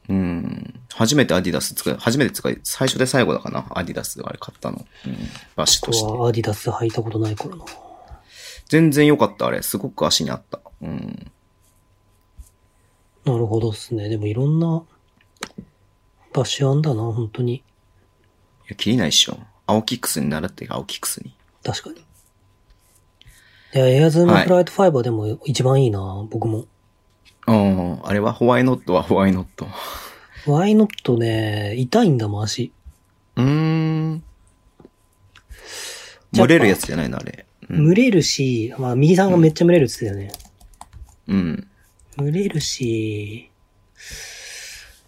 S2: うん。初めてアディダス使い、初めて使い、最初で最後だかなアディダスあれ買ったの。うん。バシッと
S3: と
S2: して。
S3: はアディダス履いたことないからな。
S2: 全然良かった、あれ。すごく足にあった。うん。
S3: なるほどですね。でもいろんな場所あんだな、本当に。
S2: いや、切りないっしょ。青キックスに習って、青キックスに。
S3: 確かに。いや、エアズーム
S2: はい
S3: フライト5はでも一番いいな、僕も。
S2: うん。あれはホワイノットはホワイノット。
S3: ワイノットね、痛いんだもん、足。
S2: うーん。
S3: じゃ
S2: 蒸
S3: あ
S2: れるやつじゃないの、あれ。うん。
S3: 蒸れるし、まあ、右さんがめっちゃ蒸れるって言ってた
S2: う
S3: よね。
S2: ん。
S3: 蒸れるし、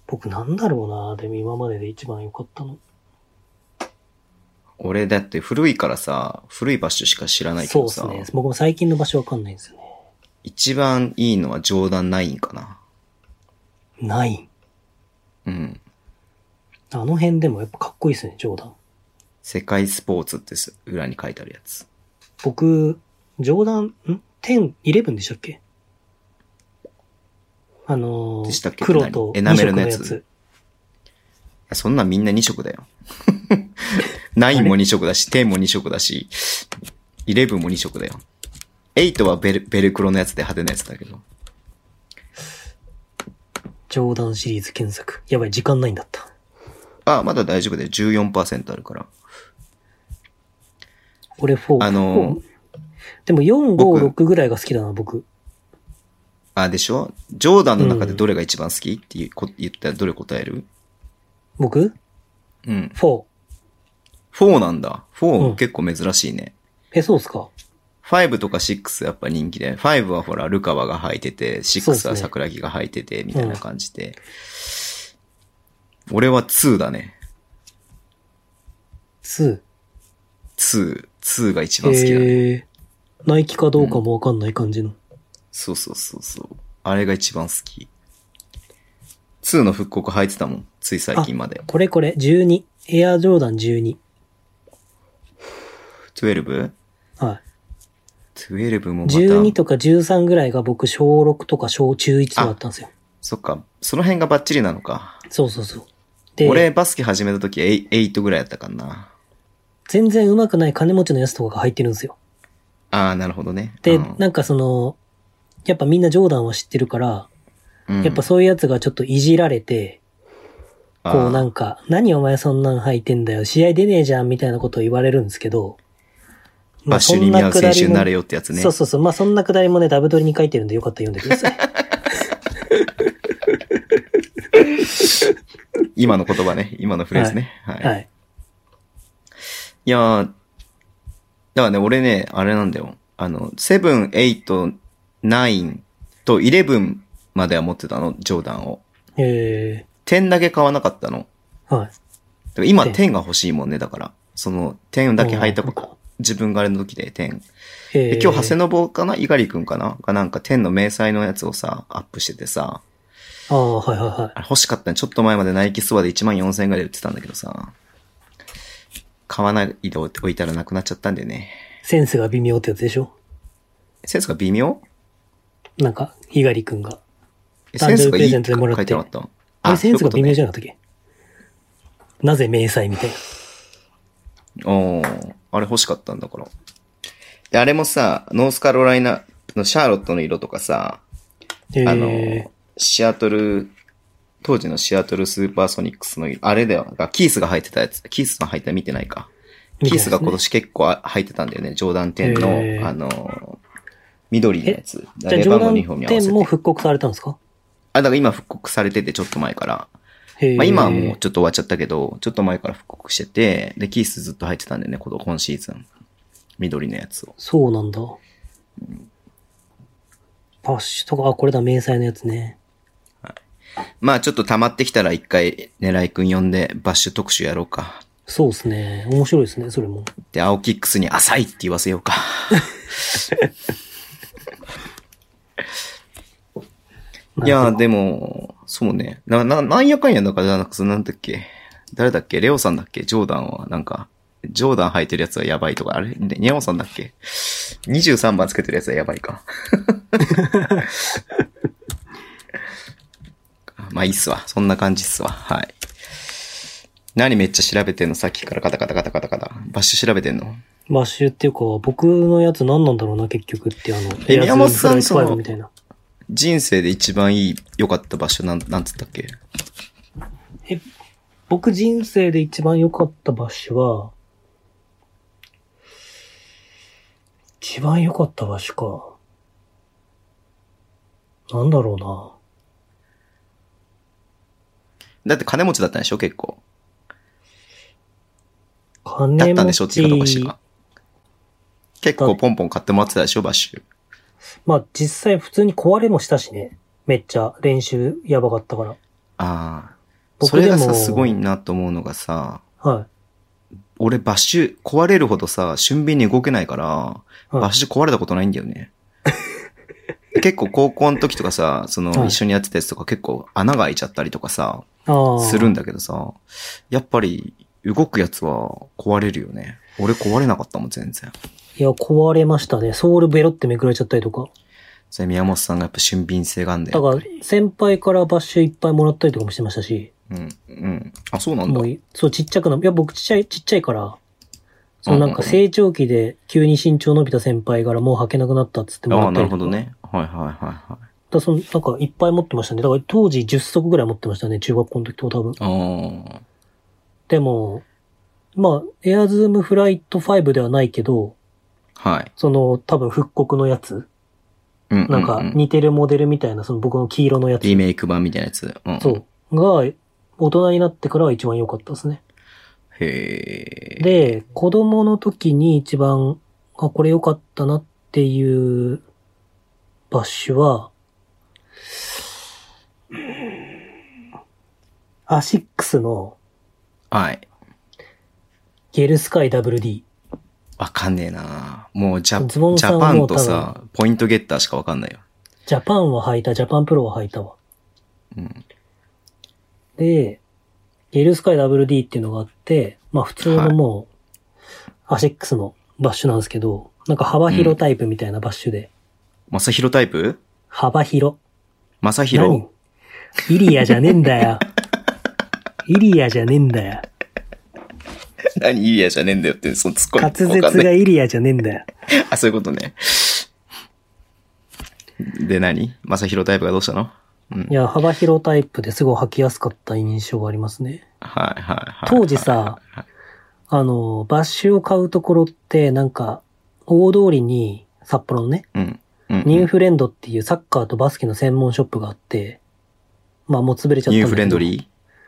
S3: 僕なんだろうな、でも今までで一番良かったの。
S2: 俺だって古いからさ、古い場所しか知らないけ
S3: そう
S2: ど
S3: で
S2: さ、
S3: すね。僕も最近の場所わかんないんですよね。
S2: 一番いいのは冗談ないんかな。
S3: ない。
S2: うん。
S3: あの辺でもやっぱかっこいいですね、冗談。
S2: 世界スポーツってす裏に書いてあるやつ。
S3: 僕、冗談、ん ?10、11でしたっけあのー
S2: でしたっけ
S3: 黒と
S2: エナ
S3: 2
S2: メル
S3: 色の
S2: の
S3: や
S2: やつ
S3: つ。
S2: いやそんなんみんな2色だよ。9も2色だし、10も2色だし、11も2色だよ。8はベルベルクロのやつで派手なやつだけど。
S3: 冗談シリーズ検索。やばい、時間ないんだった。
S2: あ、まだ大丈夫だよ。14%あるから。
S3: 俺4。
S2: あのー
S3: 4でも4、
S2: 僕
S3: 5、6ぐらいが好きだな、僕。
S2: あ、でしょジョーダンの中でどれが一番好きっていうこ言ったらどれ答える
S3: 僕
S2: うん。
S3: ?4。
S2: 4なんだ。
S3: うん
S2: 4結構珍しいね。
S3: え、そうっすか
S2: 5とか6やっぱ人気で、5はほら、ルカワが履いてて、
S3: そうです
S2: 6
S3: ね
S2: は桜木が履いてて、みたいな感じで。俺は2だね。
S3: ?2。
S2: 2、2が一番好きだね。
S3: えーナイキかどうかもわかんない感じの。
S2: そうそうそうそう。あれが一番好き。2の復刻入ってたもん。つい最近まで。
S3: これこれ、12。エアジョーダン12。
S2: 12?12
S3: はい。
S2: もまた。
S3: 12とか13ぐらいが僕、小6とか小中1とかだったんですよ。
S2: そっか。その辺がバッチリなのか。
S3: そうそうそう。
S2: 俺、
S3: で、
S2: バスケ始めた時、え8ぐらいだったかな。
S3: 全然上手くない金持ちのやつとかが入ってるんですよ。
S2: ああ、なるほどね。
S3: で、
S2: うん
S3: なんかその、やっぱみんなジョーダンは知ってるから、
S2: うん
S3: やっぱそういうやつがちょっといじられて、
S2: あー
S3: こうなんか、何お前そんなん履いてんだよ、試合出ねえじゃんみたいなことを言われるんですけど、
S2: バッシュに見合う選手になれよってやつね。
S3: そうそうそう。まあ、そんなくだりもね、ダブドリに書いてるんでよかったら読んでください。
S2: 今の言葉ね。今のフレーズね。 はい。、
S3: はいい。
S2: やー、だからね、俺ね、あれなんだよ。あの、7、8、9と11までは持ってたの、ジョーダンを。
S3: え
S2: 10だけ買わなかったの。
S3: ー、はい。
S2: だから今
S3: 10
S2: 10が欲しいもんね、だから。その、10だけ履いたこと、自分があれの時で10。
S3: え
S2: で
S3: ー、
S2: 今日、長谷信かな猪狩くんかながなんか10の明細のやつをさ、アップしててさ、
S3: ああ、はいはいはい。
S2: あれ欲しかったね。ちょっと前までナイキストアで1万4000円ぐらいで売ってたんだけどさ、買わないで置いたらなくなっちゃったんでね。
S3: センスが微妙ってやつでしょ
S2: センスが微妙
S3: なんか、ひがりくんが。
S2: え
S3: 誕
S2: セ
S3: 生日
S2: ンスがい
S3: プレ
S2: い
S3: ゼ
S2: っ
S3: ント
S2: て
S3: でもら
S2: 書
S3: って
S2: いてなかった
S3: あれ、センスが微妙じ
S2: ゃ
S3: ゃなかったっけなぜ迷彩みたいな。
S2: おーあれ欲しかったんだから。で、あれもさ、ノースカロライナのシャーロットの色とかさ、
S3: えー、
S2: あの、シアトル、当時のシアトルスーパーソニックスの、あれだよ、キースが入ってたやつ、キースの入った見てないか。
S3: みた
S2: キ
S3: い
S2: ー
S3: です
S2: ス
S3: ね
S2: が今年結構あ入ってたんだよね、ジョーダン10の、
S3: へー
S2: あの、緑のやつ。
S3: じゃあ、
S2: レ
S3: ジョ
S2: バ
S3: ー
S2: ン
S3: ダ
S2: の
S3: ン
S2: 日本に合わせ
S3: 10も
S2: て。
S3: 復刻されたんですか
S2: あ、だから今復刻されてて、ちょっと前から。
S3: へー
S2: まあ、今はもうちょっと終わっちゃったけど、ちょっと前から復刻してて、で、キースずっと入ってたんだよね、この今シーズン。緑のやつを。
S3: そうなんだ。パッシュとか、あ、これだ、迷彩のやつね。
S2: まあちょっと溜まってきたら一回、狙いくん呼んで、バッシュ特集やろうか。
S3: そうですね。面白いですね、それも。
S2: で、青キックスに浅いって言わせようか。いやー、でも、そうね。な、な、なんやかんやだからじゃなくて、なんだっけ。誰だっけレオさんだっけジョーダンは、なんか、ジョーダン履いてるやつはやばいとか、あれねレオさんだっけ ?23 番つけてるやつはやばいか。まあいいっすわ。そんな感じっすわ。はい。何めっちゃ調べてんのさっきからカタカタカタカタカタ。バッシュ調べてんの
S3: バッシュっていうか、僕のやつ何なんだろうな、結局って、あの、
S2: え宮本さん
S3: エアズフラ
S2: そ
S3: イ5
S2: の
S3: みたいな。
S2: 人生で一番いい、良かった場所なん、なんつったっけ
S3: え、僕人生で一番良かったバッシュは、一番良かったバッシュか。なんだろうな。
S2: だって金持ちだったんでしょ結構。
S3: 金持ち
S2: だったんでしょっていうかバッシュが。結構ポンポン買ってもらってたでしょバッシュ。
S3: まあ実際普通に壊れもしたしね。めっちゃ練習やばかったから。
S2: ああ。そ
S3: 僕で
S2: れ
S3: も
S2: がさ、すごいなと思うのがさ、
S3: は
S2: 俺バッシュ壊れるほどさ、俊敏に動けないから、
S3: い。は
S2: バッ
S3: い、
S2: シュ壊れたことないんだよね。結構高校の時とかさ、その
S3: はい
S2: 一緒にやってたやつとか結構穴が開いちゃったりとかさ、
S3: ああ
S2: するんだけどさ、やっぱり動くやつは壊れるよね。俺壊れなかったもん、全然。
S3: いや、壊れましたね。ソールベロってめくられちゃったりとか。
S2: それ宮本さんがやっぱ俊敏性があんだ
S3: だ
S2: よ。
S3: から、先輩からバッシュいっぱいもらったりとかもしてましたし、
S2: うん、うん。あ、そうなんだ
S3: も。う、そう、ちっちゃくな、いや、僕ちっちゃい、ちっちゃいから、そのなん
S2: うんう
S3: か
S2: んうん
S3: 成長期で急に身長伸びた先輩からもう履けなくなったっつっても
S2: あ
S3: ら
S2: あ、
S3: っ
S2: な
S3: たり
S2: る
S3: とか。
S2: ほど。ね。はいはいはいはい。
S3: だからその、なんかいっぱい持ってましたね。だから当時10足ぐらい持ってましたね。中学校の時と多分。
S2: あ
S3: でも、まあ、エアズームフライト5ではないけど、
S2: あ、はい。
S3: その多分復刻のやつ、
S2: ううう
S3: なんか似てるモデルみたいな、その僕の黄色のやつ
S2: リ、メイク版みたいなやつ。うん、
S3: そう、が、大人になってからは一番良かったですね。
S2: へえ。
S3: で、子供の時に一番、あ、これ良かったなっていうバッシュは、アシックスの
S2: はい。
S3: ゲルスカイ WD。
S2: わかんねえなもうジャ
S3: ズボン
S2: ジ
S3: さん
S2: ャ
S3: は
S2: パ
S3: も
S2: ン
S3: う多
S2: と
S3: 分
S2: さ、ポイントゲッターしかわかんないよ。
S3: ジャパンは履いた、ジャパンプロは履いたわ。
S2: うん。
S3: で、ゲルスカイ WD っていうのがあって、まあ普通のもう、アシックスのバッシュなんですけど、なんか幅広タイプみたいなバッシュで、
S2: まさひろタイプ
S3: 幅広。
S2: まさひ
S3: 何
S2: ろ
S3: イリアじゃねえんだよ。 イリアじゃねえんだよ。
S2: 何イリアじゃねえんだよって、そのツッコミ。
S3: 滑
S2: わかん
S3: 舌
S2: な
S3: が
S2: い。
S3: イリアじゃねえんだよ。
S2: あ、そういうことね。で何まさひろタイプがどうしたのうん
S3: い。や、幅広タイプですごい履きやすかった印象がありますね。
S2: はいはいはい。
S3: 当時さ
S2: はいはいはい、
S3: あの、バッシュを買うところって、なんか、大通りに、札幌のね、
S2: うん。うん。
S3: ニューフレンドっていうサッカーとバスケの専門ショップがあって、まあもう潰れちゃったんだけ
S2: ニュ
S3: ど
S2: ーフレンドリー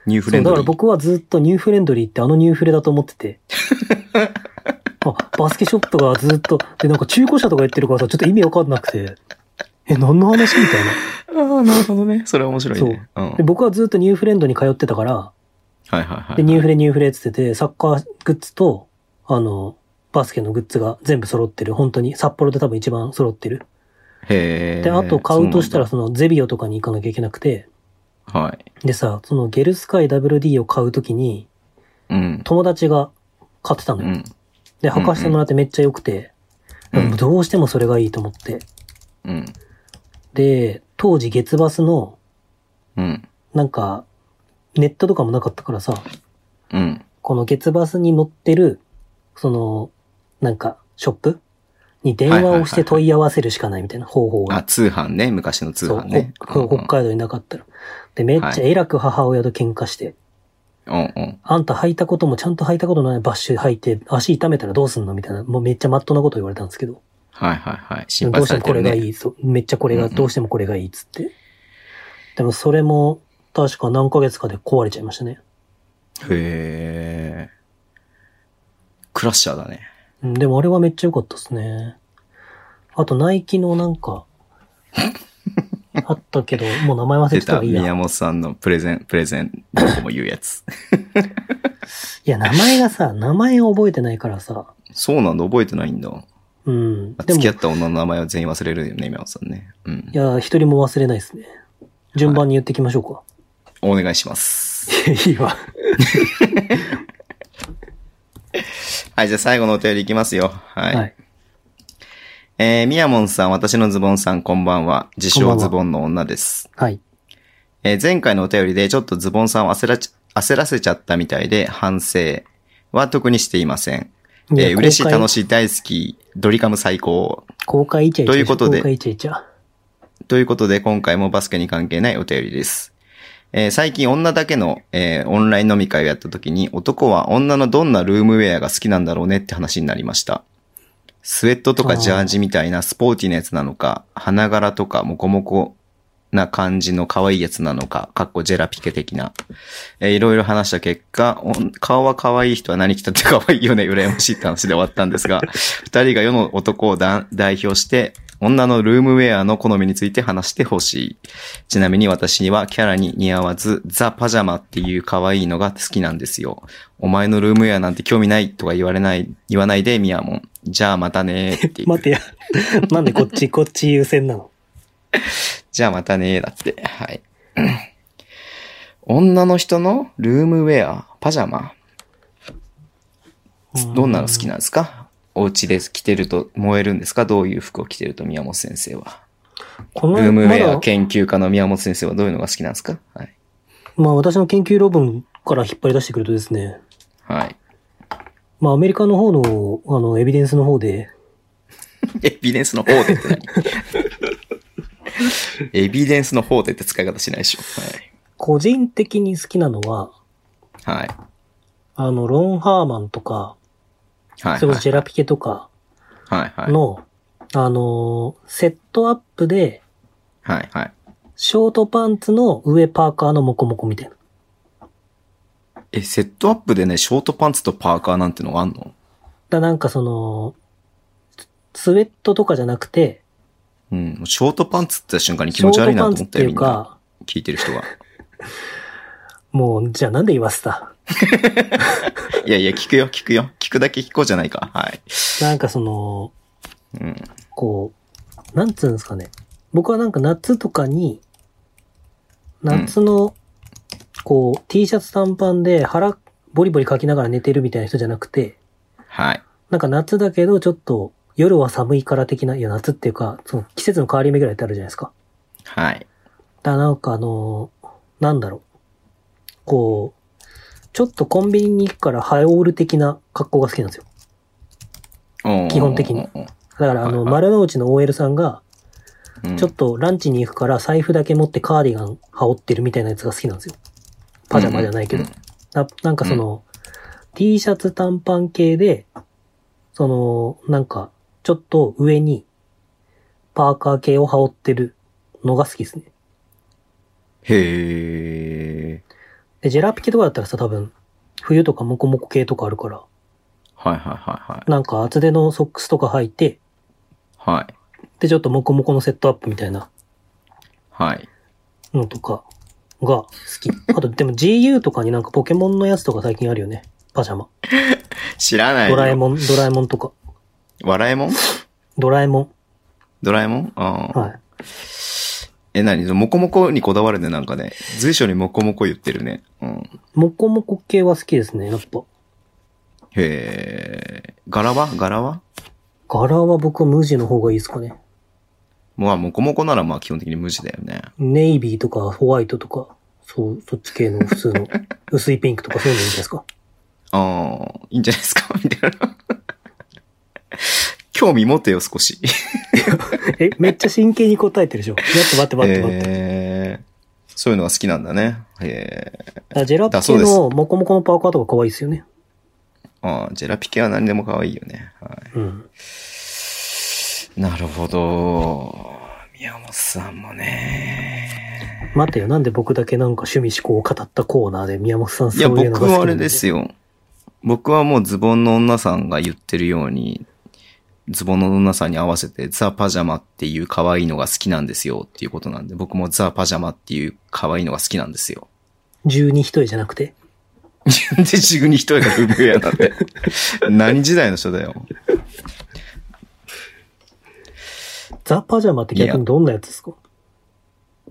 S2: ニューフ
S3: そ
S2: レ
S3: う、
S2: ン
S3: だ
S2: ド
S3: か
S2: リー
S3: ら僕はずっとニューフレンドリーってあのニューフレだと思っ てて。あ、バスケショップがずっと、で、なんか中古車とかやってるからさ、ちょっと意味わかんなくて。え、何の話みたいな。
S2: ああ、なるほどね。それは面白いね。うん。
S3: で、僕はずっとニューフレンドに通ってたから、
S2: はいはいはい。
S3: で、ニューフレニューフレっつってて、サッカーグッズと、あの、バスケのグッズが全部揃ってる。本当に、札幌で多分一番揃ってる。
S2: へえ。
S3: で、あと買うとしたら、
S2: そ
S3: そのゼビオとかに行かなきゃいけなくて、
S2: うなんだ、はい。
S3: でさ、そのゲルスカイ WD を買うときに、
S2: うん。
S3: 友達が買ってたの
S2: う
S3: よ。
S2: ん。
S3: で、履かしてもらってめっちゃ良くて、
S2: うん
S3: でもどうしてもそれがいいと思って。
S2: うん。
S3: で、当時月バスの、
S2: うん。
S3: なんか、ネットとかもなかったからさ、
S2: うん。
S3: この月バスに乗ってる、その、なんか、ショップに電話をして問い合わせるしかないみたいな方法
S2: あ、
S3: が。
S2: 通販ね。昔の通
S3: そう
S2: 販ね。
S3: ほ北海道になかったら。で、めっ
S2: はい
S3: ちゃ偉く母親と喧嘩して、
S2: うんうん。
S3: あんた履いたこともちゃんと履いたことないバッシュ履いて、足痛めたらどうすんのみたいな、もうめっちゃまっとうなこと言われたんですけど。
S2: はいはいはい。
S3: で
S2: 心
S3: も
S2: 配
S3: どうして
S2: されて
S3: もこ
S2: る
S3: れがい
S2: ね。
S3: い。そうめっちゃこれ
S2: うん
S3: が、
S2: うん
S3: どうしてもこれがいいっつって。でもそれも、確か何ヶ月かで壊れちゃいましたね。
S2: へえ。クラッシャーだね。
S3: うんでもあれはめっちゃ良かったですね。あと、ナイキのなんか、あったけど、もう名前忘れ
S2: 出
S3: てた
S2: た、
S3: らいいや。
S2: 宮
S3: い
S2: 本さんのプレゼン、プレゼン、どこも言うや つ。
S3: や、名前がさ、名前を覚えてないからさ。
S2: そうなんだ、覚えてないんだ。
S3: うん。で
S2: 付
S3: も、
S2: き合
S3: い
S2: った女の名前は全員忘れるよね、宮本さんね。うん。
S3: や、一人も忘れないですね。順番に言っていきましょうか。
S2: お願いします。
S3: い、 やいいわ。
S2: はい、じゃあ最後のお便りいきますよ。はい。
S3: はい。
S2: えー、みやもんさん、私のズボンさん、こんばんは。自
S3: こんば
S2: 称
S3: んは
S2: ズボンの女です。
S3: はい。
S2: えー、前回のお便りでちょっとズボンさんを焦らち、焦らせちゃったみたいで、反省は特にしていません。えー、嬉しい、楽
S3: い
S2: しい、大好き、ドリカム最高。
S3: や。公開公開イチャイチャ。
S2: ということで
S3: 公開イチャイチャ。
S2: ということで、今回もバスケに関係ないお便りです。えー最近女だけの、えーオンライン飲み会をやった時に、男は女のどんなルームウェアが好きなんだろうねって話になりました。スウェットと
S3: あ
S2: か
S3: ー
S2: ジャージみたいなスポーティーなやつなのか、花柄とかモコモコな感じの可愛いやつなのか、かっこジェラピケ的な。えーいろいろ話した結果、おん顔は可愛い人は何着たって可愛いよね、羨ましいって話で終わったんですが、 二人が世の男をだ代表して、女のルームウェアの好みについて話してほしい。ちなみに私にはキャラに似合わず、ザ・パジャマっていう可愛いのが好きなんですよ。お前のルームウェアなんて興味ないとか言われない、言わないで、ミヤモン。じゃあまたねーっていう。
S3: 待てや。なんでこっち、こっち優先なの
S2: じゃあまたねーだって。はい。 女の人のルームウェア、パジャマ。どんなの好きなんですかお家で着てると燃えるんですかどういう服を着てると宮本先生は。
S3: こ
S2: ル
S3: の
S2: ームウ
S3: ま
S2: ェア
S3: だ、
S2: 研究家の宮本先生はどういうのが好きなんですかはい。
S3: まあ私の研究論文から引っ張り出してくるとですね、
S2: はい。
S3: まあアメリカの方の、あの、エビデンスの方で、
S2: エビデンスの方でって何 エビデンスの方でって使い方しないでしょ。
S3: 個人的に好きなのは、
S2: はい。はい。
S3: あの、ロン・ハーマンとか、
S2: はい。
S3: それこそジェラピケとか
S2: はい。はい。
S3: の、あのー、セットアップで、
S2: はい。はい。
S3: ショートパンツの上パーカーのモコモコみたいな。
S2: え、セットアップでね、ショートパンツとパーカーなんてのがあんの
S3: だなんかその、スウェットとかじゃなくて、
S2: うん。ショートパンツって瞬間に気
S3: ショ
S2: 持
S3: ー
S2: ち悪いな
S3: トパ
S2: と
S3: ンツ
S2: 思
S3: っ
S2: ってた
S3: い
S2: よ、
S3: う
S2: みんな。
S3: か、
S2: 聞いてる人が。
S3: もう、じゃあなんで言わせた
S2: いやいや、聞くよ、聞くよ。聞くだけ聞こうじゃないか。はい。
S3: なんかその、
S2: うん。
S3: こう、なんつうんですかね。僕はなんか夏とかに、夏の、こう、T シャツ短パンで腹ボリボリかきながら寝てるみたいな人じゃなくて、
S2: はい。
S3: なんか夏だけどちょっと夜は寒いから的な、いや夏っていうか、その季節の変わり目ぐらいってあるじゃないですか。
S2: はい。
S3: だからなんかあのーなんだろう。こう、ちょっとコンビニに行くからハイオール的な格好が好きなんですよ。基本的にだからあ
S2: はい
S3: の、
S2: はい
S3: 丸の内の OL さんが、ちょっ
S2: と
S3: とランチに行くから財布だけ持ってカーディガン羽織ってるみたいなやつが好きなんですよ。パジャマじゃないけど。ななんかその、T シャツ短パン系で、その、なんか、ちょっと上に、パーカー系を羽織ってるのが好きですね。
S2: へえ。
S3: で、ジェラピケとかだったらさ、多分、冬とかモコモコ系とかあるから、
S2: はいはいはいはい。
S3: なんか厚手のソックスとか履いて、
S2: はい。
S3: で、ちょっとモコモコのセットアップみたいな
S2: はい。
S3: のとかが好き。あと、でも GU とかになんかポケモンのやつとか最近あるよね。パジャマ。
S2: 知らないよ。
S3: ドラえもん、ドラえもんとか。
S2: 笑えもん
S3: ドラえもん。
S2: ドラえもんああ。
S3: はい。
S2: え、何モコモコにこだわるね、なんかね。随所にモコモコ言ってるね。うん。
S3: モコモコ系は好きですね、やっぱ。
S2: へえ。柄は柄は
S3: 柄は僕は無地の方がいいですかね。
S2: まあ、モコモコならまあ基本的に無地だよね。
S3: ネイビーとかホワイトとか、そう、そっち系の 普通の薄いピンクとかそういうのいいんじゃないですか。
S2: ああ、いいんじゃないですか みたいな。興味持てよ、少し。
S3: え、めっちゃ真剣に答えてるでしょ。待って待って待って待って。
S2: えーそういうのが好きなんだね。えー
S3: あジェラピ
S2: だそ
S3: ケ
S2: うです
S3: のモコモコのパーカーとか可愛いですよね。
S2: あージェラピケは何でも可愛いよね。は
S3: うん。
S2: い、なるほど。宮本さんもね。
S3: 待てよ、なんで僕だけなんか趣味思考を語ったコーナーで宮本さんそ
S2: いや、
S3: ういうの
S2: 僕
S3: が好き
S2: はあれです
S3: よ。
S2: よ。僕はもうズボンの女さんが言ってるように、ズボンの女さんに合わせてザ・パジャマっていう可愛いのが好きなんですよっていうことなんで、僕もザ・パジャマっていう可愛いのが好きなんですよ。
S3: 十二人重じゃなくて。
S2: なんで自分に一人が不遇やなって。 何時代の人だよ。
S3: ザ・パジャマって逆にどんなやつですか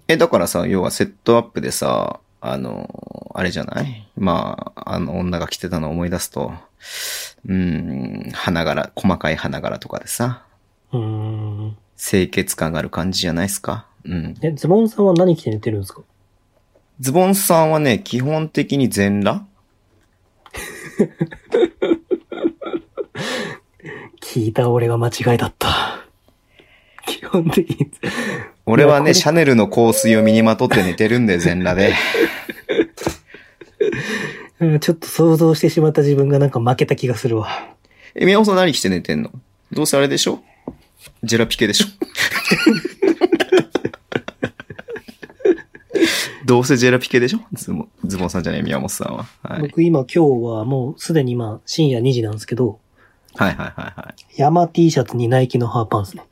S2: え、だからさ、要はセットアップでさ、あの、あれじゃないまあ、あの女が着てたのを思い出すと、うーん、花柄、細かい花柄とかでさ、
S3: うーん。
S2: 清潔感がある感じじゃないですか。うん。
S3: え、ズボンさんは何着て寝てるんですか
S2: ズボンさんはね、基本的に全裸
S3: 聞いた俺が間違いだった。 基本的に。
S2: 俺はい
S3: やこれ
S2: ね、シャネルの香水を身にまとって寝てるんで、全裸で。
S3: うん ちょっと想像してしまった自分がなんか負けた気がするわ。
S2: え、宮本さん何着て寝てんのどうせあれでしょジェラピケで しょどうせジェラピケでしょズボン、ズボンさんじゃない宮本さんは。はい。はい
S3: 僕今今日はもうすでに今深夜2時なんですけど、
S2: はいはいはい。
S3: 山 T シャツにナイキのハーパンツね。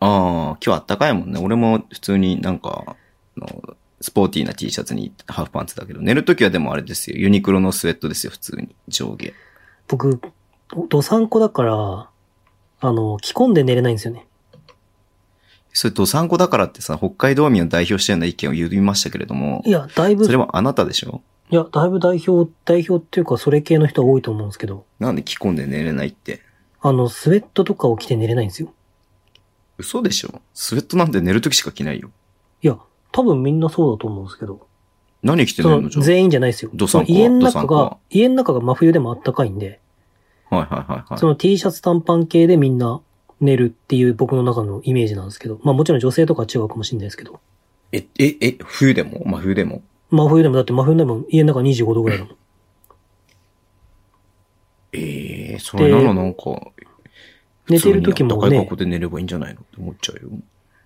S2: ああ、今日あったかいもんね。俺も普通になんか、あのスポーティーな T シャツにハーフパンツだけど、寝るときはでもあれですよ。ユニクロのスウェットですよ、普通に。上下。
S3: 僕、どさんこだから、あの、着込んで寝れないんですよね。
S2: それ、ドサンコだからってさ、北海道民を代表したような意見を言いましたけれども
S3: い、や、だいぶ、
S2: それ
S3: い
S2: はあなたでしょ
S3: や、だいぶ代表、代表っていうか、それ系の人は多いと思うんですけど、
S2: なんで着込んで寝れないって。
S3: あの、スウェットとかを着て寝れないんですよ。
S2: 嘘でしょスウェットなんて寝るときしか着ないよ。
S3: いや、多分みんなそうだと思うんですけど、
S2: 何着て
S3: そ
S2: 寝るの
S3: の、
S2: じゃあ
S3: 全員じゃないですよ。
S2: どさんこ
S3: その家の
S2: どさ
S3: 中
S2: んこ
S3: が
S2: は、
S3: 家の中が真冬でもあったかいんで、
S2: はいはいはいはい。
S3: その T シャツ短パン系でみんな寝るっていう僕の中のイメージなんですけど、まあもちろん女性とかは違うかもしれないですけど、
S2: え、え、え、冬でも真冬でも
S3: 真冬でもだって真冬でも家の中25度ぐらいだもん。
S2: ええそれならなんか、
S3: 寝てる時
S2: 普通に暖
S3: も
S2: かい
S3: ね
S2: 格好、で寝ればいいんじゃないのって思っちゃうよ。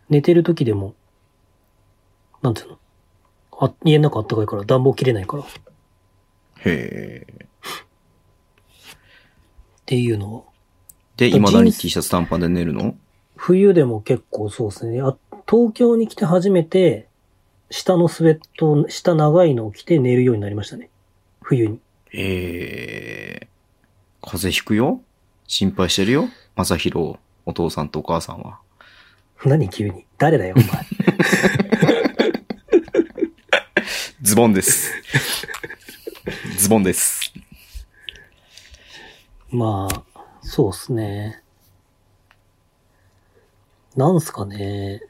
S3: 寝てる時でも、なんていうのあ家の中あったかいから暖房切れないからっ
S2: へえ。
S3: ていうのは、
S2: で、
S3: 人生
S2: 未だに T シャツ短パンで寝るの
S3: 冬でも結構そうですね。あ東京に来て初めて、下のスウェット、下長いのを着て寝るようになりましたね。冬に。
S2: ええ風邪ひくよ心配してるよ正宏、お父さんとお母さんは。
S3: 何急に。誰だよ、お前。
S2: ズボン です。ズボンです。
S3: まあ、そうっすね。なんすかね。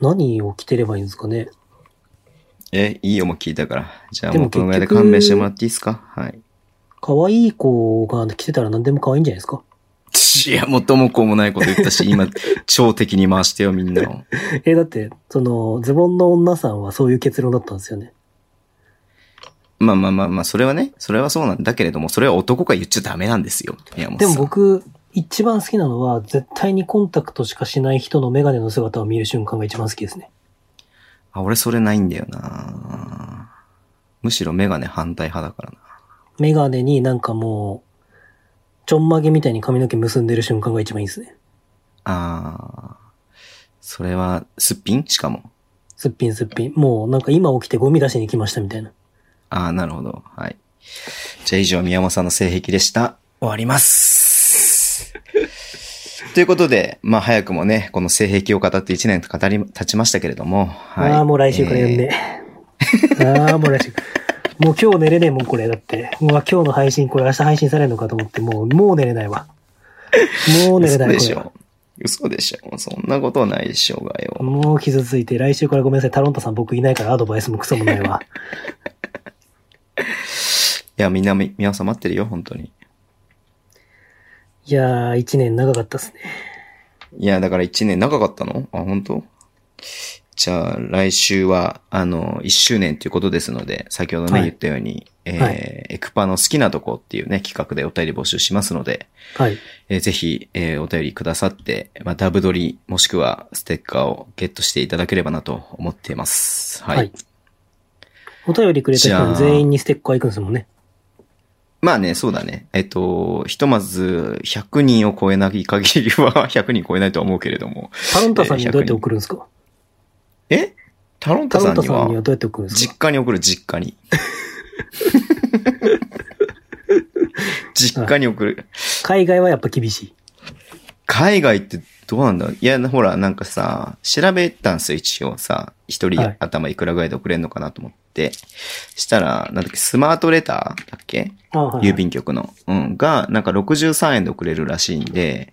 S3: 何を着てればいいんですかね。
S2: え、いいよもう聞いたから。じゃあ
S3: でも
S2: もうこのぐらいで
S3: 結局
S2: 勘弁してもらっていいですかはい。
S3: 可愛い子が着てたら何でも可愛いんじゃないですか。
S2: いや、もともこうもないこと言ったし、今、超敵に回してよ、みんなを。
S3: え、だって、その、ズボンの女さんはそういう結論だったんですよね。
S2: まあまあまあまあ、それはね、それはそうなんだけれども、それは男が言っちゃダメなんですよ。いや、もう
S3: でも
S2: さ
S3: 僕、一番好きなのは、絶対にコンタクトしかしない人のメガネの姿を見る瞬間が一番好きですね。
S2: あ、俺それないんだよなむしろメガネ反対派だからな。
S3: メガネになんかもう、ちょんまげみたいに髪の毛結んでる瞬間が一番いいですね。
S2: あー。それは、すっぴんしかも。
S3: すっぴんすっぴん。もうなんか今起きてゴミ出しに来ましたみたいな。
S2: ああ、なるほど。はい。じゃあ以上、宮本さんの性癖でした。終わります。ということで、まあ早くもね、この性癖を語って1年と語り、経ちましたけれども。はい。
S3: ああ、もう来週からやんね。ああ、もう来週。もう今日寝れねえもん、これ。だって。うわ、今日の配信、これ明日配信されるのかと思って、もう、もう寝れないわ。も
S2: えー
S3: う寝れ
S2: 嘘
S3: ない、
S2: で
S3: こ
S2: し
S3: れ
S2: ょ。嘘でしょ。そんなことないでしょうがよ。
S3: もう傷ついて、来週からごめんなさい。タロンタさん僕いないからアドバイスもクソもないわ。
S2: いや、みんなみ、宮本さん待ってるよ、本当に。
S3: いやー、一年長かったっすね。
S2: いや、だから1年長かったのあ、本当じゃあ、来週は、あの、1周年ということですので、先ほどね、
S3: はい
S2: 言ったように、えー
S3: は
S2: エクパの好きなとこっていうね、企画でお便り募集しますので、
S3: はい。
S2: えーぜひ、えーお便りくださって、まあ、ダブ撮り、もしくはステッカーをゲットしていただければなと思っています。はい。
S3: はいお便りくれた人全員にステッカーいくんですもんね。
S2: まあね、そうだね。えっと、ひとまず、100人を超えない限りは、100人超えないとは思うけれども。
S3: タロンタさんにはどうやって送るんですか
S2: えタロン
S3: タ
S2: タさ
S3: ロン
S2: ん
S3: タ
S2: に
S3: さ
S2: は
S3: んにはどうやって送るんですか
S2: 実家に送る、実 家に。実家に送る。
S3: 海外はやっぱ厳しい。
S2: 海外ってどうなんだいや、ほら、なんかさ、調べたんすよ、一応さ。一
S3: は
S2: 人
S3: い
S2: 頭いくらぐらいで送れるのかなと思って。したら、なんだっけ、スマートレターだっけ
S3: あはいはい
S2: 郵便局の。うん。が、なんか63円で送れるらしいんで、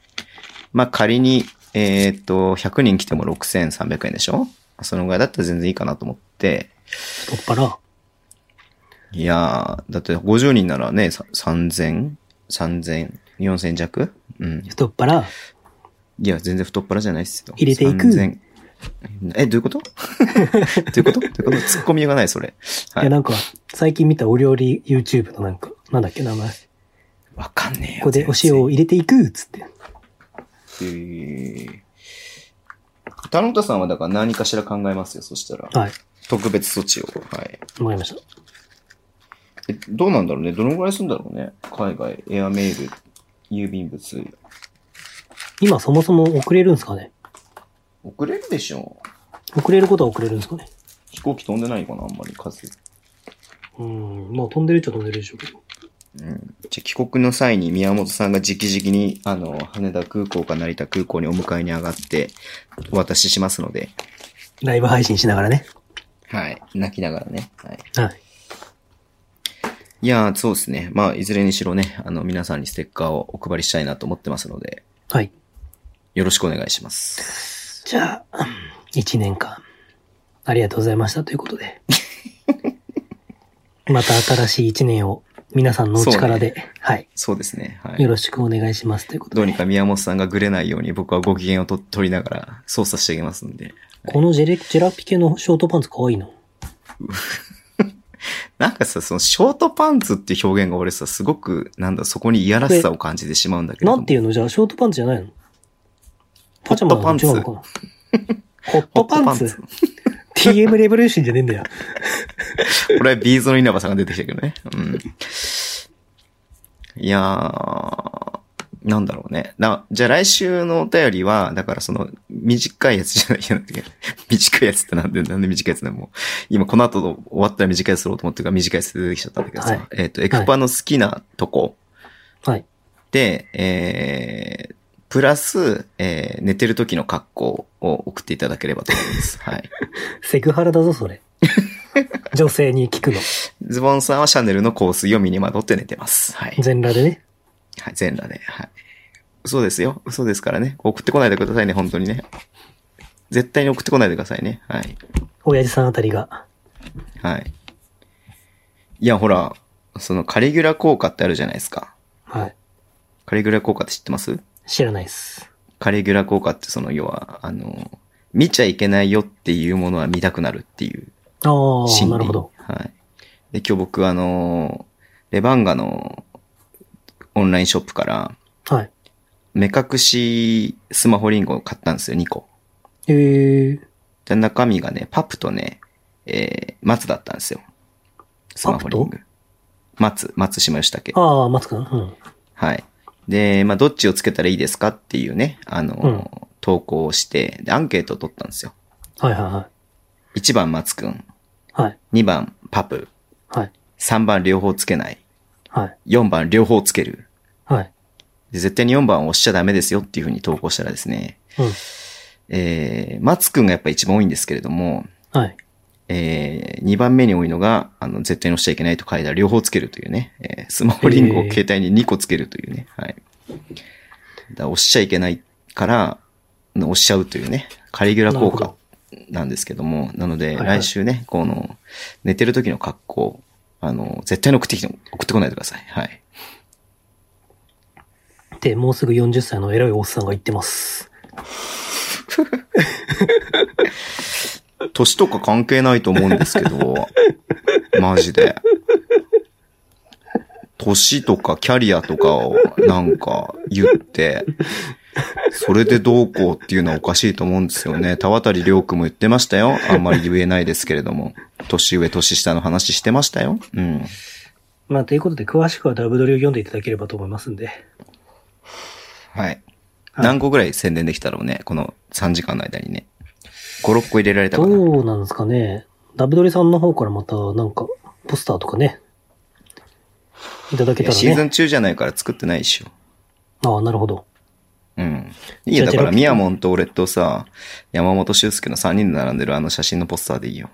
S2: まあ仮に、えーっと、100人来ても6300円でしょそのぐらいだったら全然いいかなと思って、
S3: 取っ払
S2: いやー、だって50人ならね、さ3000、3000、4000弱うん。
S3: う。太っ腹。
S2: いや、全然太っ腹じゃないっすよ。
S3: 入れていく
S2: 3000え、どういうこと どういうことどういうこと突っ込みようがない、それ。
S3: い
S2: は
S3: や、
S2: い。
S3: なんか、最近見たお料理 YouTube のなんか、なんだっけ、名前。こ
S2: わかんねえよ。
S3: こでお塩を入れていくっつって。
S2: 全然。えータロンタさんはだから何かしら考えますよ、そしたら。
S3: はい。
S2: 特別措置を。はい。
S3: わかりました。
S2: えどうなんだろうねどのぐらいするんだろうね海外、エアメール、郵便物。
S3: 今そもそも送れるんですかね
S2: 送れるでしょ
S3: 送れることは送れるんですかね
S2: 飛行機飛んでないかなあんまり数。
S3: うん。まあ飛んでるっちゃ飛んでるでしょうけど。
S2: うんじゃあ帰国の際に宮本さんが直々に、あの、羽田空港か成田空港にお迎えに上がって、お渡ししますので、
S3: ライブ配信しながらね。
S2: はい。泣きながらね。はい。
S3: はい。
S2: いやー、そうですね。まあ、いずれにしろね、あの、皆さんにステッカーをお配りしたいなと思ってますので、
S3: はい。
S2: よろしくお願いします。
S3: じゃあ、1年間、ありがとうございましたということで。 また新しい1年を皆さんのお力で、はい。
S2: そうですね。はい。
S3: よろしくお願いしますということで。
S2: どうにか宮本さんがグレないように僕はご機嫌をと取りながら操作してあげますんで。
S3: このジェレジェラピケのショートパンツ可愛いな。
S2: なんかさ、そのショートパンツっていう表現が俺さ、すごく、なんだ、そこにいやらしさを感じてしまうんだけれど
S3: な
S2: も。
S3: んていうのじゃあ、ショートパンツじゃないのパジャ
S2: ホットパ
S3: マ
S2: ン
S3: の
S2: ツ
S3: 違うのかなホットパン
S2: ホッ
S3: ツ
S2: ト
S3: ?TM レボリューションじゃねえんだよ。
S2: これはビーズの稲葉さんが出てきたけどね。うん。いやー、なんだろうね。な、じゃあ来週のお便りは、だからその、短いやつじゃないいやなんだっけ短いやつってなんで、なんで短いやつなのもう今この後終わったら短いやつ撮ろうと思ってるから短いやつ出てきちゃったんだけどさ。
S3: はい
S2: えっ、と、エクパの好きなとこ
S3: はい。
S2: で、えー、プラス、えー寝てる時の格好を送っていただければと思います。はい。
S3: セクハラだぞ、それ。女性に聞くの。
S2: ズボンさんはシャネルの香水を身にまとって寝てます。はい。
S3: 全裸でね。
S2: はい、全裸で。はい。嘘ですよ。嘘ですからね。送ってこないでくださいね、本当にね。絶対に送ってこないでくださいね。はい。
S3: 親父さんあたりが。
S2: はい。いや、ほら、そのカリギュラ効果ってあるじゃないですか。
S3: はい。
S2: カリギュラ効果って知ってます
S3: 知らないっす。
S2: カリギュラ効果ってその要は、あの、見ちゃいけないよっていうものは見たくなるっていう
S3: ああ、
S2: 心理。
S3: なるほど。
S2: はい。で、今日僕あの、レバンガのオンラインショップから、
S3: はい。
S2: 目隠しスマホリンゴを買ったんですよ、2個。
S3: えー、
S2: で、中身がね、パプとね、えー、松だったんですよ。スマホリング。松、松島義武。
S3: ああ、松くん。うん。
S2: はい。で、まあ、どっちをつけたらいいですかっていうね、あの、投稿をして、で、アンケートを取ったんですよ。
S3: はいはいは
S2: 1番松くん、
S3: い。はい。
S2: 2番パプ、
S3: はい。
S2: 3番両方つけない、
S3: はい。
S2: 4番両方つける。
S3: はい。
S2: で絶対に4番を押しちゃダメですよっていうふうに投稿したらですね、
S3: うん。
S2: えー、松くんがやっぱ一番多いんですけれども、
S3: はい。
S2: えー、2番目に多いのが、あの、絶対に押しちゃいけないと書いた両方つけるというね、えースマホリンゴを携帯に2個つけるというね、はい。だから押しちゃいけないから、押しちゃうというね、カリギュラ効
S3: なる
S2: 果
S3: ほ
S2: なんですけども、なので、
S3: はいはい
S2: 来週ね、この、寝てる時の格好、あの、絶対に送ってきて、送ってこないでください。はい。
S3: って、もうすぐ40歳の偉いおっさんが言ってます。
S2: 年とか関係ないと思うんですけ ど、マジで。年とかキャリアとかをなんか言って、それでどうこうっていうのはおかしいと思うんですよね。田渡良君も言ってましたよ。あんまり言えないですけれども。年上、年下の話してましたよ。うん。
S3: まあ、ということで、詳しくはダブドリを読んでいただければと思いますんで。
S2: はい。何個ぐらい宣伝できたろうね。この3時間の間にね。5、6個入れられたかな。
S3: どうなんですかね。ダブドリさんの方からまた、なんか、ポスターとかね、いただけ
S2: い
S3: た
S2: や
S3: ら
S2: シーズ
S3: ね。
S2: ン中じゃないから作ってないでしょ。
S3: ああ、なるほど。
S2: うん。いいよ、
S3: じゃ
S2: だ
S3: あ
S2: から、
S3: じゃあ
S2: ミヤモンと俺とさ、山本修介の3人で並んでるあの写真のポスターでいいよ。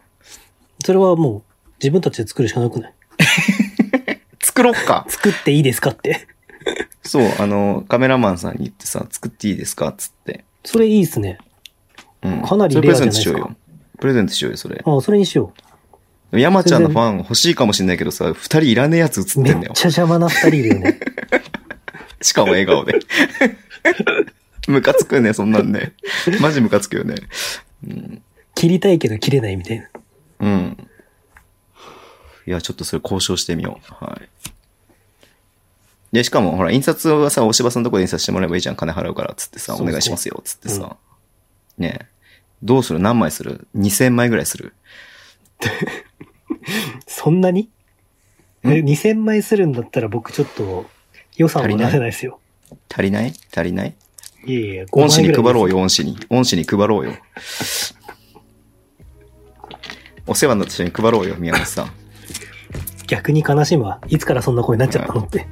S3: それはもう、自分たちで作るしかなくない
S2: 作ろっか
S3: 作っていいですかって。
S2: そう、あの、カメラマンさんに言ってさ、作っていいですかっつって。
S3: それいいっすね。
S2: うん。
S3: かなり
S2: それ
S3: レ
S2: プ
S3: ア
S2: レ
S3: じ
S2: ゼ
S3: ゃな
S2: ントしよ
S3: いですか
S2: うよ。プレゼントしようよ、それ。
S3: ああ、それにしよ
S2: 山ちゃんのファン欲しいかもしんないけどさ、2人いらねえやつ写
S3: う。
S2: っ
S3: め
S2: て
S3: っ
S2: んだ
S3: ちゃ
S2: よ。
S3: 邪魔な二人いるよね。
S2: しかも笑 顔で。ムカつくよね、そんなんね。マジムカつくよね。
S3: 切りたいけど切れないみたいな。
S2: うん。いや、ちょっとそれ交渉してみよう。はい。で、しかも、ほら、印刷はさ、大柴さんのとこで印刷してもらえばいいじゃん。金払うから、つってさ、
S3: そうそう
S2: お願いしますよ、つってさ。ねえ。どうする何枚する ?2000 枚ぐらいする
S3: そんなにえ
S2: ん
S3: ?2000 枚するんだったら僕ちょっと予算を出せないですよ。
S2: 足りない足りない
S3: いやいや、
S2: 恩師に配ろう
S3: よ。
S2: よ、恩師に。恩師に配ろうよ。お世話になった人に配ろうよ、宮本さん。
S3: 逆に悲しむわ。いつからそんな声になっちゃったのって。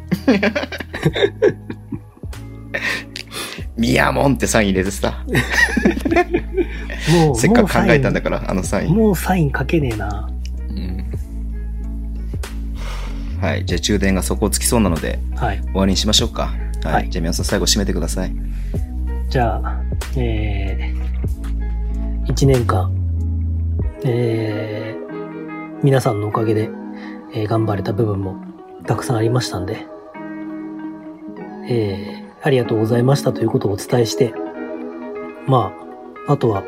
S2: 宮本ってサイン入れてさ。
S3: もう、
S2: せっかく考えたんだ
S3: か
S2: から、あのサイン。
S3: もうサインかけねえな。
S2: はい。じゃあ充電が底をつきそうなので、
S3: はい。
S2: 終わりにしましょうか。はい。
S3: はい
S2: じゃあ皆さん最後締めてください。
S3: じゃあ、えー、1年間、えー、皆さんのおかげで、えー頑張れた部分もたくさんありましたんで、えー、ありがとうございましたということをお伝えして、まあ、あとは、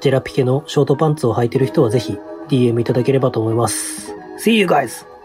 S3: ジェラピケのショートパンツを履いてる人はぜひ DM いただければと思います。See you guys!